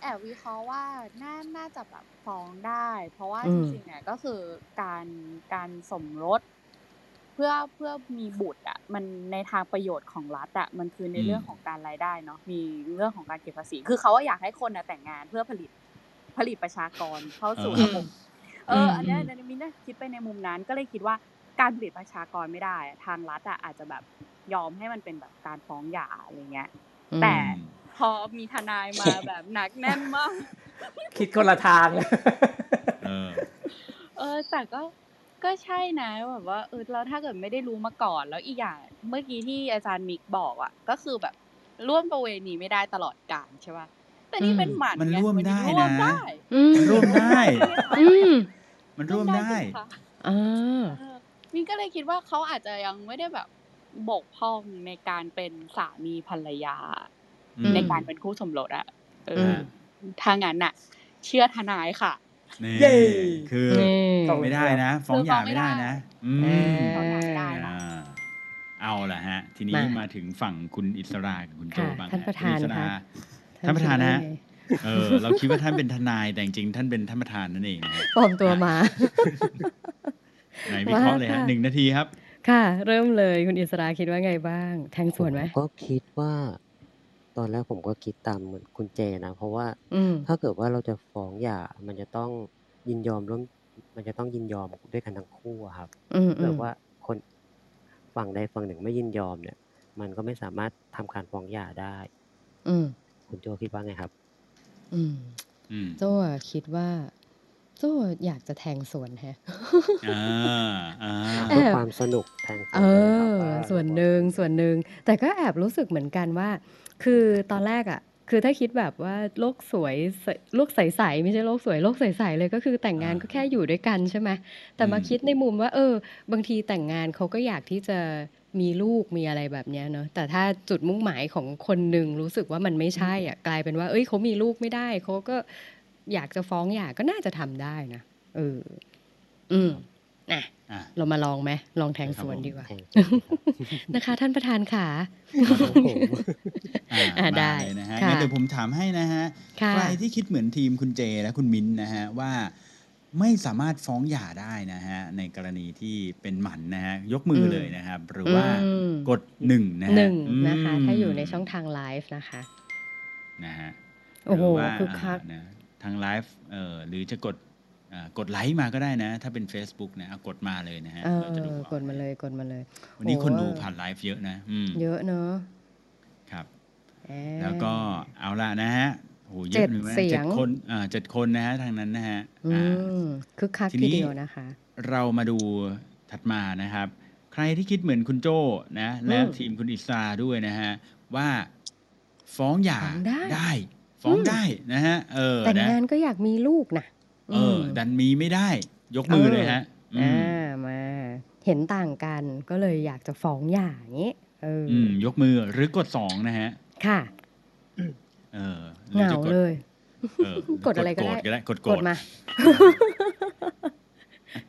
Speaker 4: แอบวิเคราะห์ว่าน่าน่าจะแบบฟ้องได้ เพราะว่า
Speaker 2: อื
Speaker 4: จ
Speaker 2: ม
Speaker 4: ริงๆเนี่ยก็คือการการสมรส เพื่อเพื่อมีบุตรอ่ะมันในทางประโยชน์ของรัฐอ่ะมันคือใน
Speaker 1: อืม
Speaker 4: เรื่องของการรายได้เนาะมีเรื่องของการเก็บภาษี คือเขาว่าอยากให้คนน่ะแต่งงานเพื่อผลิตผลิตประชากรเข้าสู่
Speaker 2: อื
Speaker 4: ระบ
Speaker 2: ม
Speaker 4: บ เออ
Speaker 2: ม
Speaker 4: อันเนี้ยอันนี้มินน่ะคิดไปในมุมนั้นก็เลยคิดว่าการผลิตประชากรไม่ได้อะทางรัฐอะอาจจะแบบยอมให้มันเป็นแบบการฟ้องหย่าอะไรเงี้ย แต่ พอมีทนายมาแบบหนักแน่นมาก (laughs)
Speaker 7: คิดคนละทาง
Speaker 1: เออ
Speaker 4: เออแต่ก็ก็ใช่นะแบบว่าเออแล้วถ้าเกิดไม่ได้รู้มาก่อน แล้วอีกอย่างเมื่อกี้ที่อาจารย์มิกบอกอะก็คือแบบร่วมประเวณีไม่ได้ตลอดกาลใช่ป่ะแต่นี่เป็นหมัน
Speaker 1: มัน
Speaker 4: ไง
Speaker 1: ร่วมได้นะ
Speaker 4: ร่วมได้
Speaker 2: อืม
Speaker 1: มันร่วมได้มันร่วม
Speaker 2: อืม
Speaker 1: ได้
Speaker 4: สิคะ
Speaker 2: อ่า
Speaker 4: เออมินก็เลยคิดว่าเขาอาจจะยังไม่ได้แบบบกพร่องในการเป็นสามีภรรยา
Speaker 1: อืม
Speaker 4: ในการเป็นคู่สมรสอะเออ
Speaker 1: ฮะ
Speaker 4: อถ้างั้นน่ะ เชื่อทนายค่ะ
Speaker 1: นี่
Speaker 7: เย้
Speaker 1: คือ
Speaker 2: นี่
Speaker 1: ไม่ได้นะ ฟ้องหย่าไม่ได้นะ อื
Speaker 2: เอ
Speaker 1: ม
Speaker 2: อ
Speaker 4: เขาอยากได้นะ
Speaker 1: อ่าเอาละฮะ ทีนี้
Speaker 2: มาม
Speaker 1: มาถึงฝั่งคุณอิสรากับคุณโจ
Speaker 2: ค่ะ
Speaker 1: บ้างฮ
Speaker 2: ท่านประธาน
Speaker 1: คุณอิส
Speaker 2: คะ
Speaker 1: ท่านประธานนะฮะ
Speaker 2: เลย
Speaker 1: เออเราคิดว่าท่านเป็นทนายแต่จริงๆท่านเป็นท่านประธานนั่นเองนะฮะ
Speaker 2: ปลอมตัวมา
Speaker 1: ไหนวิเคราะห์เลยฮะ
Speaker 2: ว่า
Speaker 1: หนึ่งนาทีครับ
Speaker 2: ค่ะ เริ่มเลยคุณอิสราคิดว่าไงบ้าง แทงสวนไหม
Speaker 8: ผมก็คิดว่า ตอนแรกผมก็คิดตามเหมือนคุณเจนะ เพราะว่า
Speaker 2: อืม
Speaker 8: ถ้าเกิดว่าเราจะฟ้องหย่ามันจะต้องยินยอมร่วมมันจะต้องยินยอมด้วยกันทั้งคู่อะครับ
Speaker 2: อืมอื
Speaker 8: แต่
Speaker 2: ม
Speaker 8: ว่าคนฝั่งใดฝั่งหนึ่งไม่ยินยอมเนี่ย มันก็ไม่สามารถทำการฟ้องหย่าได้
Speaker 2: อืม
Speaker 8: คุณโจคิดว่าไงครับ
Speaker 2: อืม
Speaker 1: อืม
Speaker 2: โจ้อะคิดว่า โจ้อยากจะแทงสวนแฮะ
Speaker 1: อ่าอ่า
Speaker 2: แอ
Speaker 8: เพื่อบ ความสนุกแทน
Speaker 2: เออ ส่วนหนึ่งส่วนหนึ่งแต่ก็แอบรู้สึกเหมือนกันว่า คือตอนแรกอะ่ะ คือถ้าคิดแบบว่าโลกสวยโลกใสๆไม่ใช่โลกสวยโลกใสๆเลยก็คือแต่งงานก็แค่อยู่ด้วยกันใช่ไหมแต่มาคิดในมุมว่า เออ บางทีแต่งงานเขาก็อยากที่จะมีลูกมีอะไรแบบเนี้ยเนาะแต่ถ้าจุดมุ่งหมายของคนหนึ่งรู้สึกว่ามันไม่ใช่อะ่ะกลายเป็นว่า เอ้ยเขามีลูกไม่ได้เขาก็อยากจะฟ้องหย่าก็น่าจะทำได้นะเออ อืมนะ
Speaker 1: อ่ะ
Speaker 2: เรามาลองไหมลองแทงสวนดีกว่า
Speaker 8: แทนสวนครับ
Speaker 2: นะคะท่านประธานค่ะ
Speaker 8: ครับผม
Speaker 1: อ่า
Speaker 2: อ่าได้
Speaker 1: มาเลยนะฮะ
Speaker 2: ค่ะ
Speaker 1: งั้นเดี๋ยวผมถามให้นะฮะ
Speaker 2: ค่ะ
Speaker 1: ใครที่คิดเหมือนทีมคุณเจและคุณมิ้นท์นะฮะว่าไม่สามารถฟ้องหย่าได้นะฮะในกรณีที่เป็นหมันนะฮะยกมืออ
Speaker 2: ม
Speaker 1: เลยนะครับ หรือว่า
Speaker 2: อืม
Speaker 1: กดหนึ่งนะฮะ
Speaker 2: หนึ่งนะคะ
Speaker 1: ม
Speaker 2: ถ้าอยู่ในช่องทางไลฟ์นะคะ
Speaker 1: นะฮะ
Speaker 2: โอ้โห
Speaker 1: รืว่า
Speaker 2: คึกคัก
Speaker 1: อ่านะทางไลฟ์เอ่อหรือจะกดอ่ากดไลค์มาก็ได้นะ ถ้าเป็น Facebook นะเอากดมาเลยนะฮะ
Speaker 2: เอ
Speaker 1: เราจะดู
Speaker 2: อ
Speaker 1: ออก
Speaker 2: ดมาเลยกดมาเลย
Speaker 1: วันนี้คนดู
Speaker 2: โอ้
Speaker 1: ผ่านไลฟ์เยอะนะอืม
Speaker 2: เยอะเนอะ
Speaker 1: ครับ
Speaker 2: อ่า
Speaker 1: แล้วก็เอาละนะฮะโอ้โหเย
Speaker 2: เจ็
Speaker 1: อะ
Speaker 2: ด
Speaker 1: หมือนกันนะ
Speaker 2: เสียง
Speaker 1: เจ็ดคนอ่าเจ็ดคนนะฮะทางนั้นนะฮะ
Speaker 2: อื
Speaker 1: อ่า
Speaker 2: มคึกคัก
Speaker 1: ที
Speaker 2: ที
Speaker 1: นี้
Speaker 2: เดียวนะคะ
Speaker 1: เรามาดูถัดมานะครับ ใครที่คิดเหมือนคุณโจ้นะและทีมคุณอิสราด้วยนะฮะ ว่าฟ้องหย่า
Speaker 2: ฟ้องได้
Speaker 1: ฟ้อง
Speaker 2: อืม
Speaker 1: ได้นะฮะ เออ
Speaker 2: แต่ง
Speaker 1: นะ
Speaker 2: งานก็อยากมีลูกนะ
Speaker 1: เออ
Speaker 2: ม
Speaker 1: ดันมีไม่ได้ ยกมือ
Speaker 2: เออ
Speaker 1: เลยฮะอื
Speaker 2: อ่าม มา เห็นต่างกันก็เลยอยากจะฟ้องหย่าอย่างนี้เอออ
Speaker 1: อืมยกมือหรือกดสองนะฮะ
Speaker 2: ค่ะ
Speaker 1: เออหรือง
Speaker 2: เหา
Speaker 1: จะกด
Speaker 2: เลย
Speaker 1: เออก
Speaker 2: ดอะไรก็ได้
Speaker 1: โก็ได้กดโก
Speaker 2: ก
Speaker 1: ร
Speaker 2: ด
Speaker 1: ธ
Speaker 2: มา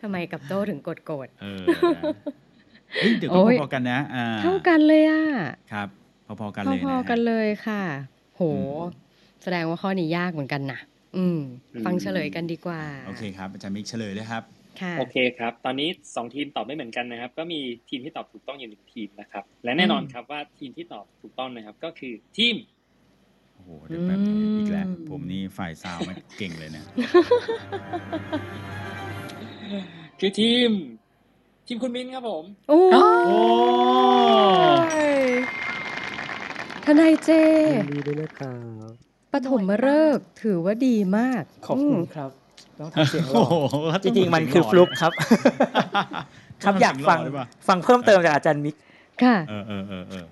Speaker 2: ทำไมกับโต้ถึงกดโกรธ
Speaker 1: เออนะเฮ้ยเดี๋ยวก็
Speaker 2: โอ้ย
Speaker 1: พอๆกันนะอ่า
Speaker 2: เท่ากันเลยอ่ะ
Speaker 1: ครับ พอๆกันเลยนะ
Speaker 2: พอ
Speaker 1: ฮะ
Speaker 2: ๆกันเลยค่ะ โห
Speaker 1: อืม
Speaker 2: แสดงว่าข้อนี้ยากเหมือนกันนะอืม ฟังเฉลยกันดีกว่า
Speaker 1: โอเคครับอาจารย์มิกเฉลยเลยครับ
Speaker 2: ค่ะ
Speaker 3: โอเคครับ ตอนนี้สองทีมตอบไม่เหมือนกันนะครับ ก็มีทีมที่ตอบถูกต้องอยู่หนึ่งทีมนะครับ และแน่นอนครับว่าทีมที่ตอบถูกต้องนะครับ ก็คือทีม
Speaker 1: โอ้โหเดี๋ยวแป๊บนึง
Speaker 2: อืม
Speaker 1: อีกแล้ว ผมนี่ฝ่ายซาวมันเก่งเลยนะ
Speaker 3: คือทีม ทีมคุณมิ้นครับผม
Speaker 2: โอ้
Speaker 5: โอ้
Speaker 2: ยทนายเจ
Speaker 8: ยินดีด้วยนะครับ
Speaker 2: ปฐมฤกษ์ถือว่าดีมาก
Speaker 7: ขอบคุณครับ ต้องทำเสียงหล่
Speaker 1: โอ้
Speaker 7: อ
Speaker 1: โห
Speaker 7: จริงๆ มันคือฟลุกครับ ครับอยากฟัง
Speaker 1: หรือเปล่า
Speaker 7: ฟังเพิ่มเติมจากอาจารย์มิก
Speaker 2: ค่ะ
Speaker 1: เออเออเออเออ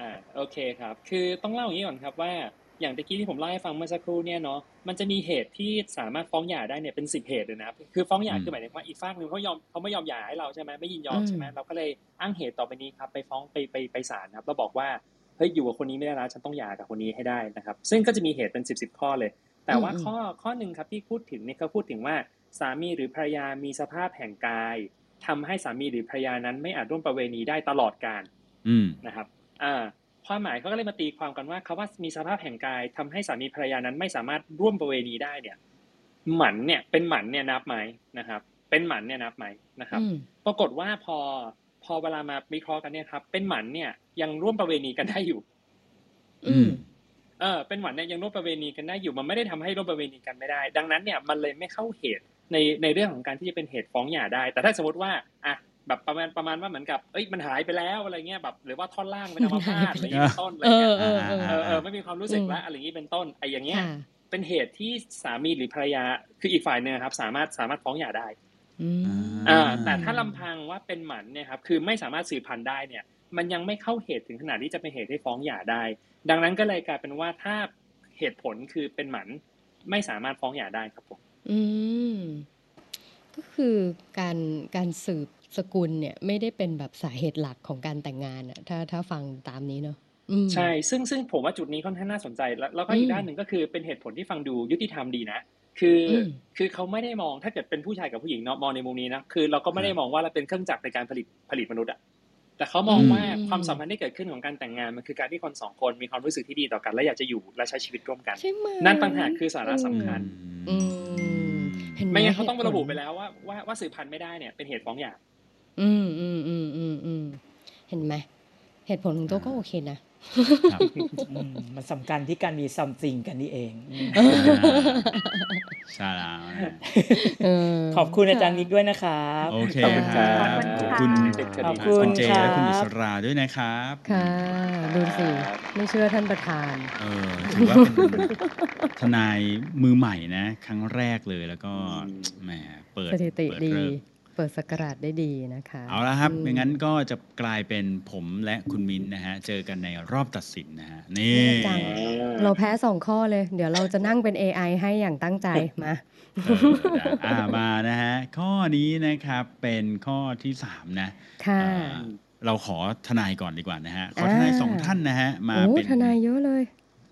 Speaker 3: อ่าโอเคครับ คือต้องเล่าอย่างนี้ก่อนครับว่าอย่างตะกี้ที่ผมเล่าให้ฟังเมื่อสักครู่เนี่ยเนาะมันจะมีเหตุที่สามารถฟ้องหย่าได้เนี่ยเป็นสิบเหตุเลยนะครับคือฟ้องหย่า
Speaker 1: อืม
Speaker 3: คือหมายถึงว่าอีกฝ่ายหนึ่งเขายอมเขาไม่ยอมหย่าให้เราใช่ไหมไม่ยินยอม
Speaker 2: อืม
Speaker 3: ใช่ไหมเราก็เลยอ้างเหตุต่อไปนี้ครับไปฟ้องไปไปไปศาลครับเราบอกว่าเฮ้ยอยู่กับคนนี้ไม่ได้แล้วฉันต้องหย่ากับคนนี้ให้ได้นะครับ ซึ่งก็จะมีเหตุเป็นสิบสิบข้อเลย แต่ว่า
Speaker 2: อืม
Speaker 3: ข้อข้อหนึ่งครับที่พูดถึงเนี่ยเขาพูดถึงว่าสามีหรือภรรยามีสภาพแห่งกายทำให้สามีหรือภรรยานั้นไม่อาจร่วมประเวณีได้ตลอดกาล
Speaker 1: อืม
Speaker 3: นะครับอ่าความหมายเขาก็เลยมาตีความกันว่าคาว่ามีสภาพแห่งกายทำให้สามีภรรยานั้นไม่สามารถร่วมประเวณีได้เนี่ย หมันเนี่ยเป็นหมันเนี่ยนับไหมนะครับ เป็นหมันเนี่ยนับไหมนะครับ
Speaker 2: อืม
Speaker 3: ปรากฏว่าพอพอเวลามาวิเคราะห์กันเนี่ยครับ เป็นหมันเนี่ยยังร่วมประเวณีกันได้อยู่
Speaker 2: อืม
Speaker 3: เออเป็นหวันเนี่ยยังร่วมประเวณีกันได้อยู่มันไม่ได้ทำให้ร่วมประเวณีกันไม่ได้ ดังนั้นเนี่ยมันเลยไม่เข้าเหตุในในเรื่องของการที่จะเป็นเหตุฟ้องหย่าได้ แต่ถ้าสมมติว่าอ่ะแบบประมาณประมาณว่าเหมือนกับเอ้ยมันหายไปแล้วอะไรเงี้ยแบบหรือว่าท่อนล่างเป็นอัมพาตอะไรเงี้ยเป็นต้นอะไร
Speaker 2: เออ
Speaker 3: เงี้ย
Speaker 2: เออเออ
Speaker 3: เออเออไม่มีความรู้สึกละอะไรอย่างงี้เป็นต้นไอ้อย่างเงี้ย
Speaker 2: ค่ะ
Speaker 3: เป็นเหตุที่สามีหรือภรรยาคืออีกฝ่ายหนึ่งครับสามารถสามารถฟ้องหย่าได้
Speaker 2: อืม
Speaker 1: อ่า
Speaker 3: อ่าแต่ถ้าลำพังว่าเป็นหมันเนี่ยครับคือไม่สามารถสืบพันธุ์ได้เนี่ยมันยังไม่เข้าเหตุถึงขนาดที่จะเป็นเหตุให้ฟ้องหย่าได้ ดังนั้นก็เลยกลายเป็นว่าถ้าเหตุผลคือเป็นหมันไม่สามารถฟ้องหย่าได้ครับผม
Speaker 2: อืม ก็คือการการสืบสกุลเนี่ย ไม่ได้เป็นแบบสาเหตุหลักของการแต่งงานอะถ้าถ้าฟังตามนี้เนอะอืม
Speaker 3: ใช่ซึ่งซึ่งผมว่าจุดนี้ค่อนข้างน่าสนใจแล้วแล้วก็อี
Speaker 2: อื
Speaker 3: ก
Speaker 2: ม
Speaker 3: ด้านหนึ่งก็คือเป็นเหตุผลที่ฟังดูยุติธรรมดีนะคืออ
Speaker 2: ม
Speaker 3: คือเขาไม่ได้มองถ้าเกิดเป็นผู้ชายกับผู้หญิงเนาะมองในมุมนี้นะคือเราก็ไม่ได้มองว่าเราเป็นเครื่องจักรในการผลิตผลิตมนุษย์อะ แต่เขามองว่า
Speaker 2: อืม
Speaker 3: ความสัมพันธ์ที่เกิดขึ้นของการแต่งงานมันคือการที่คนสองคนมีความรู้สึกที่ดีต่อกันและอยากจะอยู่และใช้ชีวิตร่วมกัน
Speaker 2: ใช่ไหม
Speaker 3: นั่นต่างหากคือสาระสำคัญ
Speaker 2: อืมเห็นห
Speaker 3: ไม่งั้นเขาต้อง
Speaker 2: หตุผล
Speaker 3: ระบุไปแล้วว่าว่าว่าสืบพันธุ์ไม่ได้เนี่ยเป็นเหตุฟ้องหย่า
Speaker 2: อืมอืมอืมอืมอืมเห็นไหมเหตุผลของโต๊ะก็โอเคนะ
Speaker 1: ครับ
Speaker 7: อืมมันสำคัญที่การมี something กันนี่เองอืม
Speaker 1: ใช่แล้วนะ
Speaker 2: เ
Speaker 7: ขอบคุณอาจารย์มิกด้วยนะครับ
Speaker 1: โอเค
Speaker 2: ขอบคุณ
Speaker 1: ครับ
Speaker 2: ค่ะ
Speaker 4: ขอบ
Speaker 1: คุ
Speaker 4: คุณ ณ
Speaker 7: ค่ะขอบ
Speaker 1: คุณเจและ
Speaker 7: คุณครับ
Speaker 1: คุณอิสราด้วยนะครับ
Speaker 2: ค่ะ ดูสิ ไม่เชื่อท่านประธาน
Speaker 1: เออถือว่าเป็นทนายมือใหม่นะ ครั้งแรกเลยแล้วก็
Speaker 3: อืม
Speaker 1: แหมเปิด
Speaker 2: สถิติ
Speaker 1: เปิ
Speaker 2: ดี
Speaker 1: เลิก
Speaker 2: เปิดสกราชได้ดีนะคะ
Speaker 1: เอาละครับ
Speaker 2: ม
Speaker 1: ไม่งั้นก็จะกลายเป็นผมและคุณมิ้นท์นะฮะ เจอกันในรอบตัดสินนะฮะ นี่
Speaker 2: แน่จัง เราแพ้สองข้อเลย เดี๋ยวเราจะนั่งเป็น AI ให้อย่างตั้งใจมา
Speaker 1: เออนะอ่ามานะฮะ ข้อนี้นะครับเป็นข้อที่สามนะ
Speaker 2: ค่ะ
Speaker 1: อ่าเราขอทนายก่อนดีกว่านะฮะ ขอทนาย
Speaker 2: อ่า
Speaker 1: สองท่านนะฮะ มา
Speaker 2: โอ้
Speaker 1: เป็น
Speaker 2: ทนายเยอะเลย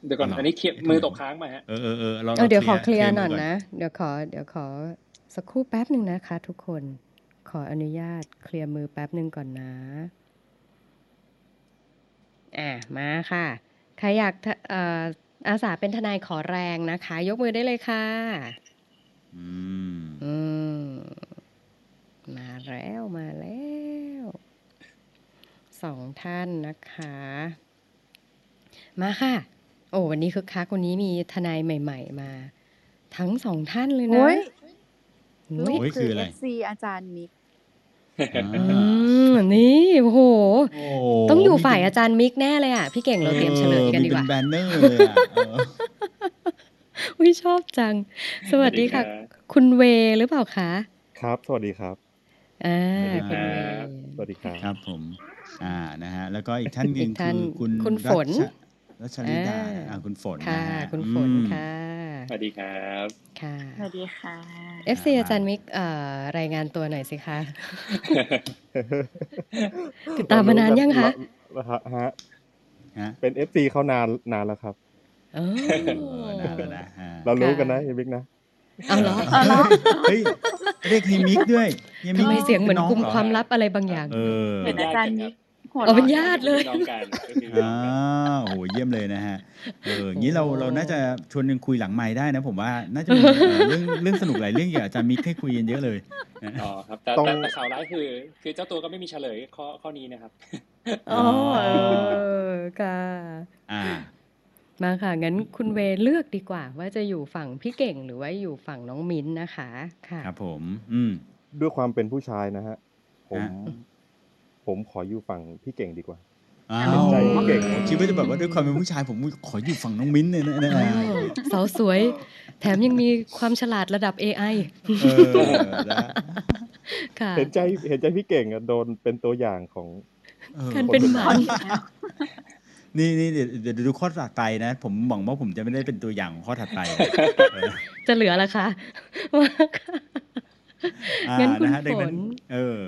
Speaker 3: เดี๋ยวก่อน
Speaker 1: เอาหรอ
Speaker 3: อันนี้เคลียร์
Speaker 1: เอ๊ะทำไม
Speaker 3: มือตกค้างมาฮะ
Speaker 1: เออเออเออเรา
Speaker 2: เอาเดี๋ยวขอเคลียร์
Speaker 1: ค
Speaker 2: หน่อย
Speaker 1: มืก่
Speaker 2: นะ เดี๋ยวขอ เดี๋ยวขอสักครู่แป๊บหนึ่งนะคะ ทุกคน ขออนุญาตเคลียร์มือแป๊บหนึ่งก่อนนะ อ่ะมาค่ะ ใครอยากทะเอ่ออาสาเป็นทนายขอแรงนะคะ ยกมือได้เลยค่ะ
Speaker 1: อืม
Speaker 2: อืม มาแล้วมาแล้วสองท่านนะคะ มาค่ะ โอ้วันนี้คึกคักวันนี้มีทนายใหม่ ๆ มา ทั้งสองท่านเลยนะ
Speaker 4: โอ้ย
Speaker 2: โอ้ย
Speaker 1: โอ้ย
Speaker 4: คื
Speaker 1: คือ
Speaker 4: อ
Speaker 1: อะไร
Speaker 4: FC อาจารย์มิก
Speaker 2: อืมนี่โอ้โห
Speaker 1: โอ้
Speaker 2: ต้องอยู่ฝ่ายอาจารย์มิกแน่เลยอ่ะ พี่เก่งเราเตรียมเฉลยกันดีกว่า
Speaker 1: มีเป็นแบนเนอร์เลยอะเออ
Speaker 2: อุ้ยชอบจัง สวัสดีค่ะ คุณเวหรือเปล่าคะ
Speaker 9: ครับ สวัสดีครับ
Speaker 2: อ่า
Speaker 9: สวัสดี
Speaker 2: คุ
Speaker 9: ค
Speaker 2: ณ
Speaker 9: รับ สวัส
Speaker 2: เว
Speaker 9: ดี
Speaker 1: ค
Speaker 9: ครับ
Speaker 1: รับผม อ่านะฮะ แล้วก็อีกท่านหนึ่ง
Speaker 2: อีกท่าน
Speaker 1: คือคุณ
Speaker 2: คุณฝน
Speaker 1: รัชรัชริดา
Speaker 2: อ่า
Speaker 1: อ่าคุณฝน
Speaker 2: ค่ะ
Speaker 1: นะฮะ
Speaker 2: คุณฝน
Speaker 1: อืม
Speaker 2: ค่ะ
Speaker 3: สวัสดีครับ
Speaker 2: ค่ะ
Speaker 4: สวัสดีค่ะ
Speaker 2: FC อาจารย์มิกเอ่อรายงานตัวหน่อยสิคะ ติดตามมานานยังคะ
Speaker 9: เราฮะฮะ
Speaker 1: ฮะ
Speaker 9: เป็นเอฟซีเขานานนานแล้วครับ
Speaker 2: เออ
Speaker 1: เออนานแล้วนะฮะ
Speaker 9: เรารู้กันนะเฮียบิ๊กนะ
Speaker 2: เอาเหรอ
Speaker 1: เฮ้ย เรียกเฮียมิกด้วยฮี
Speaker 2: ทำไม
Speaker 1: ก
Speaker 2: เสียงเหมือน
Speaker 1: ป็
Speaker 2: กุม
Speaker 1: ร
Speaker 2: ความลับอะไรบางอย่าง
Speaker 1: เออ
Speaker 4: เป็นอาจารย์มิกหัว
Speaker 2: เอา
Speaker 4: เราะ
Speaker 2: เป็นญาติเลย
Speaker 3: น้องกัน
Speaker 1: อ่าโอ้โหเยี่ยมเลยนะฮะ เอออย่างนี้เรา
Speaker 2: โอ้
Speaker 1: เราน่าจะชวนกันคุยหลังไม้ได้นะผมว่า น่าจะมีเอ่อเรื่องเรื่องสนุกหลายเรื่องอยากบอาจารย์มิกให้คุยกันเยอะเลย
Speaker 3: อ๋อครับแต่
Speaker 9: ต้อง
Speaker 3: แต่แต่ข่าวร้ายคือ คือเจ้าตัวก็ไม่มีเฉลยข้อข้อนี้นะครับ
Speaker 2: อ๋อเออค่ะ
Speaker 1: อ่า
Speaker 2: มาค่ะ งั้นคุณเวย์เลือกดีกว่า ว่าจะอยู่ฝั่งพี่เก่งหรือว่าอยู่ฝั่งน้องมิ้นท์นะคะ ค่ะ
Speaker 1: ครับผม อืม
Speaker 9: ด้วยความเป็นผู้ชายนะฮะ ผม
Speaker 1: ฮะ
Speaker 9: ผมขออยู่ฝั่งพี่เก่งดีกว่า
Speaker 1: อ้า
Speaker 9: เห็น
Speaker 1: ว
Speaker 9: ใจพี่เก่ง
Speaker 1: คิดว่าจะแบบว่าด้วยความเป็นผู้ชายผมขออยู่ฝั่งน้องมิ้นท์เลยนะนะ
Speaker 2: เอ
Speaker 9: (laughs)
Speaker 2: อสาวสวย แถมยังมีความฉลาดระดับ AI
Speaker 1: เออนะฮะ
Speaker 2: ค่ะ
Speaker 9: เห็นใจเห็นใจพี่เก่งอะโดนเป็นตัวอย่างของ
Speaker 1: ออ
Speaker 2: การเป็นหมา
Speaker 1: นี่นี่เดี๋ยวเดี๋ยวดูข้อถัดไปนะ ผมหวังว่าผมจะไม่ได้เป็นตัวอย่างของข้อถัดไปนะเออ
Speaker 2: จะเหลือละ
Speaker 1: (laughs)
Speaker 2: คะว่าค่ะ
Speaker 1: อ่า
Speaker 2: งั้นคุณ
Speaker 1: ะฮะดั
Speaker 2: ฝน
Speaker 1: เออ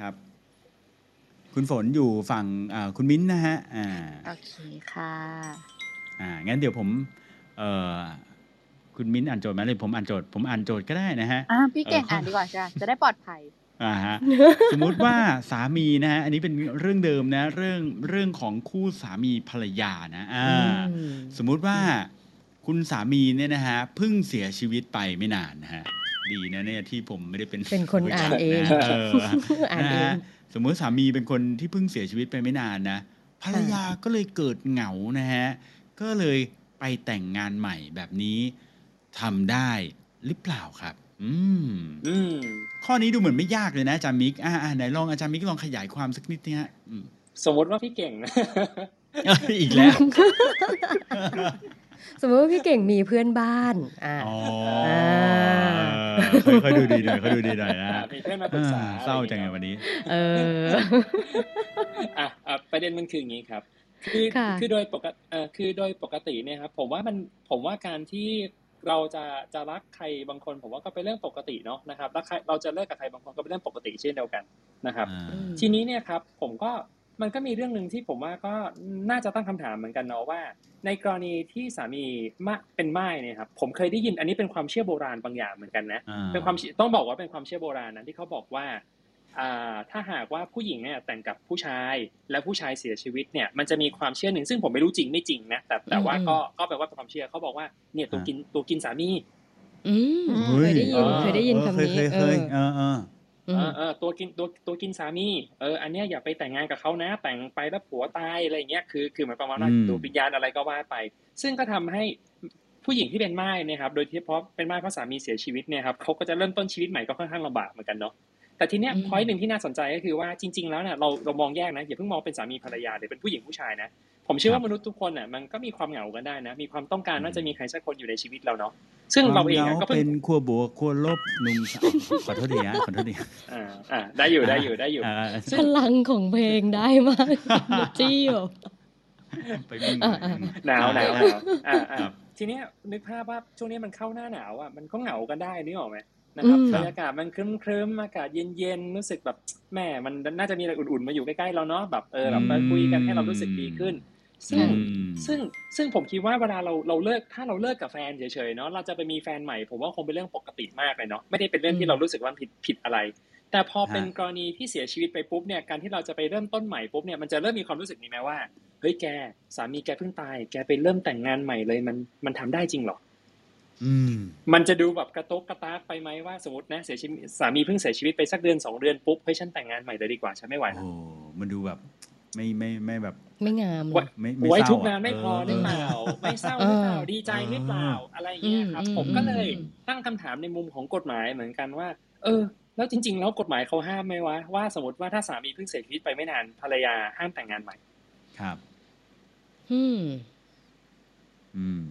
Speaker 1: ครับ คุณฝนอยู่ฝั่งอ่าคุณมิ้นท์นะฮะอ่า
Speaker 4: โอเคค่ะ
Speaker 1: อ่างั้นเดี๋ยวผมเออคุณมิ้นท์อ่านโจทย์ไหมเลยผมอ่านโจทย์ผมอ่านโจทย์ก็ได้นะฮะ
Speaker 4: อ่ะพี่เก่งอ่านดีกว่าจ้ะจะได้ปลอดภัย
Speaker 1: อ่าฮะ สมมุติว่าสามีนะฮะอันนี้เป็นเรื่องเดิมนะ เรื่องเรื่องของคู่สามีภรรยานะอ่า
Speaker 2: อืม
Speaker 1: สมมุติว่าคุณสามีเนี่ยนะฮะเพิ่งเสียชีวิตไปไม่นานนะฮะดีนะเนี่ยที่ผมไม่ได้เป็น
Speaker 2: เป็นคนอ่านเอง
Speaker 1: นะเออ
Speaker 2: อ่านเอง
Speaker 1: ะฮะสมมุติสามีเป็นคนที่เพิ่งเสียชีวิตไปไม่นานนะภรรยาก็เลยเกิดเหงานะฮะก็เลยไปแต่งงานใหม่แบบนี้ทำได้หรือเปล่าครับ อืม
Speaker 3: อืม
Speaker 1: ข้อนี้ดูเหมือนไม่ยากเลยนะอาจารย์มิกอ่าอ่าไหนลองอาจารย์มิกลองขยายความสักนิดนะฮะอืม
Speaker 3: สมมติว่าพี่เก่ง
Speaker 1: (laughs) อีก
Speaker 2: (laughs)
Speaker 1: แล้ว
Speaker 2: สมมติว่าพี่เก่งมีเพื่อนบ้านอ่า
Speaker 1: อ๋อ
Speaker 2: อ่า
Speaker 1: ค่อยๆดูดีหน่อยค่อยๆดูดีหน่อยนะ
Speaker 3: อ่ะมีเพื่อนมาปรึกษา
Speaker 1: อ่าเศร้าจังไงวันนี้
Speaker 2: เออ
Speaker 3: อ่ะอ่ะประเด็นมันคืออย่างนี้ครับ คือ
Speaker 2: ค่ะ
Speaker 3: คือโดยปกติเอ่อคือโดยปกติเนี่ยครับผมว่ามันผมว่าการที่เราจะจะรักใครบางคน ผมว่าก็เป็นเรื่องปกติเนาะนะครับรักใครเราจะเลิกกับใครบางคนก็เป็นเรื่องปกติเช่นเดียวกันนะครับ ทีนี้เนี่ยครับผมก็มันก็มีเรื่องหนึ่งที่ผมว่าก็น่าจะตั้งคำถามเหมือนกันเนาะว่า ในกรณีที่สามีมะเป็นไม้เนี่ยครับผมเคยได้ยินอันนี้เป็นความเชื่อโบราณบางอย่างเหมือนกันนะ เป็นความเชื่อต้องบอกว่าเป็นความเชื่อโบราณนะที่เขาบอกว่า อ่าถ้าหากว่าผู้หญิงเนี่ยแต่งกับผู้ชายและผู้ชายเสียชีวิตเนี่ยมันจะมีความเชื่อหนึ่งซึ่งผมไม่รู้จริงไม่จริงนะแต่แต่ว่าก็ก็แปลว่าเป็นความเชื่อเขาบอกว่าเนี่ยตัวกินตัวกินสามี
Speaker 2: อืมเคยได้ยิน
Speaker 3: เฮ้ย
Speaker 2: เคยได้ยินคำนี้
Speaker 1: เคยเคยเคยเออเออ
Speaker 2: เอ
Speaker 3: เอ
Speaker 2: อ
Speaker 3: อเออตัวกินตัวตัวกินสามีเอออันเนี้ยอย่าไปแต่งงานกับเขานะ แต่งไปแล้วผัวตายอะไรอย่างเงี้ยคือคือเหมือนประมาณว่า
Speaker 1: อืม
Speaker 3: ดูวิญญาณอะไรก็ว่าไป ซึ่งก็ทำให้ผู้หญิงที่เป็นม่ายเนยครับโดยที่เฉพาะเป็นม่ายเพราะสามีเสียชีวิตเนี่ยครับเขาก็จะเริ่มต้นชีวิตใหม่ก็ค่อนข้างลำบากเหมือนกันเนาะแต่ทีเนี้ยพอยหนึ่งที่น่าสนใจก็คือว่าจริง ๆ แล้วเนี่ยเราเรามองแยกนะอย่าเพิ่งมองเป็นสามีภรรยาหรือเป็นผู้หญิงผู้ชายนะ ผมเชื่อว่ามนุษย์ทุกคนอ่ะมันก็มีความเหงากันได้นะ มีความต้องการว่าจะมีใครสักคนอยู่ในชีวิตเราเนาะซึ่งเราเอง
Speaker 1: คว
Speaker 3: อะ
Speaker 1: มห
Speaker 3: ก็เพิ่
Speaker 1: เป็
Speaker 3: ง
Speaker 1: นขั้วบวกขั้วลบหนุ่มสาว (laughs) ขอโทษดีฮะขอโทษดีฮะ
Speaker 3: อ่าอ่าได้อยู่ได้อยู่ได้อยู่
Speaker 1: เออ
Speaker 2: พลังของเพลงได้มาก (laughs) จี้แบบ
Speaker 1: ไปวิ่ง
Speaker 2: อ่าอ่า
Speaker 3: หนาวหนาวหนาวอ่าอ่า
Speaker 1: ครับ
Speaker 3: ทีเนี้ยนึกภาพว่าช่วงนี้มันเข้าหน้าหนาวอ่ะมันก็เหงากันได้นึกออกไหมนะครับ
Speaker 2: อืม
Speaker 3: บรรยากาศมันครึ้มครึ้มๆอากาศเย็นเย็นๆรู้สึกแบบแหม่มันน่าจะมีอะไรอุ่นๆมาอยู่ใกล้ๆเราเนาะแบบเออแบบมาคุยกันให้เรารู้สึกดีขึ้น ซึ่ง
Speaker 1: อืม
Speaker 3: ซึ่งซึ่งผมคิดว่าเวลาเราเราเลิกถ้าเราเลิกกับแฟนเฉยๆเนาะเราจะไปมีแฟนใหม่ผมว่าคงเป็นเรื่องปกติมากเลยเนาะไม่ได้เป็นเรื่อง
Speaker 2: อื
Speaker 3: ที่
Speaker 2: ม
Speaker 3: เรารู้สึกว่าผิดผิดอะไร แต่พอเป็น
Speaker 1: ฮะ
Speaker 3: กรณีที่เสียชีวิตไปปุ๊บเนี่ยการที่เราจะไปเริ่มต้นใหม่ปุ๊บเนี่ยมันจะเริ่มมีความรู้สึกนี้ไหมว่าเฮ้ยแกสามีแกเพิ่งตาย แกไปเริ่มแต่งงานใหม่เลยมันมันทำได้จริงเหรอ
Speaker 1: อืม
Speaker 3: มันจะดูแบบกระตกกระตากไปไหมว่าสมมตินะเสียชีวิตสามีเพิ่งเสียชีวิตไปสักเดือนสองเดือนปุ๊บเฮ้ยฉันแต่งงานใหม่เลยดีกว่าฉันไม่ไหว
Speaker 1: โอ้
Speaker 3: ละ
Speaker 1: มันดูแบบไม่ไม่ไม่แบบ
Speaker 2: ไม่งามเล
Speaker 3: ไว้
Speaker 2: ย
Speaker 1: ไม่ไม่
Speaker 3: ไว้
Speaker 1: เศร้า
Speaker 3: ทุกข์นาน
Speaker 1: อะ
Speaker 3: ไม่พอ
Speaker 1: เออ
Speaker 3: หรือเปล่า ไม่เศร้าหรือเปล่า ดีใจหรือเปล่า อะไรอย่างเงี้ยครับ
Speaker 2: อืม
Speaker 3: ผมก็เลย
Speaker 2: อืม
Speaker 3: ตั้งคำถามในมุมของกฎหมายเหมือนกันว่า เออ แล้วจริง ๆ แล้วกฎหมายเขาห้ามไหมวะว่าสมมติว่าถ้าสามีเพิ่งเสียชีวิตไปไม่นานภรรยาห้ามแต่งงานใหม่
Speaker 1: ครับ
Speaker 2: อืม
Speaker 1: อืม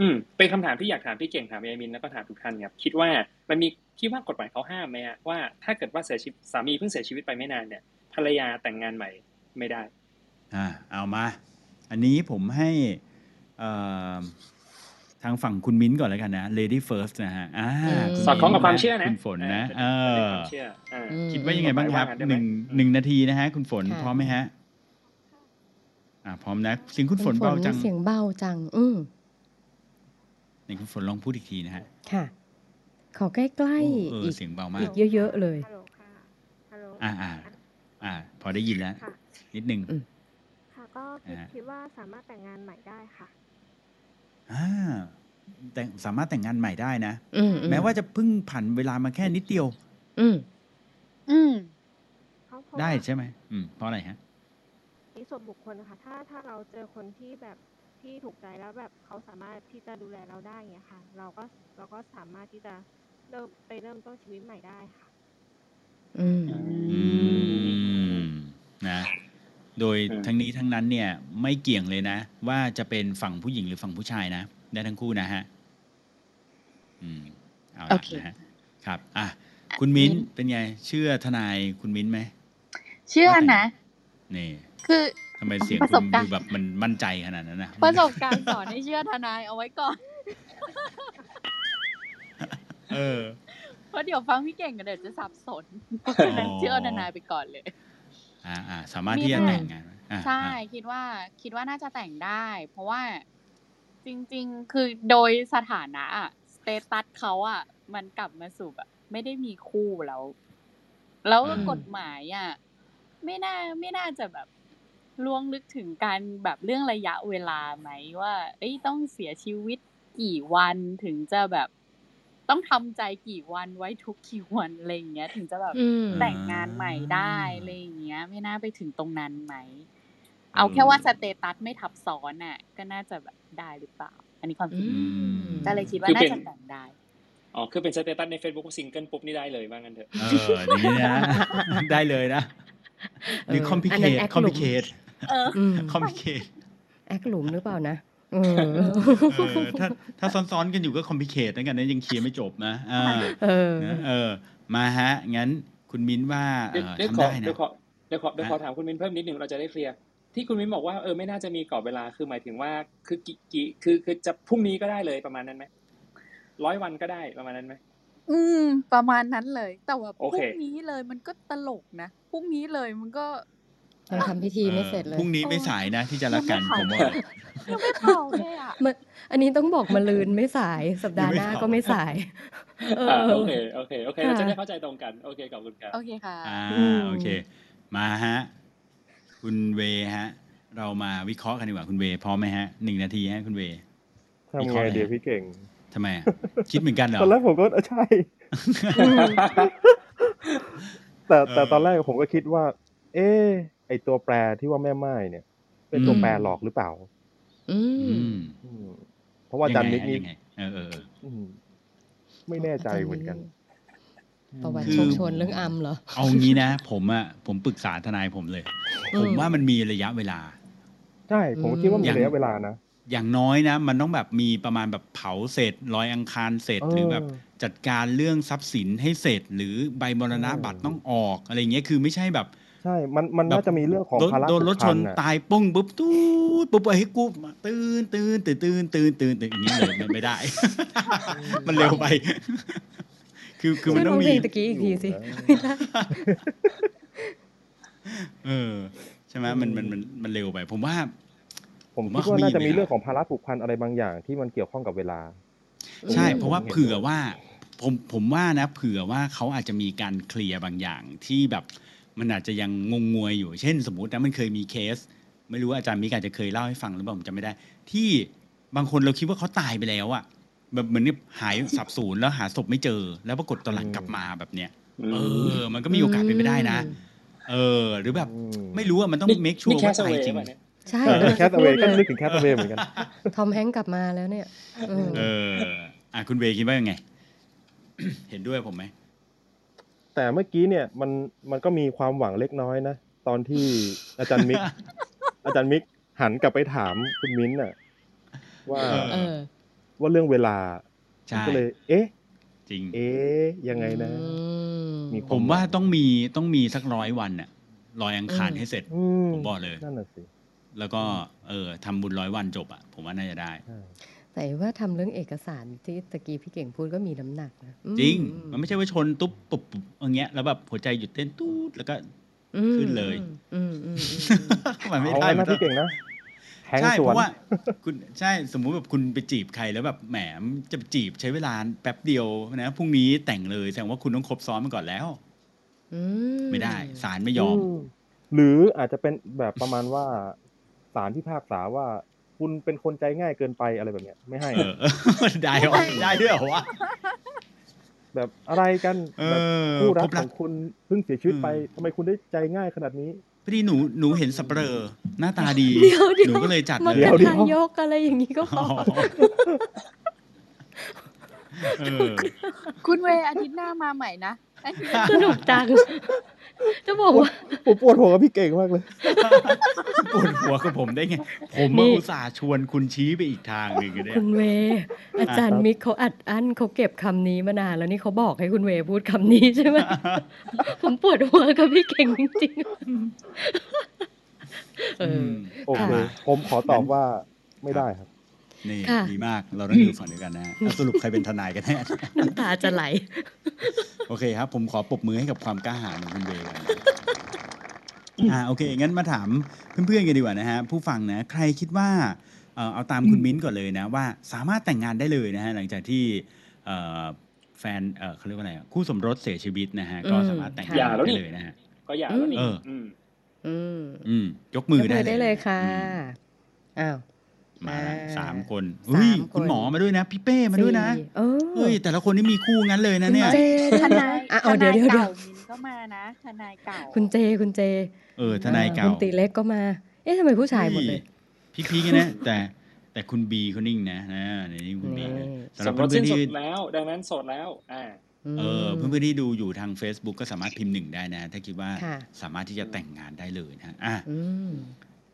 Speaker 3: อืมเป็นคำถามที่อยากถามพี่เก่งถามเอมินแล้วก็ถามทุกท่านครับคิดว่ามันมีคิดว่ากฎหมายเขาห้ามไหมฮะว่าถ้าเกิดว่าเสียชีวิตสามีเพิ่งเสียชีวิตไปไม่นานเนี่ย ภรรยาแต่งงานใหม่ไม่ได้
Speaker 1: อ่าเอามา อันนี้ผมให้เอ่อทางฝั่งคุณมิ้นก่อนแล้วกันนะ Lady First นะฮะอ่า
Speaker 2: อืม
Speaker 1: ณ
Speaker 3: สอดคล้องกับความเชื่อนะ
Speaker 1: คุณฝนนะเอ
Speaker 3: เป็น
Speaker 1: อ
Speaker 3: ความเชื่ออ่า
Speaker 2: อืม
Speaker 1: คิดว่ายังไงบ้างครับ
Speaker 3: ว่างั้นได้ไหม
Speaker 1: หนึ่งหนึ่งนาทีนะฮะ คุณฝน
Speaker 2: ค่ะ
Speaker 1: พร้อมไหมฮะ อ่าพร้อมนะเสียงคุณฝนเบาจัง
Speaker 2: เสียงเบาจัง อืม
Speaker 1: ไหนคุณฝนลองพูดอีกทีนะฮะ
Speaker 2: ค่ะ ขอใกล้
Speaker 1: โอ้เออ
Speaker 2: ๆอีก
Speaker 1: เสียงเบามาก
Speaker 2: อีกเยอะๆเลย
Speaker 10: ฮัลโหลค่ะ ฮัลโหล
Speaker 1: อ่าอ่าอ่า พอได้ยินแล้ว
Speaker 10: ค่ะ
Speaker 1: นิดนึง
Speaker 2: อืม
Speaker 10: ค่ะ ก็คิด
Speaker 1: อ่า
Speaker 10: คิดว่าสามารถแต่งงานใหม่ได้ค่ะ
Speaker 1: อ่าแต่งสามารถแต่งงานใหม่ได้นะ
Speaker 2: อืมอื
Speaker 1: แม้ว่าจะเพิ่งผ่านเวลามาแค่นิดเดียว
Speaker 2: อืม
Speaker 4: อืม
Speaker 10: เพราะเพราะ
Speaker 1: ได้
Speaker 10: ว่า
Speaker 1: ใช่ไหมอืมเพราะอะไรฮะ
Speaker 10: ในส่วนบุคคลนะคะ ถ้าถ้าเราเจอคนที่แบบที่ถูกใจแล้วแบบเขาสามารถที่จะดูแลเราได้อย่างเงี้ยค่ะ เราก็เราก็สามารถที่จะเริ่มไปเริ่มต้นชีวิตใหม่ได้ค่ะ
Speaker 2: อืม
Speaker 1: อืมนะโดย
Speaker 3: อืม
Speaker 1: ทั้งนี้ทั้งนั้นเนี่ยไม่เกี่ยงเลยนะ ว่าจะเป็นฝั่งผู้หญิงหรือฝั่งผู้ชายนะ ได้ทั้งคู่นะฮะอืมเอา
Speaker 4: โอ
Speaker 1: ละ
Speaker 4: เค
Speaker 1: นะฮะครับอ่ะคุณมิ้นเป็นไง เชื่อทนายคุณมิ้นไหม
Speaker 4: เชื่อนะ
Speaker 1: นี่
Speaker 4: คือ
Speaker 1: ทำไมเสียง
Speaker 4: ประส
Speaker 1: คุ
Speaker 4: บ
Speaker 1: ณ
Speaker 4: การณ์
Speaker 1: ดูแบบมันมั่นใจขนาดนั้นนะ
Speaker 4: ประสบการณ์สอนให้เชื่อทนายเอาไว้ก่อน (laughs)
Speaker 1: เออ
Speaker 4: เพราะเดี๋ยวฟังพี่เก่งกันเดี๋ยวจะสับสนเพราะ
Speaker 1: อ๋อ
Speaker 4: ฉะนั้นเชื่อทนายไปก่อนเลย
Speaker 1: อ่าอ่าสามารถที่จะแต่งงานไหมอ่ะ
Speaker 4: ใช่
Speaker 1: อ่ะ
Speaker 4: คิดว่าคิดว่าน่าจะแต่งได้ เพราะว่าจริง ๆ คือโดยสถานะอะสเตตัสเขาอะมันกลับมาสู่แบบไม่ได้มีคู่แล้ว แล้ว
Speaker 2: อืม
Speaker 4: กฎหมายอะไม่น่าไม่น่าจะแบบล่วงลึกถึงการแบบเรื่องระยะเวลาไหมว่า เอ้ยต้องเสียชีวิตกี่วันถึงจะแบบ ต้องทำใจกี่วันไว้ทุกกี่วันอะไรอย่างเงี้ย ถึงจะแบบ
Speaker 2: อืม
Speaker 4: แต่งงานใหม่ได้อะไรอย่างเงี้ย ไม่น่าไปถึงตรงนั้นไหม เอาแค่ว่าสเตตัสไม่ทับซ้อนน่ะ ก็น่าจะแบบได้หรือเปล่า อันนี้ความคิด
Speaker 2: อืม
Speaker 4: ก็เลยคิดว่า
Speaker 3: คือ
Speaker 4: น่า
Speaker 3: เป็น
Speaker 4: จะแต่งได้
Speaker 3: อ๋อคือเป็นสเตตัสใน Facebook ซิงเกิลปุ๊บนี่ได้เลยว่างั้นเถอะ
Speaker 1: เอออย่างนี้
Speaker 3: (laughs)
Speaker 1: นะ ได้เลยนะหรือคอมพิ
Speaker 2: อัน
Speaker 1: เค
Speaker 2: นั้น
Speaker 1: ท
Speaker 2: act
Speaker 1: คอม
Speaker 2: หลุ
Speaker 1: พิ
Speaker 2: ม
Speaker 1: เคท
Speaker 4: เออ
Speaker 2: อืม
Speaker 1: คอมพิเคท
Speaker 2: แอคหลุมหรือเปล่านะเออ
Speaker 1: เออถ้าถ้าซ้อนๆกันอยู่ก็คอมพิเคทนะกันนะยังเคลียร์ไม่จบนะอ่า
Speaker 2: เออ
Speaker 1: นะเออ มาฮะ งั้นคุณมิ้นว่าเอ่อ
Speaker 3: เดี๋ยว
Speaker 1: ทำ
Speaker 3: ขอ
Speaker 1: ได้นะ
Speaker 3: เดี๋ยวขอเดี๋ยวขอเดี๋ยวขอ
Speaker 1: ฮะ
Speaker 3: ถามคุณมิ้นเพิ่มนิดหนึ่งเราจะได้เคลียร์ที่คุณมิ้นบอกว่าเออไม่น่าจะมีกรอบเวลาคือหมายถึงว่าคือกี่กี่คือคือจะพรุ่งนี้ก็ได้เลยประมาณนั้นไหมร้อยวันก็ได้ประมาณนั้นไหม
Speaker 4: อืม ประมาณนั้นเลย แต่ว่าพ
Speaker 3: โอเค
Speaker 4: รุ่งนี้เลยมันก็ตลกนะพรุ่งนี้เลยมันก็
Speaker 2: ยังทำพิธีไม่เสร็จเลย
Speaker 1: พรุ่งนี้ไม่สายนะที่จะรักกันผมบอก
Speaker 4: ยังไม่เป่าเลยอ่ะ
Speaker 2: มันอันนี้ต้องบอกมาลืนไม่สายสัปดาห์หน้าก็ไม่สาย เออ
Speaker 3: อ่าโอเคโอเคโอเคเราจะ
Speaker 2: ค่ะ
Speaker 3: ได้เข้าใจตรงกันโอเคขอบคุณครับ
Speaker 4: โอเคค่ะ
Speaker 1: อ่า
Speaker 2: อืม
Speaker 1: โอเค มาฮะ คุณเวฮะ เรามาวิเคราะห์กันดีกว่าคุณเวพร้อมไหมฮะหนึ่งนาทีฮะคุณเว
Speaker 9: ทำไงเดี๋ยวพี่เก่ง
Speaker 1: ทำไมอะคิดเหมือนกันเหรอ
Speaker 9: ตอนแรกผมก็เอ
Speaker 1: (laughs)
Speaker 9: อใช่ แต่แต่
Speaker 1: เออ
Speaker 9: ตอนแรกผมก็คิดว่า เออไอตัวแปรที่ว่าแม่ไม้เนี่ย เป็นตัว
Speaker 1: อืม
Speaker 9: แปรหลอกหรือเปล่า
Speaker 5: อื
Speaker 1: อื
Speaker 5: ม
Speaker 1: ม
Speaker 9: อืม เพราะว่าอาจารย์มิกนี่
Speaker 1: ยังไงฮะยังไงเออเออเออ
Speaker 9: อืม ไม่แน่ใจเหมือนกัน
Speaker 2: ประวัติ
Speaker 1: คือ
Speaker 2: โชคชนเรื่องอัมเหรอ
Speaker 1: เอางี้นะ ผมอะผมปรึกษาทนายผมเลย
Speaker 2: อืม
Speaker 1: ผมว่ามันมีระยะเวลา
Speaker 9: ใช่ ผมก็คิดว่ามี
Speaker 1: อืม
Speaker 9: ระยะเวลานะ
Speaker 1: อย่างน้อยนะ มันต้องแบบมีประมาณแบบเผาเสร็จลอยอังคารเสร็จ
Speaker 9: เออ
Speaker 1: หรือแบบจัดการเรื่องทรัพย์สินให้เสร็จ หรือใบมรณะ
Speaker 9: เออ
Speaker 1: บัตรต้องออกอะไรเงี้ยคือไม่ใช่แบบ
Speaker 9: ใช่ มันมัน
Speaker 1: แบบ
Speaker 9: น่าจะมีเรื่องของ
Speaker 1: โดน
Speaker 9: ภาระ
Speaker 1: โดนรถชน
Speaker 9: ผูกพัอะ
Speaker 1: ตายปุ้งปุ๊บตูดปุ๊บไอ้ยกูมาตื่นตื่นตื่นตื่นตื่นตื่นตื่นอย่างนี้เลยมันไม่ได้ (laughs) มันเร็วไป (laughs) คือคือมัน
Speaker 2: ช่วย
Speaker 1: ต้อง
Speaker 2: ร้อง
Speaker 1: มี
Speaker 2: เพลงตะกี้อีกทีสิ
Speaker 9: อยู่นะ
Speaker 1: เออ ใช่ไหมมันมันมันมันเร็วไป ผมว่า
Speaker 9: ผม
Speaker 1: ผม
Speaker 9: คิ
Speaker 1: ว่า
Speaker 9: ดว่าน่าจะ
Speaker 1: เขามี
Speaker 9: มีเรื่อง
Speaker 1: เวลา
Speaker 9: ของภาระผูกพันอะไรบางอย่างที่มันเกี่ยวข้องกับเวลา
Speaker 1: ใช่
Speaker 9: อืม
Speaker 1: เพราะว่า
Speaker 9: ผมเห็นด้วย
Speaker 1: เผื่อว่าผมผมว่านะ เผื่อว่าเขาอาจจะมีการเคลียร์บางอย่างที่แบบ มันอาจจะยังงงงวยอยู่ เช่น สมมตินะมันเคยมีเคส ไม่รู้ว่าอาจารย์มิกอาจจะเคยเล่าให้ฟังหรือเปล่าผมจำไม่ได้ ที่บางคนเราคิดว่าเขาตายไปแล้วอะแบบเหมือนเนี่ยหายสับสูญแล้วหาศพไม่เจอ แล้วปรากฏตอนหลังกลับมาแบบเนี้ยเออ มันก็มีโอกาสเป็นไปได้นะ เออ หรือแบบ
Speaker 9: อืม
Speaker 1: ไม่รู้อะมันต้อง
Speaker 3: นี่
Speaker 1: เมคชัว
Speaker 3: นี่
Speaker 1: ร์ว่าตาย
Speaker 3: Castaway
Speaker 1: จริง
Speaker 3: ป่ะเนี่ย
Speaker 2: ใช่
Speaker 9: เออแค
Speaker 2: กำลั
Speaker 9: ส
Speaker 2: ง
Speaker 9: เว
Speaker 2: จะ
Speaker 9: ย์ก็นึ
Speaker 2: พูดเลย
Speaker 9: กถึงแคสเวย์เหมือนกัน
Speaker 2: ทอมแฮงค์กลับมาแล้วเนี่ยเออ
Speaker 1: เอออ่ะคุณเวย์คิดว่ายังไง (coughs) เห็นด้วยผมไหม
Speaker 9: แต่เมื่อกี้เนี่ยมันมันก็มีความหวังเล็กน้อยนะ ตอน
Speaker 1: (laughs)
Speaker 9: ที่อาจารย์มิก อาจารย์มิกหันกลับไปถามคุณมิ้นท์น่ะว่า
Speaker 1: เออ
Speaker 2: เออ
Speaker 9: ว่าเรื่องเวลา
Speaker 1: ใช่
Speaker 9: ก็เลย เอ๊ะ
Speaker 1: จริง
Speaker 9: เอ๊ะยังไงนะ
Speaker 2: อืม
Speaker 9: มีค
Speaker 1: ผ
Speaker 9: หง
Speaker 1: มว่าต้องมีต้องมีสักร้อยวันอะลอยอังคาร
Speaker 2: อืม
Speaker 1: ให้เสร็จ
Speaker 9: อืม
Speaker 1: ผมบอกเลย
Speaker 9: นั่นน่ะสิ
Speaker 1: แล้วก็เออทำบุญร้อยวันจบอะผมว่าน่าจะได้
Speaker 9: ใช่
Speaker 2: แต่ว่าทำเรื่องเอกสารที่ตะกี้พี่เก่งพูดก็มีน้ำหนักนะอืม
Speaker 1: จริง มันไม่ใช่ว่าชนตุ๊บปุบปุบอย่างเงี้ยแล้วแบบหัวใจหยุดเต้นตูดแล้วก็
Speaker 2: อืม
Speaker 1: ขึ้นเลย
Speaker 2: อืมอืมอืมอืม
Speaker 1: มัน (laughs) ไม่
Speaker 9: เอา
Speaker 1: ได้
Speaker 9: ไว้
Speaker 1: มัน
Speaker 9: นะ
Speaker 1: ก็
Speaker 9: พี่เก่งนะแทง
Speaker 1: ใช่
Speaker 9: ส
Speaker 1: เพ
Speaker 9: วน
Speaker 1: ราะว่าคุณใช่สมมุติแบบคุณไปจีบใครแล้วแบบแหมจะไปจีบใช้เวลาแป๊บเดียวนะพรุ่งนี้แต่งเลยแสดงว่าคุณต้องครบซ้อนมาก่อนแล้ว
Speaker 2: อื
Speaker 1: ไม่ได้ศาลไม่ยอม
Speaker 9: หรืออาจจะเป็นแบบประมาณว่าสารพิพากษาว่าคุณเป็นคนใจง่ายเกินไปอะไรแบบเนี้ย ไม่ให้
Speaker 1: เออ (laughs) ได้เหรอได้ด้วยเหรอวะ
Speaker 9: แบบอะไรกัน
Speaker 1: เออ
Speaker 9: แบบคู่รั
Speaker 1: พ
Speaker 9: ก
Speaker 1: บ
Speaker 9: ข
Speaker 1: รัก
Speaker 9: องคุณเพิ่งเสียชีวิตไป
Speaker 1: อืม
Speaker 9: ทำไมคุณได้ใจง่ายขนาดนี้
Speaker 1: พอดีหนูหนูเห็นสับเปลอหน้าตาดี
Speaker 2: เดี๋ยวเดี๋ยว
Speaker 1: หนูก็เลยจัด
Speaker 2: มัน
Speaker 1: เลย
Speaker 9: ดี๋
Speaker 2: เป็
Speaker 9: ว
Speaker 2: น
Speaker 9: เดี๋ยว
Speaker 2: ทายกอะไรอย่างนี้ก็พ
Speaker 1: อ๋
Speaker 2: อ
Speaker 1: อเออ
Speaker 4: (laughs) คุณเวย์อาทิตย์หน้ามาใหม่นะอาทิตย์หน้า
Speaker 2: สนุก
Speaker 4: (laughs)
Speaker 2: จัง จะบอกว่า
Speaker 9: ผมปวดหัวกับพี่เก่งมากเลย
Speaker 1: ปวดหัวกับผมได้ไง ผมมา
Speaker 2: นี่
Speaker 1: อุตส่าห์ชวนคุณชี้ไปอีกทางหนึ่งอะเนี่ย
Speaker 2: คุณเว อาจารย์มิกเขาอัดอั้นเขาเก็บคำนี้มานานแล้วนี่เขาบอกให้คุณเวพูดคำนี้ใช่ไหม ผมปวดหัวกับพี่เก่งจริงๆเออ
Speaker 1: ม
Speaker 9: โอเค
Speaker 1: ค่ะ
Speaker 9: ผมขอตอบว่าไม่ได้ครับ
Speaker 1: นี่
Speaker 2: ค่ะ
Speaker 1: ดีมาก เราต้องอยู่ฝั่งเดียวกันนะฮะแล้วสรุปใครเป็นทนายกันแน่
Speaker 2: น้ำตาจะไหล
Speaker 1: โอเคครับ ผมขอปรบมือให้กับความกล้าหาญของคุณเบย์ก่อนนะ อ่าโอเค งั้นมาถามเพื่อนๆกันดีกว่านะฮะ ผู้ฟังนะใครคิดว่าเอ่อเอาตามคุณมิ้นท์ก่อนเลยนะว่า สามารถแต่งงานได้เลยนะฮะหลังจากที่เอ่อแฟนเอ่อเขาเรียกว่าอะไรอะคู่สมรสเสียชีวิตนะฮะก็
Speaker 2: อืม
Speaker 1: สามารถแต่
Speaker 3: อง
Speaker 1: งา
Speaker 3: ย่านแล้ว
Speaker 1: ได้
Speaker 3: นี่
Speaker 1: เลยนะฮะ
Speaker 3: ก็อย่าแล้วนี่
Speaker 1: เอออื
Speaker 3: ม
Speaker 2: อืม
Speaker 1: อืมยกมือย
Speaker 2: ก
Speaker 1: ได้
Speaker 2: มือ
Speaker 1: เลย
Speaker 2: ได้เลยค่ะ
Speaker 1: อืม
Speaker 2: อ้าว
Speaker 1: มาละ
Speaker 2: อ่า
Speaker 1: สามคนอุ้ย
Speaker 2: สามคน
Speaker 1: คุณหมอมาด้วยนะ พี่เป้มาด้วยนะ
Speaker 2: สี่เอ
Speaker 1: เฮ้
Speaker 2: อย
Speaker 1: แต่ละคนนี่มีคู่งั้นเลยนะเนี่ย
Speaker 2: เจด้วย
Speaker 4: ท
Speaker 2: นะ
Speaker 4: นาย
Speaker 2: อ่ะ
Speaker 4: ท
Speaker 2: เอาเดี๋ย
Speaker 4: นา
Speaker 2: วย เดี๋ยวเดี๋
Speaker 4: เก่า
Speaker 2: ย
Speaker 4: ว มินก็มานะทนายเก่า
Speaker 2: คุณเจคุณเจ
Speaker 1: เออทนายเก่า
Speaker 2: คุณตีเล็กก็มา เอ๊ะทำไมผู้ชายหมดเลย
Speaker 1: ฮ้พี่ๆกันนะแต่แต่คุณบีเขานิ่งนะนะในนี้คุณบีนะ
Speaker 3: ส
Speaker 1: สำหรับ
Speaker 3: มรส
Speaker 1: เพื่อ
Speaker 3: สิ้
Speaker 1: น
Speaker 3: น
Speaker 1: ๆ
Speaker 3: สุด
Speaker 1: ที่
Speaker 3: แล้วดังนั้นโสดแล้ว อ่า
Speaker 1: เออเพื่อนๆที่ดูอยู่ทาง Facebook ก็สามารถพิมพ์หนึ่งได้นะ ถ้าคิดว่า
Speaker 2: ค่ะ
Speaker 1: สามารถที่จะแต่งงานได้เลยนะอ่ะ
Speaker 2: อืม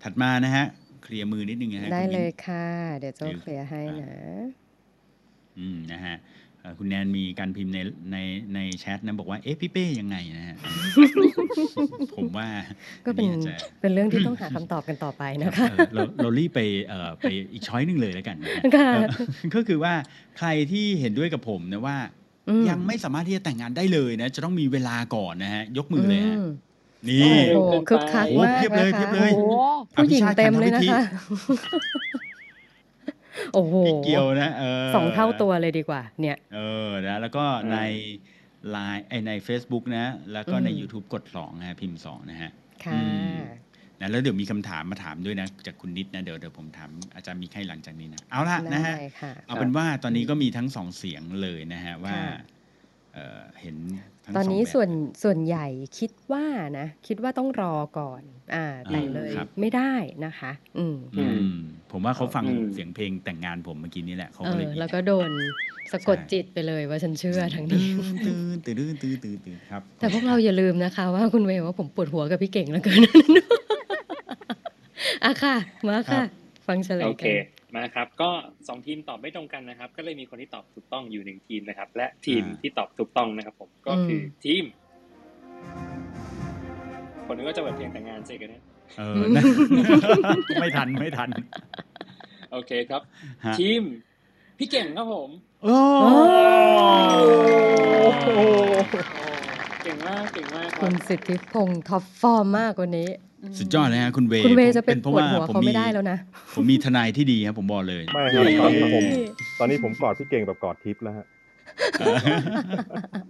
Speaker 1: ถัดมานะฮะ เคลียร์มือนิดนึงนะฮะ
Speaker 2: ได้
Speaker 1: คุณ
Speaker 2: เล
Speaker 1: มิ้น
Speaker 2: ยค่ะ เดี๋ยวเจ้า
Speaker 1: หรือ
Speaker 2: เคลียร์ให้
Speaker 1: อ่ะ
Speaker 2: นะ
Speaker 1: อืมนะฮะเอ่อคุณแนนมีการพิมพ์ในในในแชทนะบอกว่า เอ๊ะพี่เป้ยังไงนะฮะ ผมว่า
Speaker 2: ก็เป็น
Speaker 1: อัอาจจะ
Speaker 2: เป็นเรื่องที่ต้องหาคำตอบกันต่อไปนะคะ
Speaker 1: เออเราเรารีบไปเอ่อไปอีกช้อยหนึ่งเลยแล้วกันนะฮะ
Speaker 2: ค่ะ
Speaker 1: เออ (laughs) ก็คือว่าใครที่เห็นด้วยกับผมนะว่า
Speaker 2: อืม
Speaker 1: ยังไม่สามารถที่จะแต่งงานได้เลยนะ จะต้องมีเวลาก่อนนะฮะ ยกมือเลยฮะ
Speaker 2: ม
Speaker 1: นี่
Speaker 2: โอ้โหคึกคักมาก
Speaker 1: โอ้โหเพียบเลย
Speaker 2: นะ
Speaker 1: เพียบ
Speaker 2: คะ
Speaker 1: เลย
Speaker 2: โอ้โหผู้หญิงเต็มเลยนะคะ โอ้โห
Speaker 1: พี่เกียวนะเออ
Speaker 2: สองเท่าตัวเลยดีกว่า เนี่ย
Speaker 1: เออนะแล้วก็ในไลน์ไอใน Facebook นะ แล้วก็ใน
Speaker 2: อืม
Speaker 1: YouTube กด2นะฮะพิมพ์ 2 นะฮะ
Speaker 2: ค่ะ
Speaker 1: อืมนะแล้วเดี๋ยวมีคำถามมาถามด้วยนะ จากคุณนิดนะเดี๋ยวเดี๋ยวผมถามอาจารย์มีใครหลังจากนี้นะ เอาละนะฮะ
Speaker 2: ได้ค่ะ
Speaker 1: เอาเป็นว่าตอนนี้ก็มีทั้งสองเสียงเลยนะฮะ ว่า
Speaker 2: ค่ะ
Speaker 1: เอ่อเห็นทั้ง
Speaker 2: ตอนนี้
Speaker 1: สองแบบ
Speaker 2: ส่วนส่วนใหญ่คิดว่านะ คิดว่าต้องรอก่อน อ่าแต่งเลย
Speaker 1: ครับ
Speaker 2: ไม่ได้นะคะ อืม
Speaker 1: อืมผมว่าเขาฟัง
Speaker 3: อืม
Speaker 1: เสียงเพลงแต่งงานผมเมื่อกี้นี้แหละเขา
Speaker 2: เอ
Speaker 1: ก็เลย
Speaker 2: อ
Speaker 1: มี
Speaker 2: แล้วก็โดนสะกด
Speaker 1: ใช่
Speaker 2: จิตไปเลยว่าฉันเชื่อทางนี้
Speaker 1: ตื้อตื้อตื้อตื้อตื้อตื้อครับ
Speaker 2: แต่พวกเราอย่าลืมนะคะ ว่าคุณเวย์ว่าผมปวดหัวกับพี่เก่งเหลือเกิน (laughs) อะค่ะ มาค่ะ ฟังเฉล
Speaker 3: โอย เค
Speaker 2: กัน
Speaker 3: มาครับ ก็สองทีมตอบไม่ตรงกันนะครับ ก็เลยมีคนที่ตอบถูกต้องอยู่หนึ่งทีมนะครับ และทีมที่ตอบถูกต้องนะครับ ผมก็คือทีม คนนึงก็จะเปิดเพลงแต่งงานเสร็จกันนะ
Speaker 1: เออนะ ไม่ทันไม่ทัน
Speaker 3: โอเคครับ
Speaker 1: ฮะ
Speaker 3: ทีม พี่เก่งครับผม
Speaker 1: โอ้โห
Speaker 3: เก่งมากเก่งมากค
Speaker 2: คุ
Speaker 3: รับ
Speaker 2: ณสิทธิพงศ์ท็อปฟอร์มมากกว่านี้
Speaker 1: สุดยอดเลยฮะคุณเว
Speaker 2: คุณเว
Speaker 1: ผม
Speaker 2: จะเป็น
Speaker 1: พรา
Speaker 2: ปวดหัว
Speaker 1: าผม
Speaker 2: เขาไม่
Speaker 1: มี
Speaker 2: ได้แล้วนะ
Speaker 1: ผมมีทนายที่ดีครับผมบอกเลย
Speaker 9: ไม่ครับตอนนี้ผม
Speaker 2: นี่
Speaker 9: ตอนนี้ผมกอดพี่เก่งแบบกอดทิพย์แล้วฮะ
Speaker 1: เออ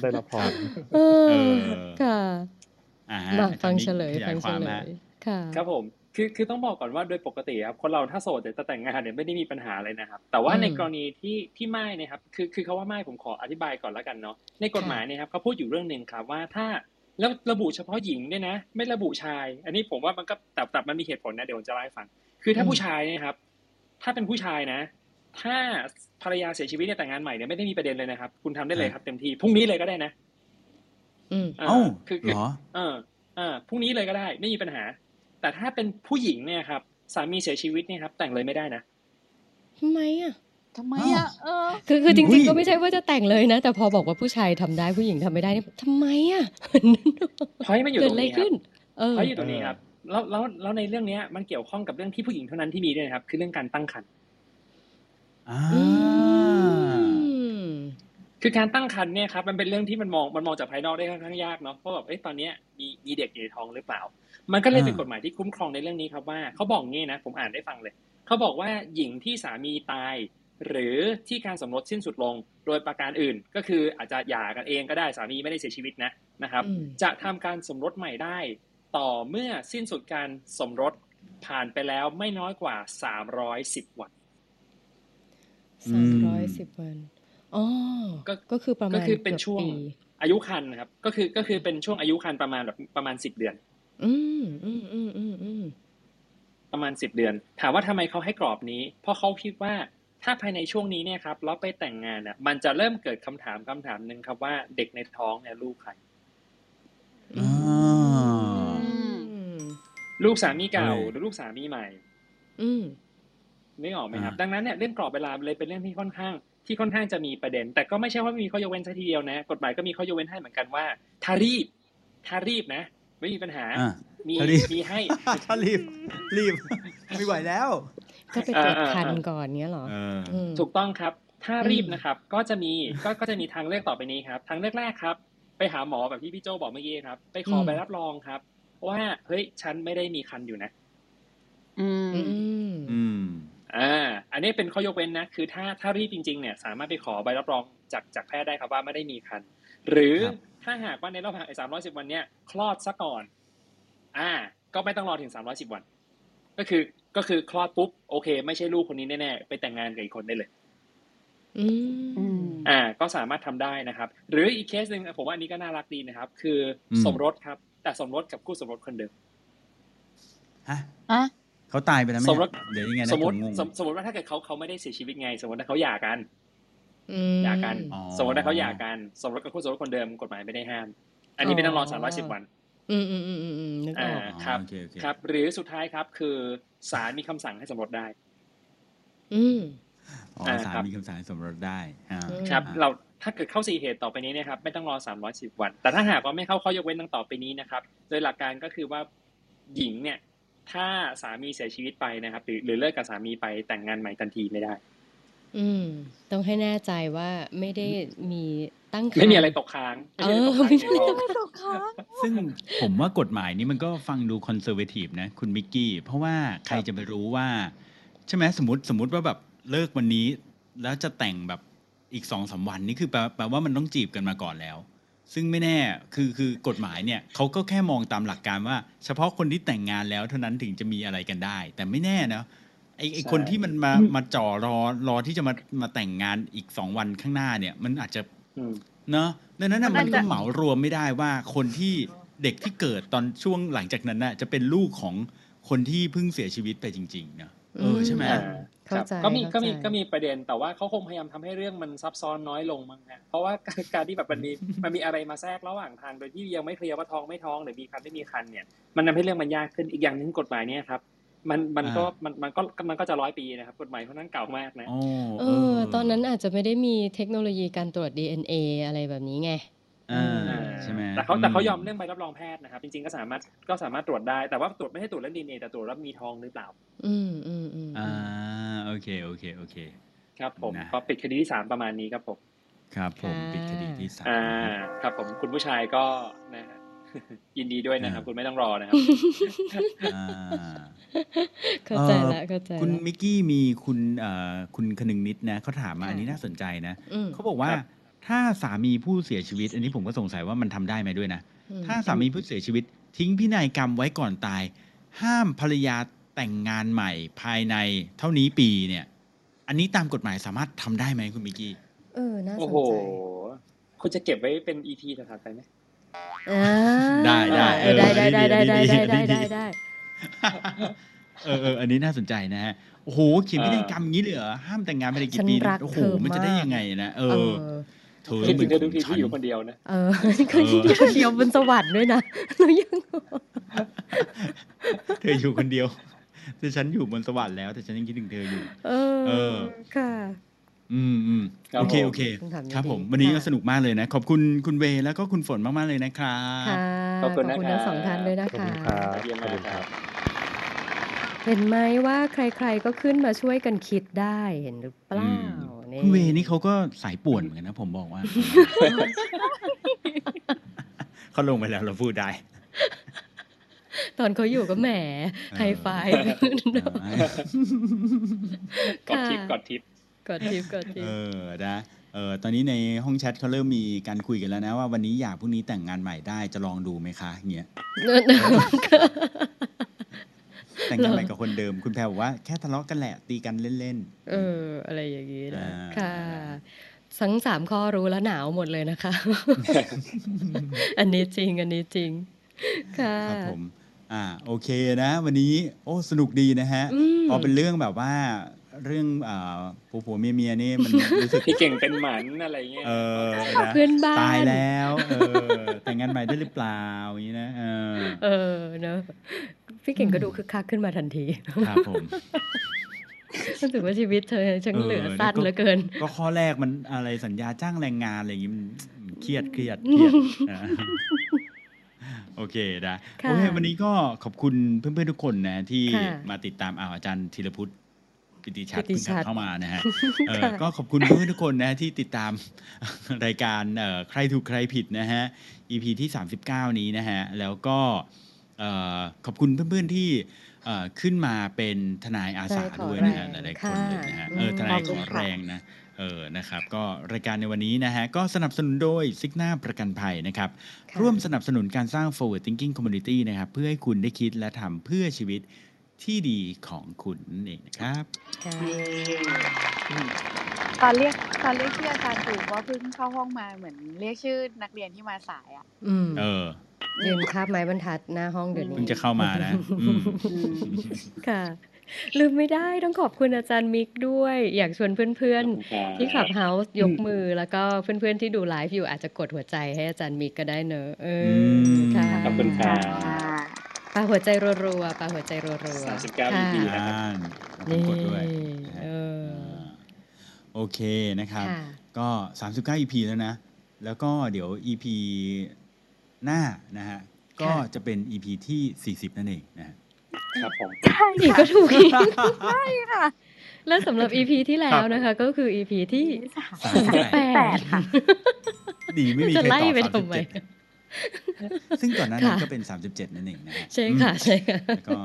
Speaker 9: ได้รับพร
Speaker 2: เอ
Speaker 1: เอ
Speaker 2: อ
Speaker 1: อ
Speaker 2: ค่ะ
Speaker 1: อ่าฮะ
Speaker 2: มาฟัง
Speaker 1: อันนี้
Speaker 2: เฉลย
Speaker 1: ขา
Speaker 2: ฟั
Speaker 1: ค
Speaker 2: ง
Speaker 1: วา
Speaker 2: เฉ
Speaker 1: ม
Speaker 2: ล
Speaker 1: ฮะ
Speaker 2: ยค่ะ
Speaker 3: ครับผม คือ คือต้องบอกก่อนว่าโดยปกติครับ คนเราถ้าโสดแต่แต่งงานเนี่ยไม่ได้มีปัญหาอะไรนะครับ แต่ว่า
Speaker 2: อืม
Speaker 3: ในกรณีที่ ที่ไม่เนะครับ คือ คือคาว่าไม่ผมขออธิบายก่อนแล้วกันเนาะ ในกฎหมายเนี่ยครับเขาพูดอยู่เรื่องหนึ่งครับว่าถ้า แล้วระบุเฉพาะหญิงด้วยนะ ไม่ระบุชาย อันนี้ผมว่ามันก็แต่แต่มันมีเหตุผลนะ เดี๋ยวผมจะเล่าให้ฟัง คือถ้า
Speaker 2: อืม
Speaker 3: ผู้ชายเนะครับ ถ้าเป็นผู้ชายนะ ถ้าภรรยาเสียชีวิตในยแต่งงานใหม่เนี่ยไม่ได้มีประเด็นเลยนะครับ คุณทำได้เลยครับเต็มที่ พรุ่งนี้เลยก็ได้นะ
Speaker 2: อืม
Speaker 3: อ่า
Speaker 1: เอ้า
Speaker 3: คือ
Speaker 1: เห
Speaker 3: คือ
Speaker 1: รอ
Speaker 3: เออเออพรุ่งนี้เลยก็ได้ไม่มีปัญหา แต่ถ้าเป็นผู้หญิงเนี่ยครับสามีเสียชีวิตเนี่ยครับ แต่งเลยไม่ได้นะ
Speaker 2: ทำไมอ่ะ
Speaker 4: ทำไมอ่ะเออ
Speaker 2: คือคือจ
Speaker 1: อุ๊
Speaker 2: ริง
Speaker 1: ย
Speaker 2: ๆก็ไม่ใช่ว่าจะแต่งเลยนะ แต่พอบอกว่าผู้ชายทำได้ผู้หญิงทำไม่ได้นี่ทำไมอ่ะ
Speaker 3: (laughs) เพราะมันอยู่
Speaker 2: เกิ
Speaker 3: ต
Speaker 2: ด
Speaker 3: รง
Speaker 2: อะไร
Speaker 3: นี้ครั
Speaker 2: ขึ้
Speaker 3: บ
Speaker 2: น เออ
Speaker 3: เพราะอยู่ตรงนี้ครับแล้วแล้วแล้วในเรื่องเนี้ยมันเกี่ยวข้องกับเรื่องที่ผู้หญิงเท่านั้นที่มีด้วยนะครับ คือเรื่องการตั้งครรภ์
Speaker 1: อ่า
Speaker 3: คือการตั้งครรภ์เนี่ยครับมันเป็นเรื่องที่มันมองมันมองจากภายนอกได้ค่อนข้างยากเนาะเพราะแบบเอ้ยตอนเนี้ยมีมีเด็กอยู่ในท้องหรือเปล่า มันก็เลยเป็น
Speaker 1: อ่า
Speaker 3: กฎหมายที่คุ้มครองในเรื่องนี้ครับว่าเขาบอกงี้นะ ผมอ่านได้ฟังเลยเขาบอกว่าหญิงที่สามีตาย หรือที่การสมรสสิ้นสุดลงโดยประการอื่น ก็คืออาจจะหย่ากันเองก็ได้สามีไม่ได้เสียชีวิตนะนะครับ
Speaker 2: อืม
Speaker 3: จะทำการสมรสใหม่ได้ ต่อเมื่อสิ้นสุดการสมรสผ่านไปแล้วไม่น้อยกว่า 310 วัน
Speaker 2: สามร้อยสิบวันอ๋อ
Speaker 3: ก็
Speaker 2: ก็คือประมาณ
Speaker 3: ก็คือเป็นช่วง
Speaker 2: กือบปี
Speaker 3: อายุคันนะครับก็คือก็คือเป็นช่วงอายุคันประมาณแบบประมาณ 10 เดือน
Speaker 2: อืมอืมอืมอืมอืม
Speaker 3: ประมาณ 10 เดือน ถามว่าทำไมเขาให้กรอบนี้ เพราะเขาคิดว่าถ้าภายในช่วงนี้เนี่ยครับเราไปแต่งงานน่ะมันจะเริ่มเกิดคำถามคำถามหนึ่งครับว่าเด็กในท้องเนี่ยลูกใคร
Speaker 1: อ่า
Speaker 2: อืม
Speaker 3: ลูกสามีเก่า
Speaker 1: เออ
Speaker 3: หรือลูกสามีใหม่
Speaker 2: อืม
Speaker 3: นึกออกไหมครับ
Speaker 1: อ่า
Speaker 3: ดังนั้นเนี่ยเรื่องกรอบเวลาเลยเป็นเรื่องที่ค่อนข้างที่ค่อนข้างจะมีประเด็น แต่ก็ไม่ใช่ว่าไม่มีข้อยกเว้นซะทีเดียวนะ กฎหมายก็มีข้อยกเว้นให้เหมือนกันว่าถ้ารีบถ้ารีบนะ ไม่มีปัญหา
Speaker 1: อ่า
Speaker 3: มี
Speaker 1: ถ้ารีบ
Speaker 3: มีให้
Speaker 1: ถ้ารีบ รีบ (laughs) ไม่ไหวแล้ว
Speaker 2: ก็ไปตรวจคันก่อนเงี้ยเหรอ
Speaker 1: เออ
Speaker 2: ม
Speaker 3: ถูกต้องครับ ถ้ารีบ
Speaker 2: อืม
Speaker 3: นะครับ ก็จะมีก็ก็จะมีทางเลือกต่อไปนี้ครับ ทางเลือกแรกครับ ไปหาหมอแบบที่พี่โจบอกเมื่อกี้ครับ ไปขอใบรับรองครับ ว่าเฮ้ยฉันไม่ได้มีคันอยู่นะ
Speaker 5: อืม
Speaker 2: อืม
Speaker 1: อืม
Speaker 3: อ่า อันนี้เป็นข้อยกเว้นนะ คือถ้าถ้ารีบจริงๆ เนี่ย สามารถไปขอใบรับรองจากจากแพทย์ได้ครับว่าไม่ได้มีคัน หรือ
Speaker 1: ครับ
Speaker 3: ถ้าหากว่าในระหว่างไอ้สามร้อยสิบวันเนี่ยคลอดซะก่อน อ่า ก็ไม่ต้องรอถึงสามร้อยสิบวัน ก็คือก็คือคลอดปุ๊บโอเค ไม่ใช่ลูกคนนี้แน่ๆ ไปแต่งงานกับอีกคนได้เลย
Speaker 2: อื
Speaker 5: อื
Speaker 2: ม
Speaker 5: ม
Speaker 3: อ่า ก็สามารถทำได้นะครับ หรืออีกเคสหนึ่งผมว่าอันนี้ก็น่ารักดีนะครับ คืออ
Speaker 1: ม
Speaker 3: สมรสครับ แต่สมรสกับคู่สมรสคนเดิม
Speaker 1: ฮะ
Speaker 5: อ่ะ
Speaker 1: เขาตายไปแล้วไหม
Speaker 3: สมรส
Speaker 1: เดี๋ยวยังไงนะ
Speaker 3: สมม
Speaker 1: ผ
Speaker 3: ติ
Speaker 1: มงง
Speaker 3: สมสมมติว่าถ้าเกิดเขาเขาไม่ได้เสียชีวิตไง สมมติถ้าเขาหย่ากัน
Speaker 2: อืม
Speaker 3: หย่ากัน
Speaker 1: อ๋อ
Speaker 3: สมมติว่าเขาหย่ากันสมรสกับคู่สมรสคนเดิมกฎหมายไม่ได้ห้าม อันนี้ไม่ต้องรอ
Speaker 2: อ๋อ
Speaker 3: 310 วัน
Speaker 2: อืมอืมอืมอืมอืมนึกอ
Speaker 3: อ่า
Speaker 2: อก
Speaker 3: ครับ
Speaker 1: อ๋อโอเคโอเค
Speaker 3: ครับ หรือสุดท้ายครับคือศาลมีคำสั่งให้สมรสได้
Speaker 2: อืม
Speaker 1: อ๋อ
Speaker 3: อ่า
Speaker 1: สา
Speaker 3: ครับ
Speaker 1: มีคำสั่งให้สมรสได้อ่า
Speaker 2: อืม
Speaker 3: ครับ
Speaker 1: อ่า
Speaker 3: เราถ้าเกิดเข้าสี่เหตุต่อไปนี้เนะครับ ไม่ต้องรอ 310 วัน แต่ถ้าหากว่าไม่เข้าข้อยกเว้นดังต่อไปนี้นะครับโดยหลักการก็คือว่าหญิงเนี่ย ถ้าสามีเสียชีวิตไปนะครับ หรือหรือเลิกกับสามีไปแต่งงานใหม่ทันทีไม่ได้
Speaker 2: อืม ต้องให้แน่ใจว่าไม่ได้มีตั้งครรภ์
Speaker 3: ไม่มีอะไรตกค้าง
Speaker 2: เอ
Speaker 3: ไม่มี
Speaker 2: อ
Speaker 3: อะไรตกค้างในท้อง
Speaker 2: ไม่มีอะไรตกค้าง
Speaker 1: ซึ่งผมว่ากฎหมายนี้มันก็ฟังดูคอนเซอร์เวทีฟนะ คุณมิกกี้ เพราะว่าใครจะไปรู้ว่า ใช่ไหมสมมติสมมติว่าแบบเลิกวันนี้ แล้วจะแต่งแบบอีกสองสามวันนี่คือแปลแปลว่ามันต้องจีบกันมาก่อนแล้ว ซึ่งไม่แน่คือคือกฎหมายเนี่ยเขาก็แค่มองตามหลักการว่า เฉพาะคนที่แต่งงานแล้วเท่านั้นถึงจะมีอะไรกันได้ แต่ไม่แน่นะไอไอ
Speaker 3: ใช่
Speaker 1: คนที่มันมามาจ่อรอรอที่จะมามาแต่งงานอีกสองวันข้างหน้าเนี่ย มันอาจจะ
Speaker 3: อืม
Speaker 8: Hmm.
Speaker 1: เนาะดังนั้นน่ะ
Speaker 4: มั
Speaker 1: มัน
Speaker 4: น
Speaker 1: ก็
Speaker 4: อาจจะ
Speaker 1: เหมารวมไม่ได้ว่าคนที่เด็กที่เกิดตอนช่วงหลังจากนั้นน่ะจะเป็นลูกของคนที่เพิ่งเสียชีวิตไปจริงๆเนาะเออใช่ไหม
Speaker 2: อ่า
Speaker 3: ค
Speaker 2: เข้า
Speaker 3: รับ
Speaker 2: ใจ
Speaker 3: ก็มีก็มี
Speaker 2: เข้าใจ
Speaker 3: ก็มีประเด็นแต่ว่าเขาคงพยายามทำให้เรื่องมันซับซ้อนน้อยลงมั้งฮะเพราะว่า (laughs) การที่แบบมันมีมันมีอะไรมาแทรกระหว่างทางโดยที่ยังไม่เคลียร์ว่าท้องไม่ท้องหรือมีคันไม่มีคันเนี่ยมันทำให้เรื่องมันยากขึ้นอีกอย่างหนึ่งกฎหมายเนี่ยครับมันมันก็
Speaker 1: อ่ามั
Speaker 3: มันมันก็มันก็จะร้อยปีนะครับกฎหมายเพราะนั้นเก่ามากนะ
Speaker 1: โอ้
Speaker 2: เออ ตอนนั้นอาจจะไม่ได้มีเทคโนโลยีการตรวจ DNA อะไรแบบนี้ไง
Speaker 1: อ่า
Speaker 3: อ่า
Speaker 1: ใช่ไหม
Speaker 3: แต่เขาแต่เขายอมเรื่องใบรับรองแพทย์นะครับจริงๆก็สามารถก็สามารถตรวจได้แต่ว่าตรวจไม่ให้ตรวจเรื่องดีเอ็นเอแต่ตรวจว่ามีท้องหรือเปล่า
Speaker 2: อืมอืมอืม
Speaker 1: อ่าโอเคโอเคโอเค
Speaker 3: ครับผม
Speaker 1: นะ
Speaker 3: ก็ปิดคดีที่สามประมาณนี้ครับผม
Speaker 1: ครับผมปิดคดีที่สาม
Speaker 3: อ่า
Speaker 1: นะครับ
Speaker 3: ครับผมคุณผู้ชายก็นะฮ (laughs) ะ ยินดีด้วยนะครับ
Speaker 1: อ่า
Speaker 3: คุณไม่ต้องรอนะครับ
Speaker 1: อ่า
Speaker 2: เข้าใจ
Speaker 1: เอ่
Speaker 2: ละ
Speaker 1: อ
Speaker 2: เข้าใจละ
Speaker 1: คุณมิกกี้มีคุณเอ่อคุณคนึงนิดนะเขาถามมา
Speaker 2: ค่ะ
Speaker 1: อันนี้น่าสนใจนะ
Speaker 2: อืม
Speaker 1: เขาบอกว่า
Speaker 3: ครับ
Speaker 1: ถ้าสามีผู้เสียชีวิต อันนี้ผมก็สงสัยว่ามันทำได้ไหมด้วยนะ
Speaker 2: อืม
Speaker 1: ถ้าสามีผู้เสียชีวิต ทิ้งพินัยกรรมไว้ก่อนตาย ห้ามภรรยาแต่งงานใหม่ภายในเท่านี้ปีเนี่ย อันนี้ตามกฎหมายสามารถทำได้ไหมคุณมิกกี้
Speaker 2: เออ น่า
Speaker 3: โอ้
Speaker 2: สน
Speaker 3: โห
Speaker 2: ใจ
Speaker 3: คุณจะเก็บไว้เป็นอีพีถัดๆไปไหม
Speaker 2: อ่า
Speaker 1: ได้ได้เออ
Speaker 2: ได้ได้ได้ได้ได้
Speaker 1: อันนี้ดีอันนี้ดี
Speaker 2: ได้ได้ได้
Speaker 1: เออเอออันนี้น่าสนใจนะฮะโอ้โหเขียนพินัยกรรมงี้เลยเหรอห้ามแต่งงานภายใน
Speaker 2: ฉั
Speaker 1: กี่
Speaker 2: น
Speaker 1: ปี
Speaker 2: รัก
Speaker 1: โอ้โห
Speaker 2: เธอมาก
Speaker 1: มันจะได้ยังไงนะเอ
Speaker 2: เอ
Speaker 1: อ
Speaker 2: อ
Speaker 1: เธอ
Speaker 3: คิด
Speaker 1: ต้อง
Speaker 3: ถึ
Speaker 1: เป็น
Speaker 3: ง
Speaker 1: ข
Speaker 3: เธอทุที
Speaker 1: อก งฉั
Speaker 3: ที่
Speaker 1: น
Speaker 3: อยู่คนเดียวนะ
Speaker 2: เออ (laughs) เคยอยู่คนเดียวบนสวรรค์ด้วยนะ (laughs) แล้วยัง
Speaker 1: เธออยู่คนเดียว (laughs) แต่ฉันอยู่บนสวรรค์แล้ว แต่ฉันยังคิดถึงเธออยู่
Speaker 2: เอ
Speaker 1: เออ
Speaker 2: อค่ะ
Speaker 1: อืมอืม
Speaker 3: ครับ
Speaker 1: โอเค
Speaker 3: ผม
Speaker 1: โอเค
Speaker 2: คำถามนี้
Speaker 1: ครับผม
Speaker 2: ดี
Speaker 1: วันนี้
Speaker 2: ค่ะ
Speaker 1: ก็สนุกมากเลยนะ ขอบคุณคุณเวย์แล้วก็คุณฝนมาก ๆ เลยนะครับ
Speaker 2: ค่ะ
Speaker 3: ข
Speaker 2: ข
Speaker 3: อ
Speaker 2: อ
Speaker 3: บบ คุ
Speaker 2: คุณ ณ
Speaker 3: นะคะ
Speaker 2: ทั้งสองท่านด้วยนะ
Speaker 9: ขอบคุ
Speaker 2: คะ
Speaker 9: ณครับ
Speaker 3: เยี่ยมมากครับ
Speaker 2: เห็นไหมว่าใครๆก็ขึ้นมาช่วยกันคิดได้เห็นหรือเปล่านี่
Speaker 1: คุณเวย์นี่เขาก็สายป่วนเหมือนกันนะผมบอก
Speaker 2: (laughs)
Speaker 1: ว่า เขาลงไปแล้วเราพูดได้
Speaker 2: ตอนเขาอยู่ก็แหม
Speaker 1: ออ
Speaker 2: ไฮไฟว์
Speaker 1: (laughs)
Speaker 3: กดทิปก
Speaker 2: ค่ะ
Speaker 3: ดทิป
Speaker 2: กดทิปกดทิ
Speaker 1: เอ
Speaker 2: ป
Speaker 1: อนะเออตอนนี้ในห้องแชทเขาเริ่มมีการคุยกันแล้วนะว่าวันนี้อยากพรุ่งนี้แต่งงานใหม่ได้จะลองดูไหมคะอย่างเงี้ย แต่งงานใหม่กับคนเดิม คุณแพรบอกว่าแค่ทะเลาะกันแหละตีกันเล่น
Speaker 2: (laughs) เออ อะไรอย่างนี้นะ
Speaker 1: อ่า
Speaker 2: ค่ะ ทั้งสามข้อรู้แล้วหนาวหมดเลยนะคะ
Speaker 1: (laughs)
Speaker 2: อันนี้จริง อันนี้จริง ค่ะ
Speaker 1: ๆครับผมอ่าโอเคนะ วันนี้โอ้สนุกดีนะฮะ
Speaker 2: อืม
Speaker 1: พอเป็นเรื่องแบบว่าเรื่องเอ่อผัวผัวเมียเมียนี่มัน รู้สึก
Speaker 3: (laughs) พี่เก่งเป็นหมันอะไรเงี้ย
Speaker 1: เออนะ
Speaker 2: เพื่อนบ้าน
Speaker 1: ตายแล้วเออแต่งงานใหม่ได้หรือเปล่าอย่างนี้นะเออ
Speaker 2: เออเนอะพี่เก่งก็ดูคึกคักขึ้นมาทันที
Speaker 1: ครับผม
Speaker 2: (laughs) รู้สึกว่าชีวิตเธอช่าง
Speaker 1: เออ
Speaker 2: เหลือสั้น
Speaker 1: แล้วก็
Speaker 2: เหลือเกิน
Speaker 1: ก็ข้อแรกมันอะไรสัญญาจ้างแรงงานอะไรอย่างงี้มันมันเครียดเครียดเค
Speaker 2: (laughs)
Speaker 1: รียดอ่ะโอเคนะ
Speaker 2: ค่ะ
Speaker 1: โอเควันนี้ก็ขอบคุณเพื่อนๆทุกคนนะที่
Speaker 2: ค่ะ
Speaker 1: มาติดตามอาวอาจารย์ธีรพุทธปิติชัด
Speaker 2: ปิติ
Speaker 1: เพิ่ง
Speaker 2: ชั
Speaker 1: ขับ
Speaker 2: ด
Speaker 1: เข้ามานะฮะเออ
Speaker 2: ค่ะ
Speaker 1: ก็ขอบคุณเพื่อนๆทุกคนนะที่ติดตาม (laughs) รายการเอ่อใครถูกใครผิดนะฮะ EP ที่ 39 นี้นะฮะ แล้วก็เอ่อขอบคุณเพื่อนๆที่เอ่อขึ้นมาเป็นทนายอาสาด้วยนะฮะห
Speaker 2: ทนายขอ
Speaker 1: ลาย
Speaker 2: แรง
Speaker 1: ๆคนเลยนะฮะ
Speaker 2: ค่ะ
Speaker 1: เออ
Speaker 2: อืม
Speaker 1: ทนายขอแรงนะ เออ นะครับ ก็รายการในวันนี้นะฮะ ก็สนับสนุนโดยซิกนาประกันภัยนะครับ
Speaker 2: ค่ะ
Speaker 1: ร่วมสนับสนุนการสร้าง forward thinking community นะครับ เพื่อให้คุณได้คิดและทำเพื่อชีวิตที่ดีของคุณนั่นเองนะครับ
Speaker 2: ค่ะ
Speaker 4: ตอนเรียกตอนเรียกชื่ออาจารย์ถูกว่าเพิ่งเข้าห้องมาเหมือนเรียกชื่อนักเรียนที่มาสายอ่ะ
Speaker 2: อืม
Speaker 1: เออ
Speaker 2: ยืนคาบไม้บรรทัดหน้าห้องเดี๋ยวนี้
Speaker 1: เพิ่งจะเข้ามานะอืม
Speaker 2: ค่ะ ลืมไม่ได้ต้องขอบคุณอาจารย์มิกด้วย อยากชวนเพื่อนๆ ที่ขับเฮาส์ยกมือแล้วก็เพื่อนๆที่ดูไลฟ์อยู่อาจจะกดหัวใจให้อาจารย์มิกก็ได้เนอะเอออ
Speaker 1: ม
Speaker 2: ค่ะ
Speaker 3: ขอบคุณครับ
Speaker 2: ปาหัวใจรัวๆปาหัวใจรัว
Speaker 3: สามสิบ
Speaker 2: ๆ
Speaker 3: เก้า
Speaker 2: ค่ะ
Speaker 3: EP
Speaker 1: อ่
Speaker 3: นะครับ
Speaker 1: านขอบคุณก
Speaker 2: นี่
Speaker 1: ดด้วยนะฮะ
Speaker 2: เออ
Speaker 1: อ่าโอเคนะครับ
Speaker 2: ค่ะ
Speaker 1: ก็ 39 EP แล้วนะ แล้วก็เดี๋ยว EP หน้านะฮะ ก็
Speaker 2: ค่ะ
Speaker 1: จะเป็น EP ที่ 40 นั่นเองนะฮะ
Speaker 3: ครับผม
Speaker 2: อีกก็ถูกอีก (laughs)
Speaker 4: ใช่ค่ะ
Speaker 2: แล้วสำหรับ EP ที่แล้
Speaker 1: ครั
Speaker 2: ว
Speaker 1: บ
Speaker 2: นะคะ ก็คือ EP ที่
Speaker 1: สามสิบแปด
Speaker 2: แปดค่ะ
Speaker 1: ดีไม่มี
Speaker 2: จะ
Speaker 1: ใคร
Speaker 2: ไล่
Speaker 1: ตอบ
Speaker 2: ไป
Speaker 1: สามสิบ
Speaker 2: ทำไม
Speaker 1: เจ็ด (laughs) ซึ่งก่อนหน้านั้น
Speaker 2: ค่ะ
Speaker 1: ก็เป็น 37 นั่นเองนะฮะ
Speaker 2: ใช่ค่ะ
Speaker 1: อืม
Speaker 2: ใช่ค่ะ
Speaker 1: แล้วก็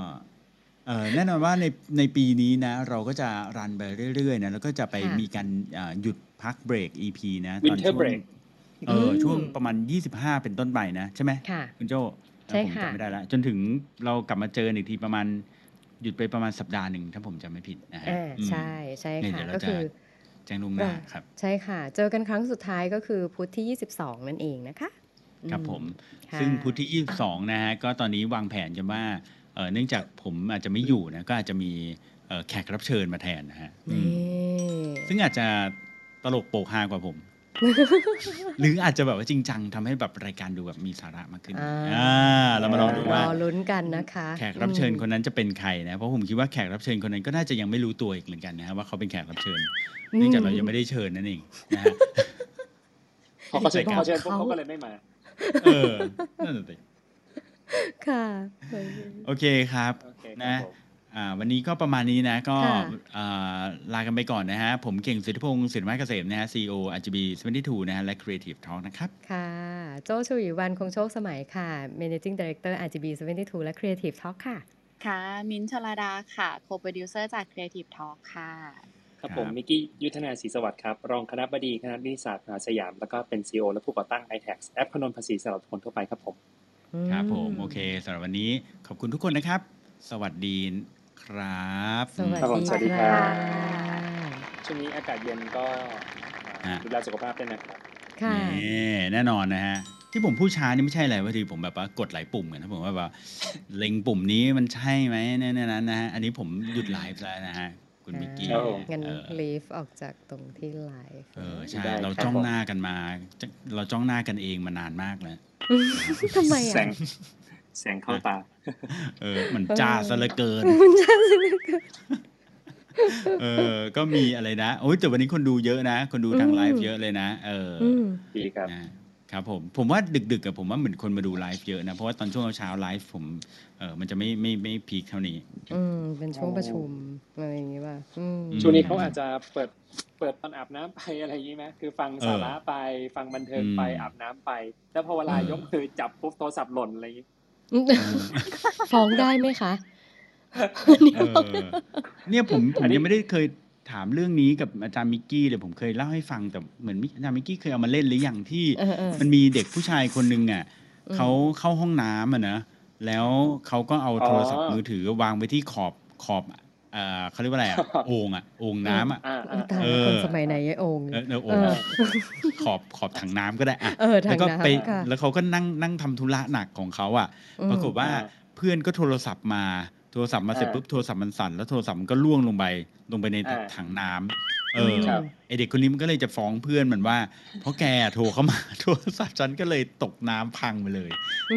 Speaker 1: เอ่อแน่นอนว่าในในปีนี้นะ เราก็จะรันไปเรื่อยๆนะแล้วก็จะไป
Speaker 2: ค่ะ
Speaker 1: มีการเอ่อหยุดพักเบรก EP นะ
Speaker 3: Winter
Speaker 1: ตอนช่วง
Speaker 3: break
Speaker 1: เอออ
Speaker 2: ม
Speaker 1: ช่วงประมาณ 25 เป็นต้นไปนะ ใช่ไหม
Speaker 2: ค่ะ
Speaker 1: คุณโจ้
Speaker 2: ใช่
Speaker 1: ผม
Speaker 2: ค่ะ
Speaker 1: จำไม่ได้ละจนถึงเรากลับมาเจออีกทีประมาณหยุดไปประมาณสัปดาห์หนึ่งถ้าผมจำไม่ผิดนะฮะ
Speaker 2: อ่า
Speaker 1: อืม
Speaker 2: ใช่ใช่
Speaker 1: เนี่ยเดี๋
Speaker 2: ค่ะ
Speaker 1: ยวเรา
Speaker 2: ก็
Speaker 1: จะ
Speaker 2: คือ
Speaker 1: แจ้งลวงหน้า
Speaker 2: อ่า
Speaker 1: ครับ
Speaker 2: ใช่ค่ะ เจอกันครั้งสุดท้ายก็คือพุธที่ 22 นั่นเองนะคะ
Speaker 1: ครับ
Speaker 2: อื
Speaker 1: ผม
Speaker 2: ค่ะ
Speaker 1: ซึ่งพุธที่ 22 นะฮะก็ตอนนี้วางแผนกันว่าเอ่อเนื่องจากผมอาจจะไม่อยู่นะก็อาจจะมีเอ่อแขกรับเชิญมาแทนนะฮะอืม
Speaker 2: นี่
Speaker 1: ซึ่งอาจจะตลกโปกฮากว่าผม หรืออาจจะแบบว่าจริงจังทำให้แบบรายการดูแบบมีสาระมากขึ้น
Speaker 2: อ่า
Speaker 1: อ่าเรามาลองดูว่า
Speaker 2: รอลุ้นกันนะคะ
Speaker 1: แขกรับเชิญคนนั้นจะเป็นใครนะเพราะผมคิดว่าแขกรับเชิญคนนั้นก็น่าจะยังไม่รู้ตัวอีกเหมือนกันนะฮะว่าเขาเป็นแขกรับเชิญเนื่
Speaker 2: (laughs)
Speaker 1: องจากเรายังไม่ได้เชิญนั่นเองนะฮะ
Speaker 3: พ (laughs) อเขาเชิญ
Speaker 1: ใช่ครับ
Speaker 3: พอเชิญพวกเขาก็เลยไม่มา
Speaker 1: เออนั่นแหละสิ
Speaker 2: ค่ะ
Speaker 1: โอเคครับ
Speaker 3: โอเคครั
Speaker 1: นะ
Speaker 3: บผม
Speaker 1: อ่าวันนี้ก็ประมาณนี้นะ ก็
Speaker 2: ค่ะ
Speaker 1: อ่าลากันไปก่อนนะฮะ ผมเก่งสุทธิพงศ์สินไม้เกษมนะฮะ CEO RGB 72นะฮะ และ Creative Talk นะครับ
Speaker 2: ค่ะ โจชูหยีวันคงโชคสมัยค่ะ Managing Director RGB 72 และ Creative Talk ค่ะ
Speaker 4: ค่ะ มิ้นท์ชลาดาค่ะโคโปรดิวเซอร์จาก Creative Talk ค่ะ
Speaker 3: ครับ
Speaker 1: ครับ
Speaker 3: ผมมิกกี้ยุทธนาศรีสวัสดิ์ครับ รองคณะบดีคณะนิติศาสตร์มหาสยาม แล้วก็เป็นซีอและผู้ก่อตั้ง i t a x แอปพนนภาษีสำหรับคนทั่วไปครับผม
Speaker 1: ครับผม โอเคสำหรับวันนี้ขอบคุณทุกคนนะครับ สวัสดีครับ
Speaker 2: สวัส
Speaker 3: ครับผม
Speaker 2: ดี
Speaker 3: สวัสดีค
Speaker 2: ค
Speaker 3: รั
Speaker 2: รับ บ
Speaker 3: ช่วงนี้อากาศเย็นก็อ่า
Speaker 1: ฮะ
Speaker 3: ดูแลสุขภาพด้วยนะครับ
Speaker 2: ค่ะ
Speaker 1: นี่แน่นอนนะฮะ ที่ผมพูดช้านี่ไม่ใช่อะไรพอดีผมแบบว่ากดหลายปุ่มกันนะผมว่าแบบเล็งปุ่มนี้มันใช่ไหมแน่ๆนั้นนะฮะอันนี้ผมหยุดไลฟ์แล้วนะฮะคุณมิกกี้
Speaker 3: ครับผม
Speaker 2: งั้น
Speaker 1: เออ
Speaker 2: leave ออกจากตรงที่ไลฟ์
Speaker 1: เออใช่
Speaker 3: ได้
Speaker 1: เรา
Speaker 3: ครับ
Speaker 1: จ้อง
Speaker 3: ผม
Speaker 1: หน้ากันมาจ้ะเราจ้องหน้ากันเองมานานมากแล้ว
Speaker 2: (laughs) ทำไม
Speaker 3: แส
Speaker 2: อ่ะ
Speaker 3: งแสงเข้าตา
Speaker 1: เออมันจ้าซะเหลือเกิน
Speaker 2: มันจะ (laughs) สนุกเกิน
Speaker 1: เออ ก็มีอะไรนะโอ้ยแต่วันนี้คนดูเยอะนะ คนดูทาง
Speaker 2: อืม
Speaker 1: ไลฟ์เยอะเลยนะ เอออ
Speaker 2: อืม
Speaker 3: ดีครับ
Speaker 1: นะครับผมผมว่าดึกๆกับผมว่าเหมือนคนมาดูไลฟ์เยอะนะ เพราะว่าตอนช่วงเช้าไลฟ์ผมเออมันจะไม่ไม่ไม่พีคเท่านี้
Speaker 2: อืม เป็นช่วงประชุม อะไรอย่างงี้ป่ะอืม
Speaker 1: ม
Speaker 3: ช่วงนี้เขาอาจจะเปิดเปิดตอนอาบน้ำไปอะไรอย่างนี้ไหมคือฟังสาระไปฟังบันเทิงไป
Speaker 1: อืม
Speaker 3: อาบน้ำไป แล้วพอเวลา
Speaker 1: เออ
Speaker 3: ยกมือจับปุ๊บโทรศัพท์หล่นอะไรอย่างนี้
Speaker 2: ฟ้องได้ไหมคะ
Speaker 1: เออเนี่ยผมผ
Speaker 3: อั
Speaker 1: ม
Speaker 3: นนี้
Speaker 1: ยังไม่ได้เคยถามเรื่องนี้กับอาจารย์มิกกี้เลยผมเคยเล่าให้ฟังแต่เหมือนมิอาจารย์มิกกี้เคยเอามาเล่นหรือยังที่
Speaker 2: เออเออ
Speaker 1: มันมีเด็กผู้ชายคนหนึ่งอ่ะ
Speaker 2: อืม
Speaker 1: เขาเข้าห้องน้ำอ่ะนะแล้วเขาก็เอาโทรศัพท์
Speaker 3: อ๋อ
Speaker 1: มือถือวางไว้ที่ขอบขอบเอ่อเขาเรียกว่าอะไรอะโอ่งอ่ะโอ่งน้ำอ่ะ
Speaker 3: อ่า
Speaker 2: โอ้
Speaker 3: อ่าย
Speaker 2: ตาย
Speaker 1: เออ
Speaker 2: คนสมัยไหนไอ้โอง
Speaker 1: เอ
Speaker 2: เนี่ย
Speaker 1: อเออโอ่งอะ
Speaker 2: เออ
Speaker 1: ขอบขอบถังน้ำก็ได้อ่ะ
Speaker 2: เออทา
Speaker 1: แล้ว
Speaker 2: ง
Speaker 1: ก็ไป
Speaker 2: น้ำค่ะ
Speaker 1: แล้วเขาก็นั่งนั่งทำธุระหนักของเขาอ่ะ
Speaker 2: อืม
Speaker 1: ปรากฏว่าเพื่อนก็โทรศัพท์มาโทรศัพท์มาเสร็จปุ๊บโทรศัพท์มันสั่นแล้วโทรศัพท์มันก็ล่วงลงไปลงไปใน
Speaker 3: อ่า
Speaker 1: ถังน้ำเออ
Speaker 3: ครับ
Speaker 1: ไอเด็กคนนี้มันก็เลยจะฟ้องเพื่อนมันว่า
Speaker 2: (laughs)
Speaker 1: เพราะแกโทรเข้ามา (laughs) โทรศัพท์ฉันก็เลยตกน้ำพังไปเลย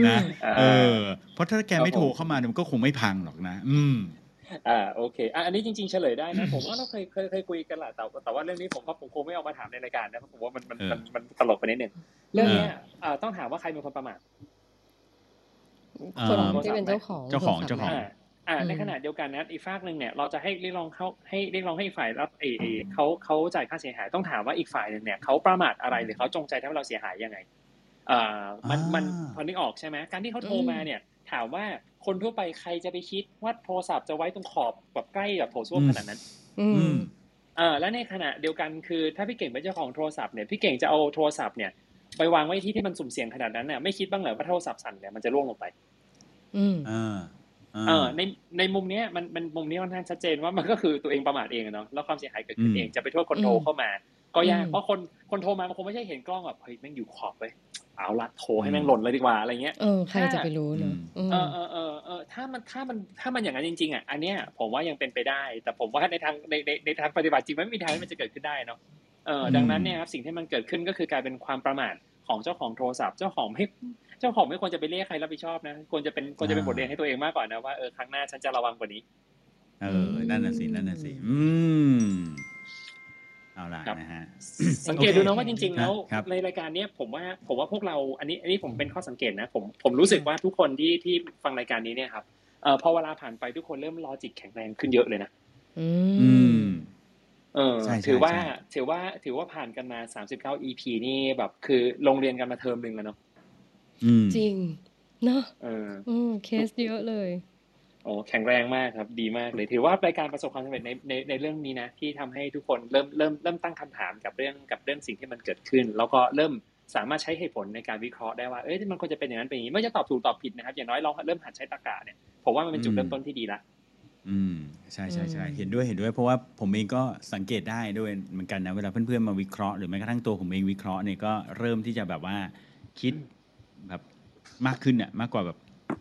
Speaker 1: นะ
Speaker 2: อืม
Speaker 3: อ่า
Speaker 1: เออ เพราะถ้าแกไม่
Speaker 3: ครับผม
Speaker 1: โทรเข้ามาเนี่ยมันก็คงไม่พังหรอกนะ อืม
Speaker 3: (laughs) อ่าโอเคอ่ะอันนี้จริงๆเฉลยได้นะ ผมว่าเราเคยเคยเคยคุยกันแหละแต่ว่าแต่ว่าเรื่องนี้ผมว่าผมคงไม่เอามาถามในรายการนะเพราะผมว่ามันมัน
Speaker 1: เออ
Speaker 3: มันมันตลกไปนิดหนึ่งเรื่องเนี้ยอ่าต้องถามว่าใครเป็นคนประมาท
Speaker 2: คน
Speaker 1: เออ
Speaker 2: ที่เป็นเจ้าของ
Speaker 1: เจ้าของ
Speaker 2: โทรศัพท์
Speaker 1: เจ้าของ
Speaker 2: น่ะ
Speaker 3: อ่าอ่า
Speaker 2: อืม
Speaker 3: ในขณะเดียวกันนะอีกฝากหนึ่งเนี่ยเราจะให้เรียกร้องเขาให้เรียกร้องให้อีกฝ่ายรับเอเอเขาเขาจ่ายค่าเสียหายต้องถามว่าอีกฝ่ายหนึ่งเนี่ยเขาประมาทอะไรหรือเขาจงใจทำให้เราเสียหายยังไงเอ่อมัน
Speaker 1: อ่ามั
Speaker 3: มันพอนึกออกใช่ไหมการที่เขาโทรมาเนี่ย ถามว่าคนทั่วไปใครจะไปคิดว่าโทรศัพท์จะไว้ตรงขอบแบบใกล้แบบโถส้วมขนาดนั้น
Speaker 2: อื
Speaker 1: อื
Speaker 2: ม
Speaker 1: ม
Speaker 3: เออและในขณะเดียวกันคือถ้าพี่เก่งเป็นเจ้าของโทรศัพท์เนี่ยพี่เก่งจะเอาโทรศัพท์เนี่ยไปวางไว้ที่ที่มันสุ่มเสี่ยงขนาดนั้นเนี่ยไม่คิดบ้างเหรอว่าโทรศัพท์สั่นเนี่ยมันจะล่วงลงไป
Speaker 2: อืม
Speaker 1: เออเอ
Speaker 3: เออ
Speaker 1: อ
Speaker 3: ในในมุมเนี้ยมันมันมุมนี้ค่อนข้างชัดเจนว่ามันก็คือตัวเองประมาทเองอะเนาะแล้วความเสียหายเกิดขึ้นเอง
Speaker 1: อืม
Speaker 3: จะไปโทษคนโทร
Speaker 2: อืม
Speaker 3: เข้ามา ก็ยาก
Speaker 2: อืม
Speaker 3: เพราะคนคนโทรมามันคงไม่ใช่เห็นกล้องแบบเฮ้ยแม่งอยู่ขอบเว้ยเอาละโทรให้แม่งหล่นเลยดีกว่าอะไรเงี้ย
Speaker 2: เออ ใครจะไปรู้เนอะอืม
Speaker 3: เออเออเออเออถ้ามันถ้ามันถ้ามันอย่างนั้นจริงๆอ่ะอันเนี้ยผมว่ายังเป็นไปได้ แต่ผมว่าในทางในในในทางปฏิบัติจริงมันไม่มีทางที่มันจะเกิดขึ้นได้เนาะเออดังนั้นเนี่ยครับสิ่งที่มันเกิดขึ้นก็คือกลายเป็นความประมาทของเจ้าของโทรศัพท์เจ้าของไม่เจ้าของไม่ควรจะไปเรียกใครรับผิดชอบนะควรจะเป็นควรจะเป็นบทเรียนให้ตัวเองมากกว่านะว่าเออครั้งหน้าฉันจะระวังกว่านี้
Speaker 1: เออ นั่นน่ะสิ นั่นน่ะสิ อืม เอาล่ะ
Speaker 3: ครับ
Speaker 1: นะฮะ
Speaker 3: สังเกตดูนะว่าจริง ๆ แล้ว
Speaker 1: ครับ
Speaker 3: ในรายการเนี้ยผมว่าผมว่าพวกเราอันนี้อันนี้ผมเป็นข้อสังเกตนะผมผมรู้สึกว่าทุกคนที่ที่ฟังรายการนี้เนี่ยครับเอ่อพอเวลาผ่านไปทุกคนเริ่มลอจิกแข็งแรงขึ้นเยอะเลยนะ
Speaker 2: อื
Speaker 11: อื
Speaker 1: อื
Speaker 11: ม
Speaker 1: ม
Speaker 3: เออ
Speaker 1: ใช่ใช่
Speaker 3: ถือว่า
Speaker 1: ใช่
Speaker 3: ถือว่าถือว่าผ่านกันมา 39 EP นี่แบบคือโรงเรียนกันมาเทอมหนึ่งแล้วเนาะ
Speaker 1: อืม
Speaker 2: จริงเนาะ
Speaker 3: เออ
Speaker 2: อืมเคสเยอะเลย
Speaker 3: โอ้แข็งแรงมากครับ ดีมากเลย ถือว่ารายการประสบความสำเร็จในในในเรื่องนี้นะ ที่ทำให้ทุกคนเริ่มเริ่มเริ่มตั้งคำถามกับเรื่องกับเรื่องสิ่งที่มันเกิดขึ้น แล้วก็เริ่มสามารถใช้เหตุผลในการวิเคราะห์ได้ว่าเอ้ยมันควรจะเป็นอย่างนั้นเป็นอย่างนี้ไม่ว่าจะตอบถูกตอบผิดนะครับ อย่างน้อยเราเริ่มหัดใช้ตรรกะเนี่ยผมว่ามันเป็นจุดเริ่มต้นที่ดีละ
Speaker 1: อืมใช่ใช่ใช่
Speaker 11: อืม
Speaker 1: เห็นด้วยเห็นด้วย เพราะว่าผมเองก็สังเกตได้ด้วยเหมือนกันนะเวลาเพื่อนๆมาวิเคราะห์หรือแม้กระทั่งตัวผมเองวิเคราะห์เนี่ยก็เริ่มที่จะแบบว่าคิดแบบมากขึ้นเนี่ยมากกว่าแบบ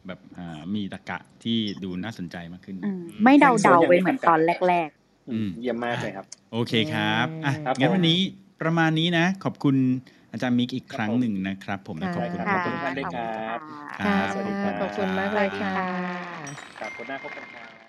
Speaker 1: แบบอ่ามีตรรกะที่ดูน่าสนใจมากขึ้น
Speaker 12: อืมไม่เดา
Speaker 3: ส่วน
Speaker 12: เดา
Speaker 3: ใหญ่
Speaker 12: ไป
Speaker 3: ไม่
Speaker 12: เหมือน
Speaker 3: ทำกัน
Speaker 12: ตอนแรก
Speaker 1: อืม
Speaker 3: เยี่ยมมากเลยครับ
Speaker 1: โอเคครับอ่ะ
Speaker 3: ครับ
Speaker 1: งั้น
Speaker 3: ผม
Speaker 1: วันนี้ประมาณนี้นะ ขอบคุณอาจารย์มิกอีกครั้ง
Speaker 3: ครับผม
Speaker 1: หนึ่งนะครับผมและขอบคุณ
Speaker 12: ค่ะขอบคุณ
Speaker 1: มากเลย
Speaker 12: ท่านด้วยครับ
Speaker 1: ครับสวัสดีครับ
Speaker 2: ขอบคุณมากเลยค่ะ
Speaker 3: ครับคนหน้าพบกันครับ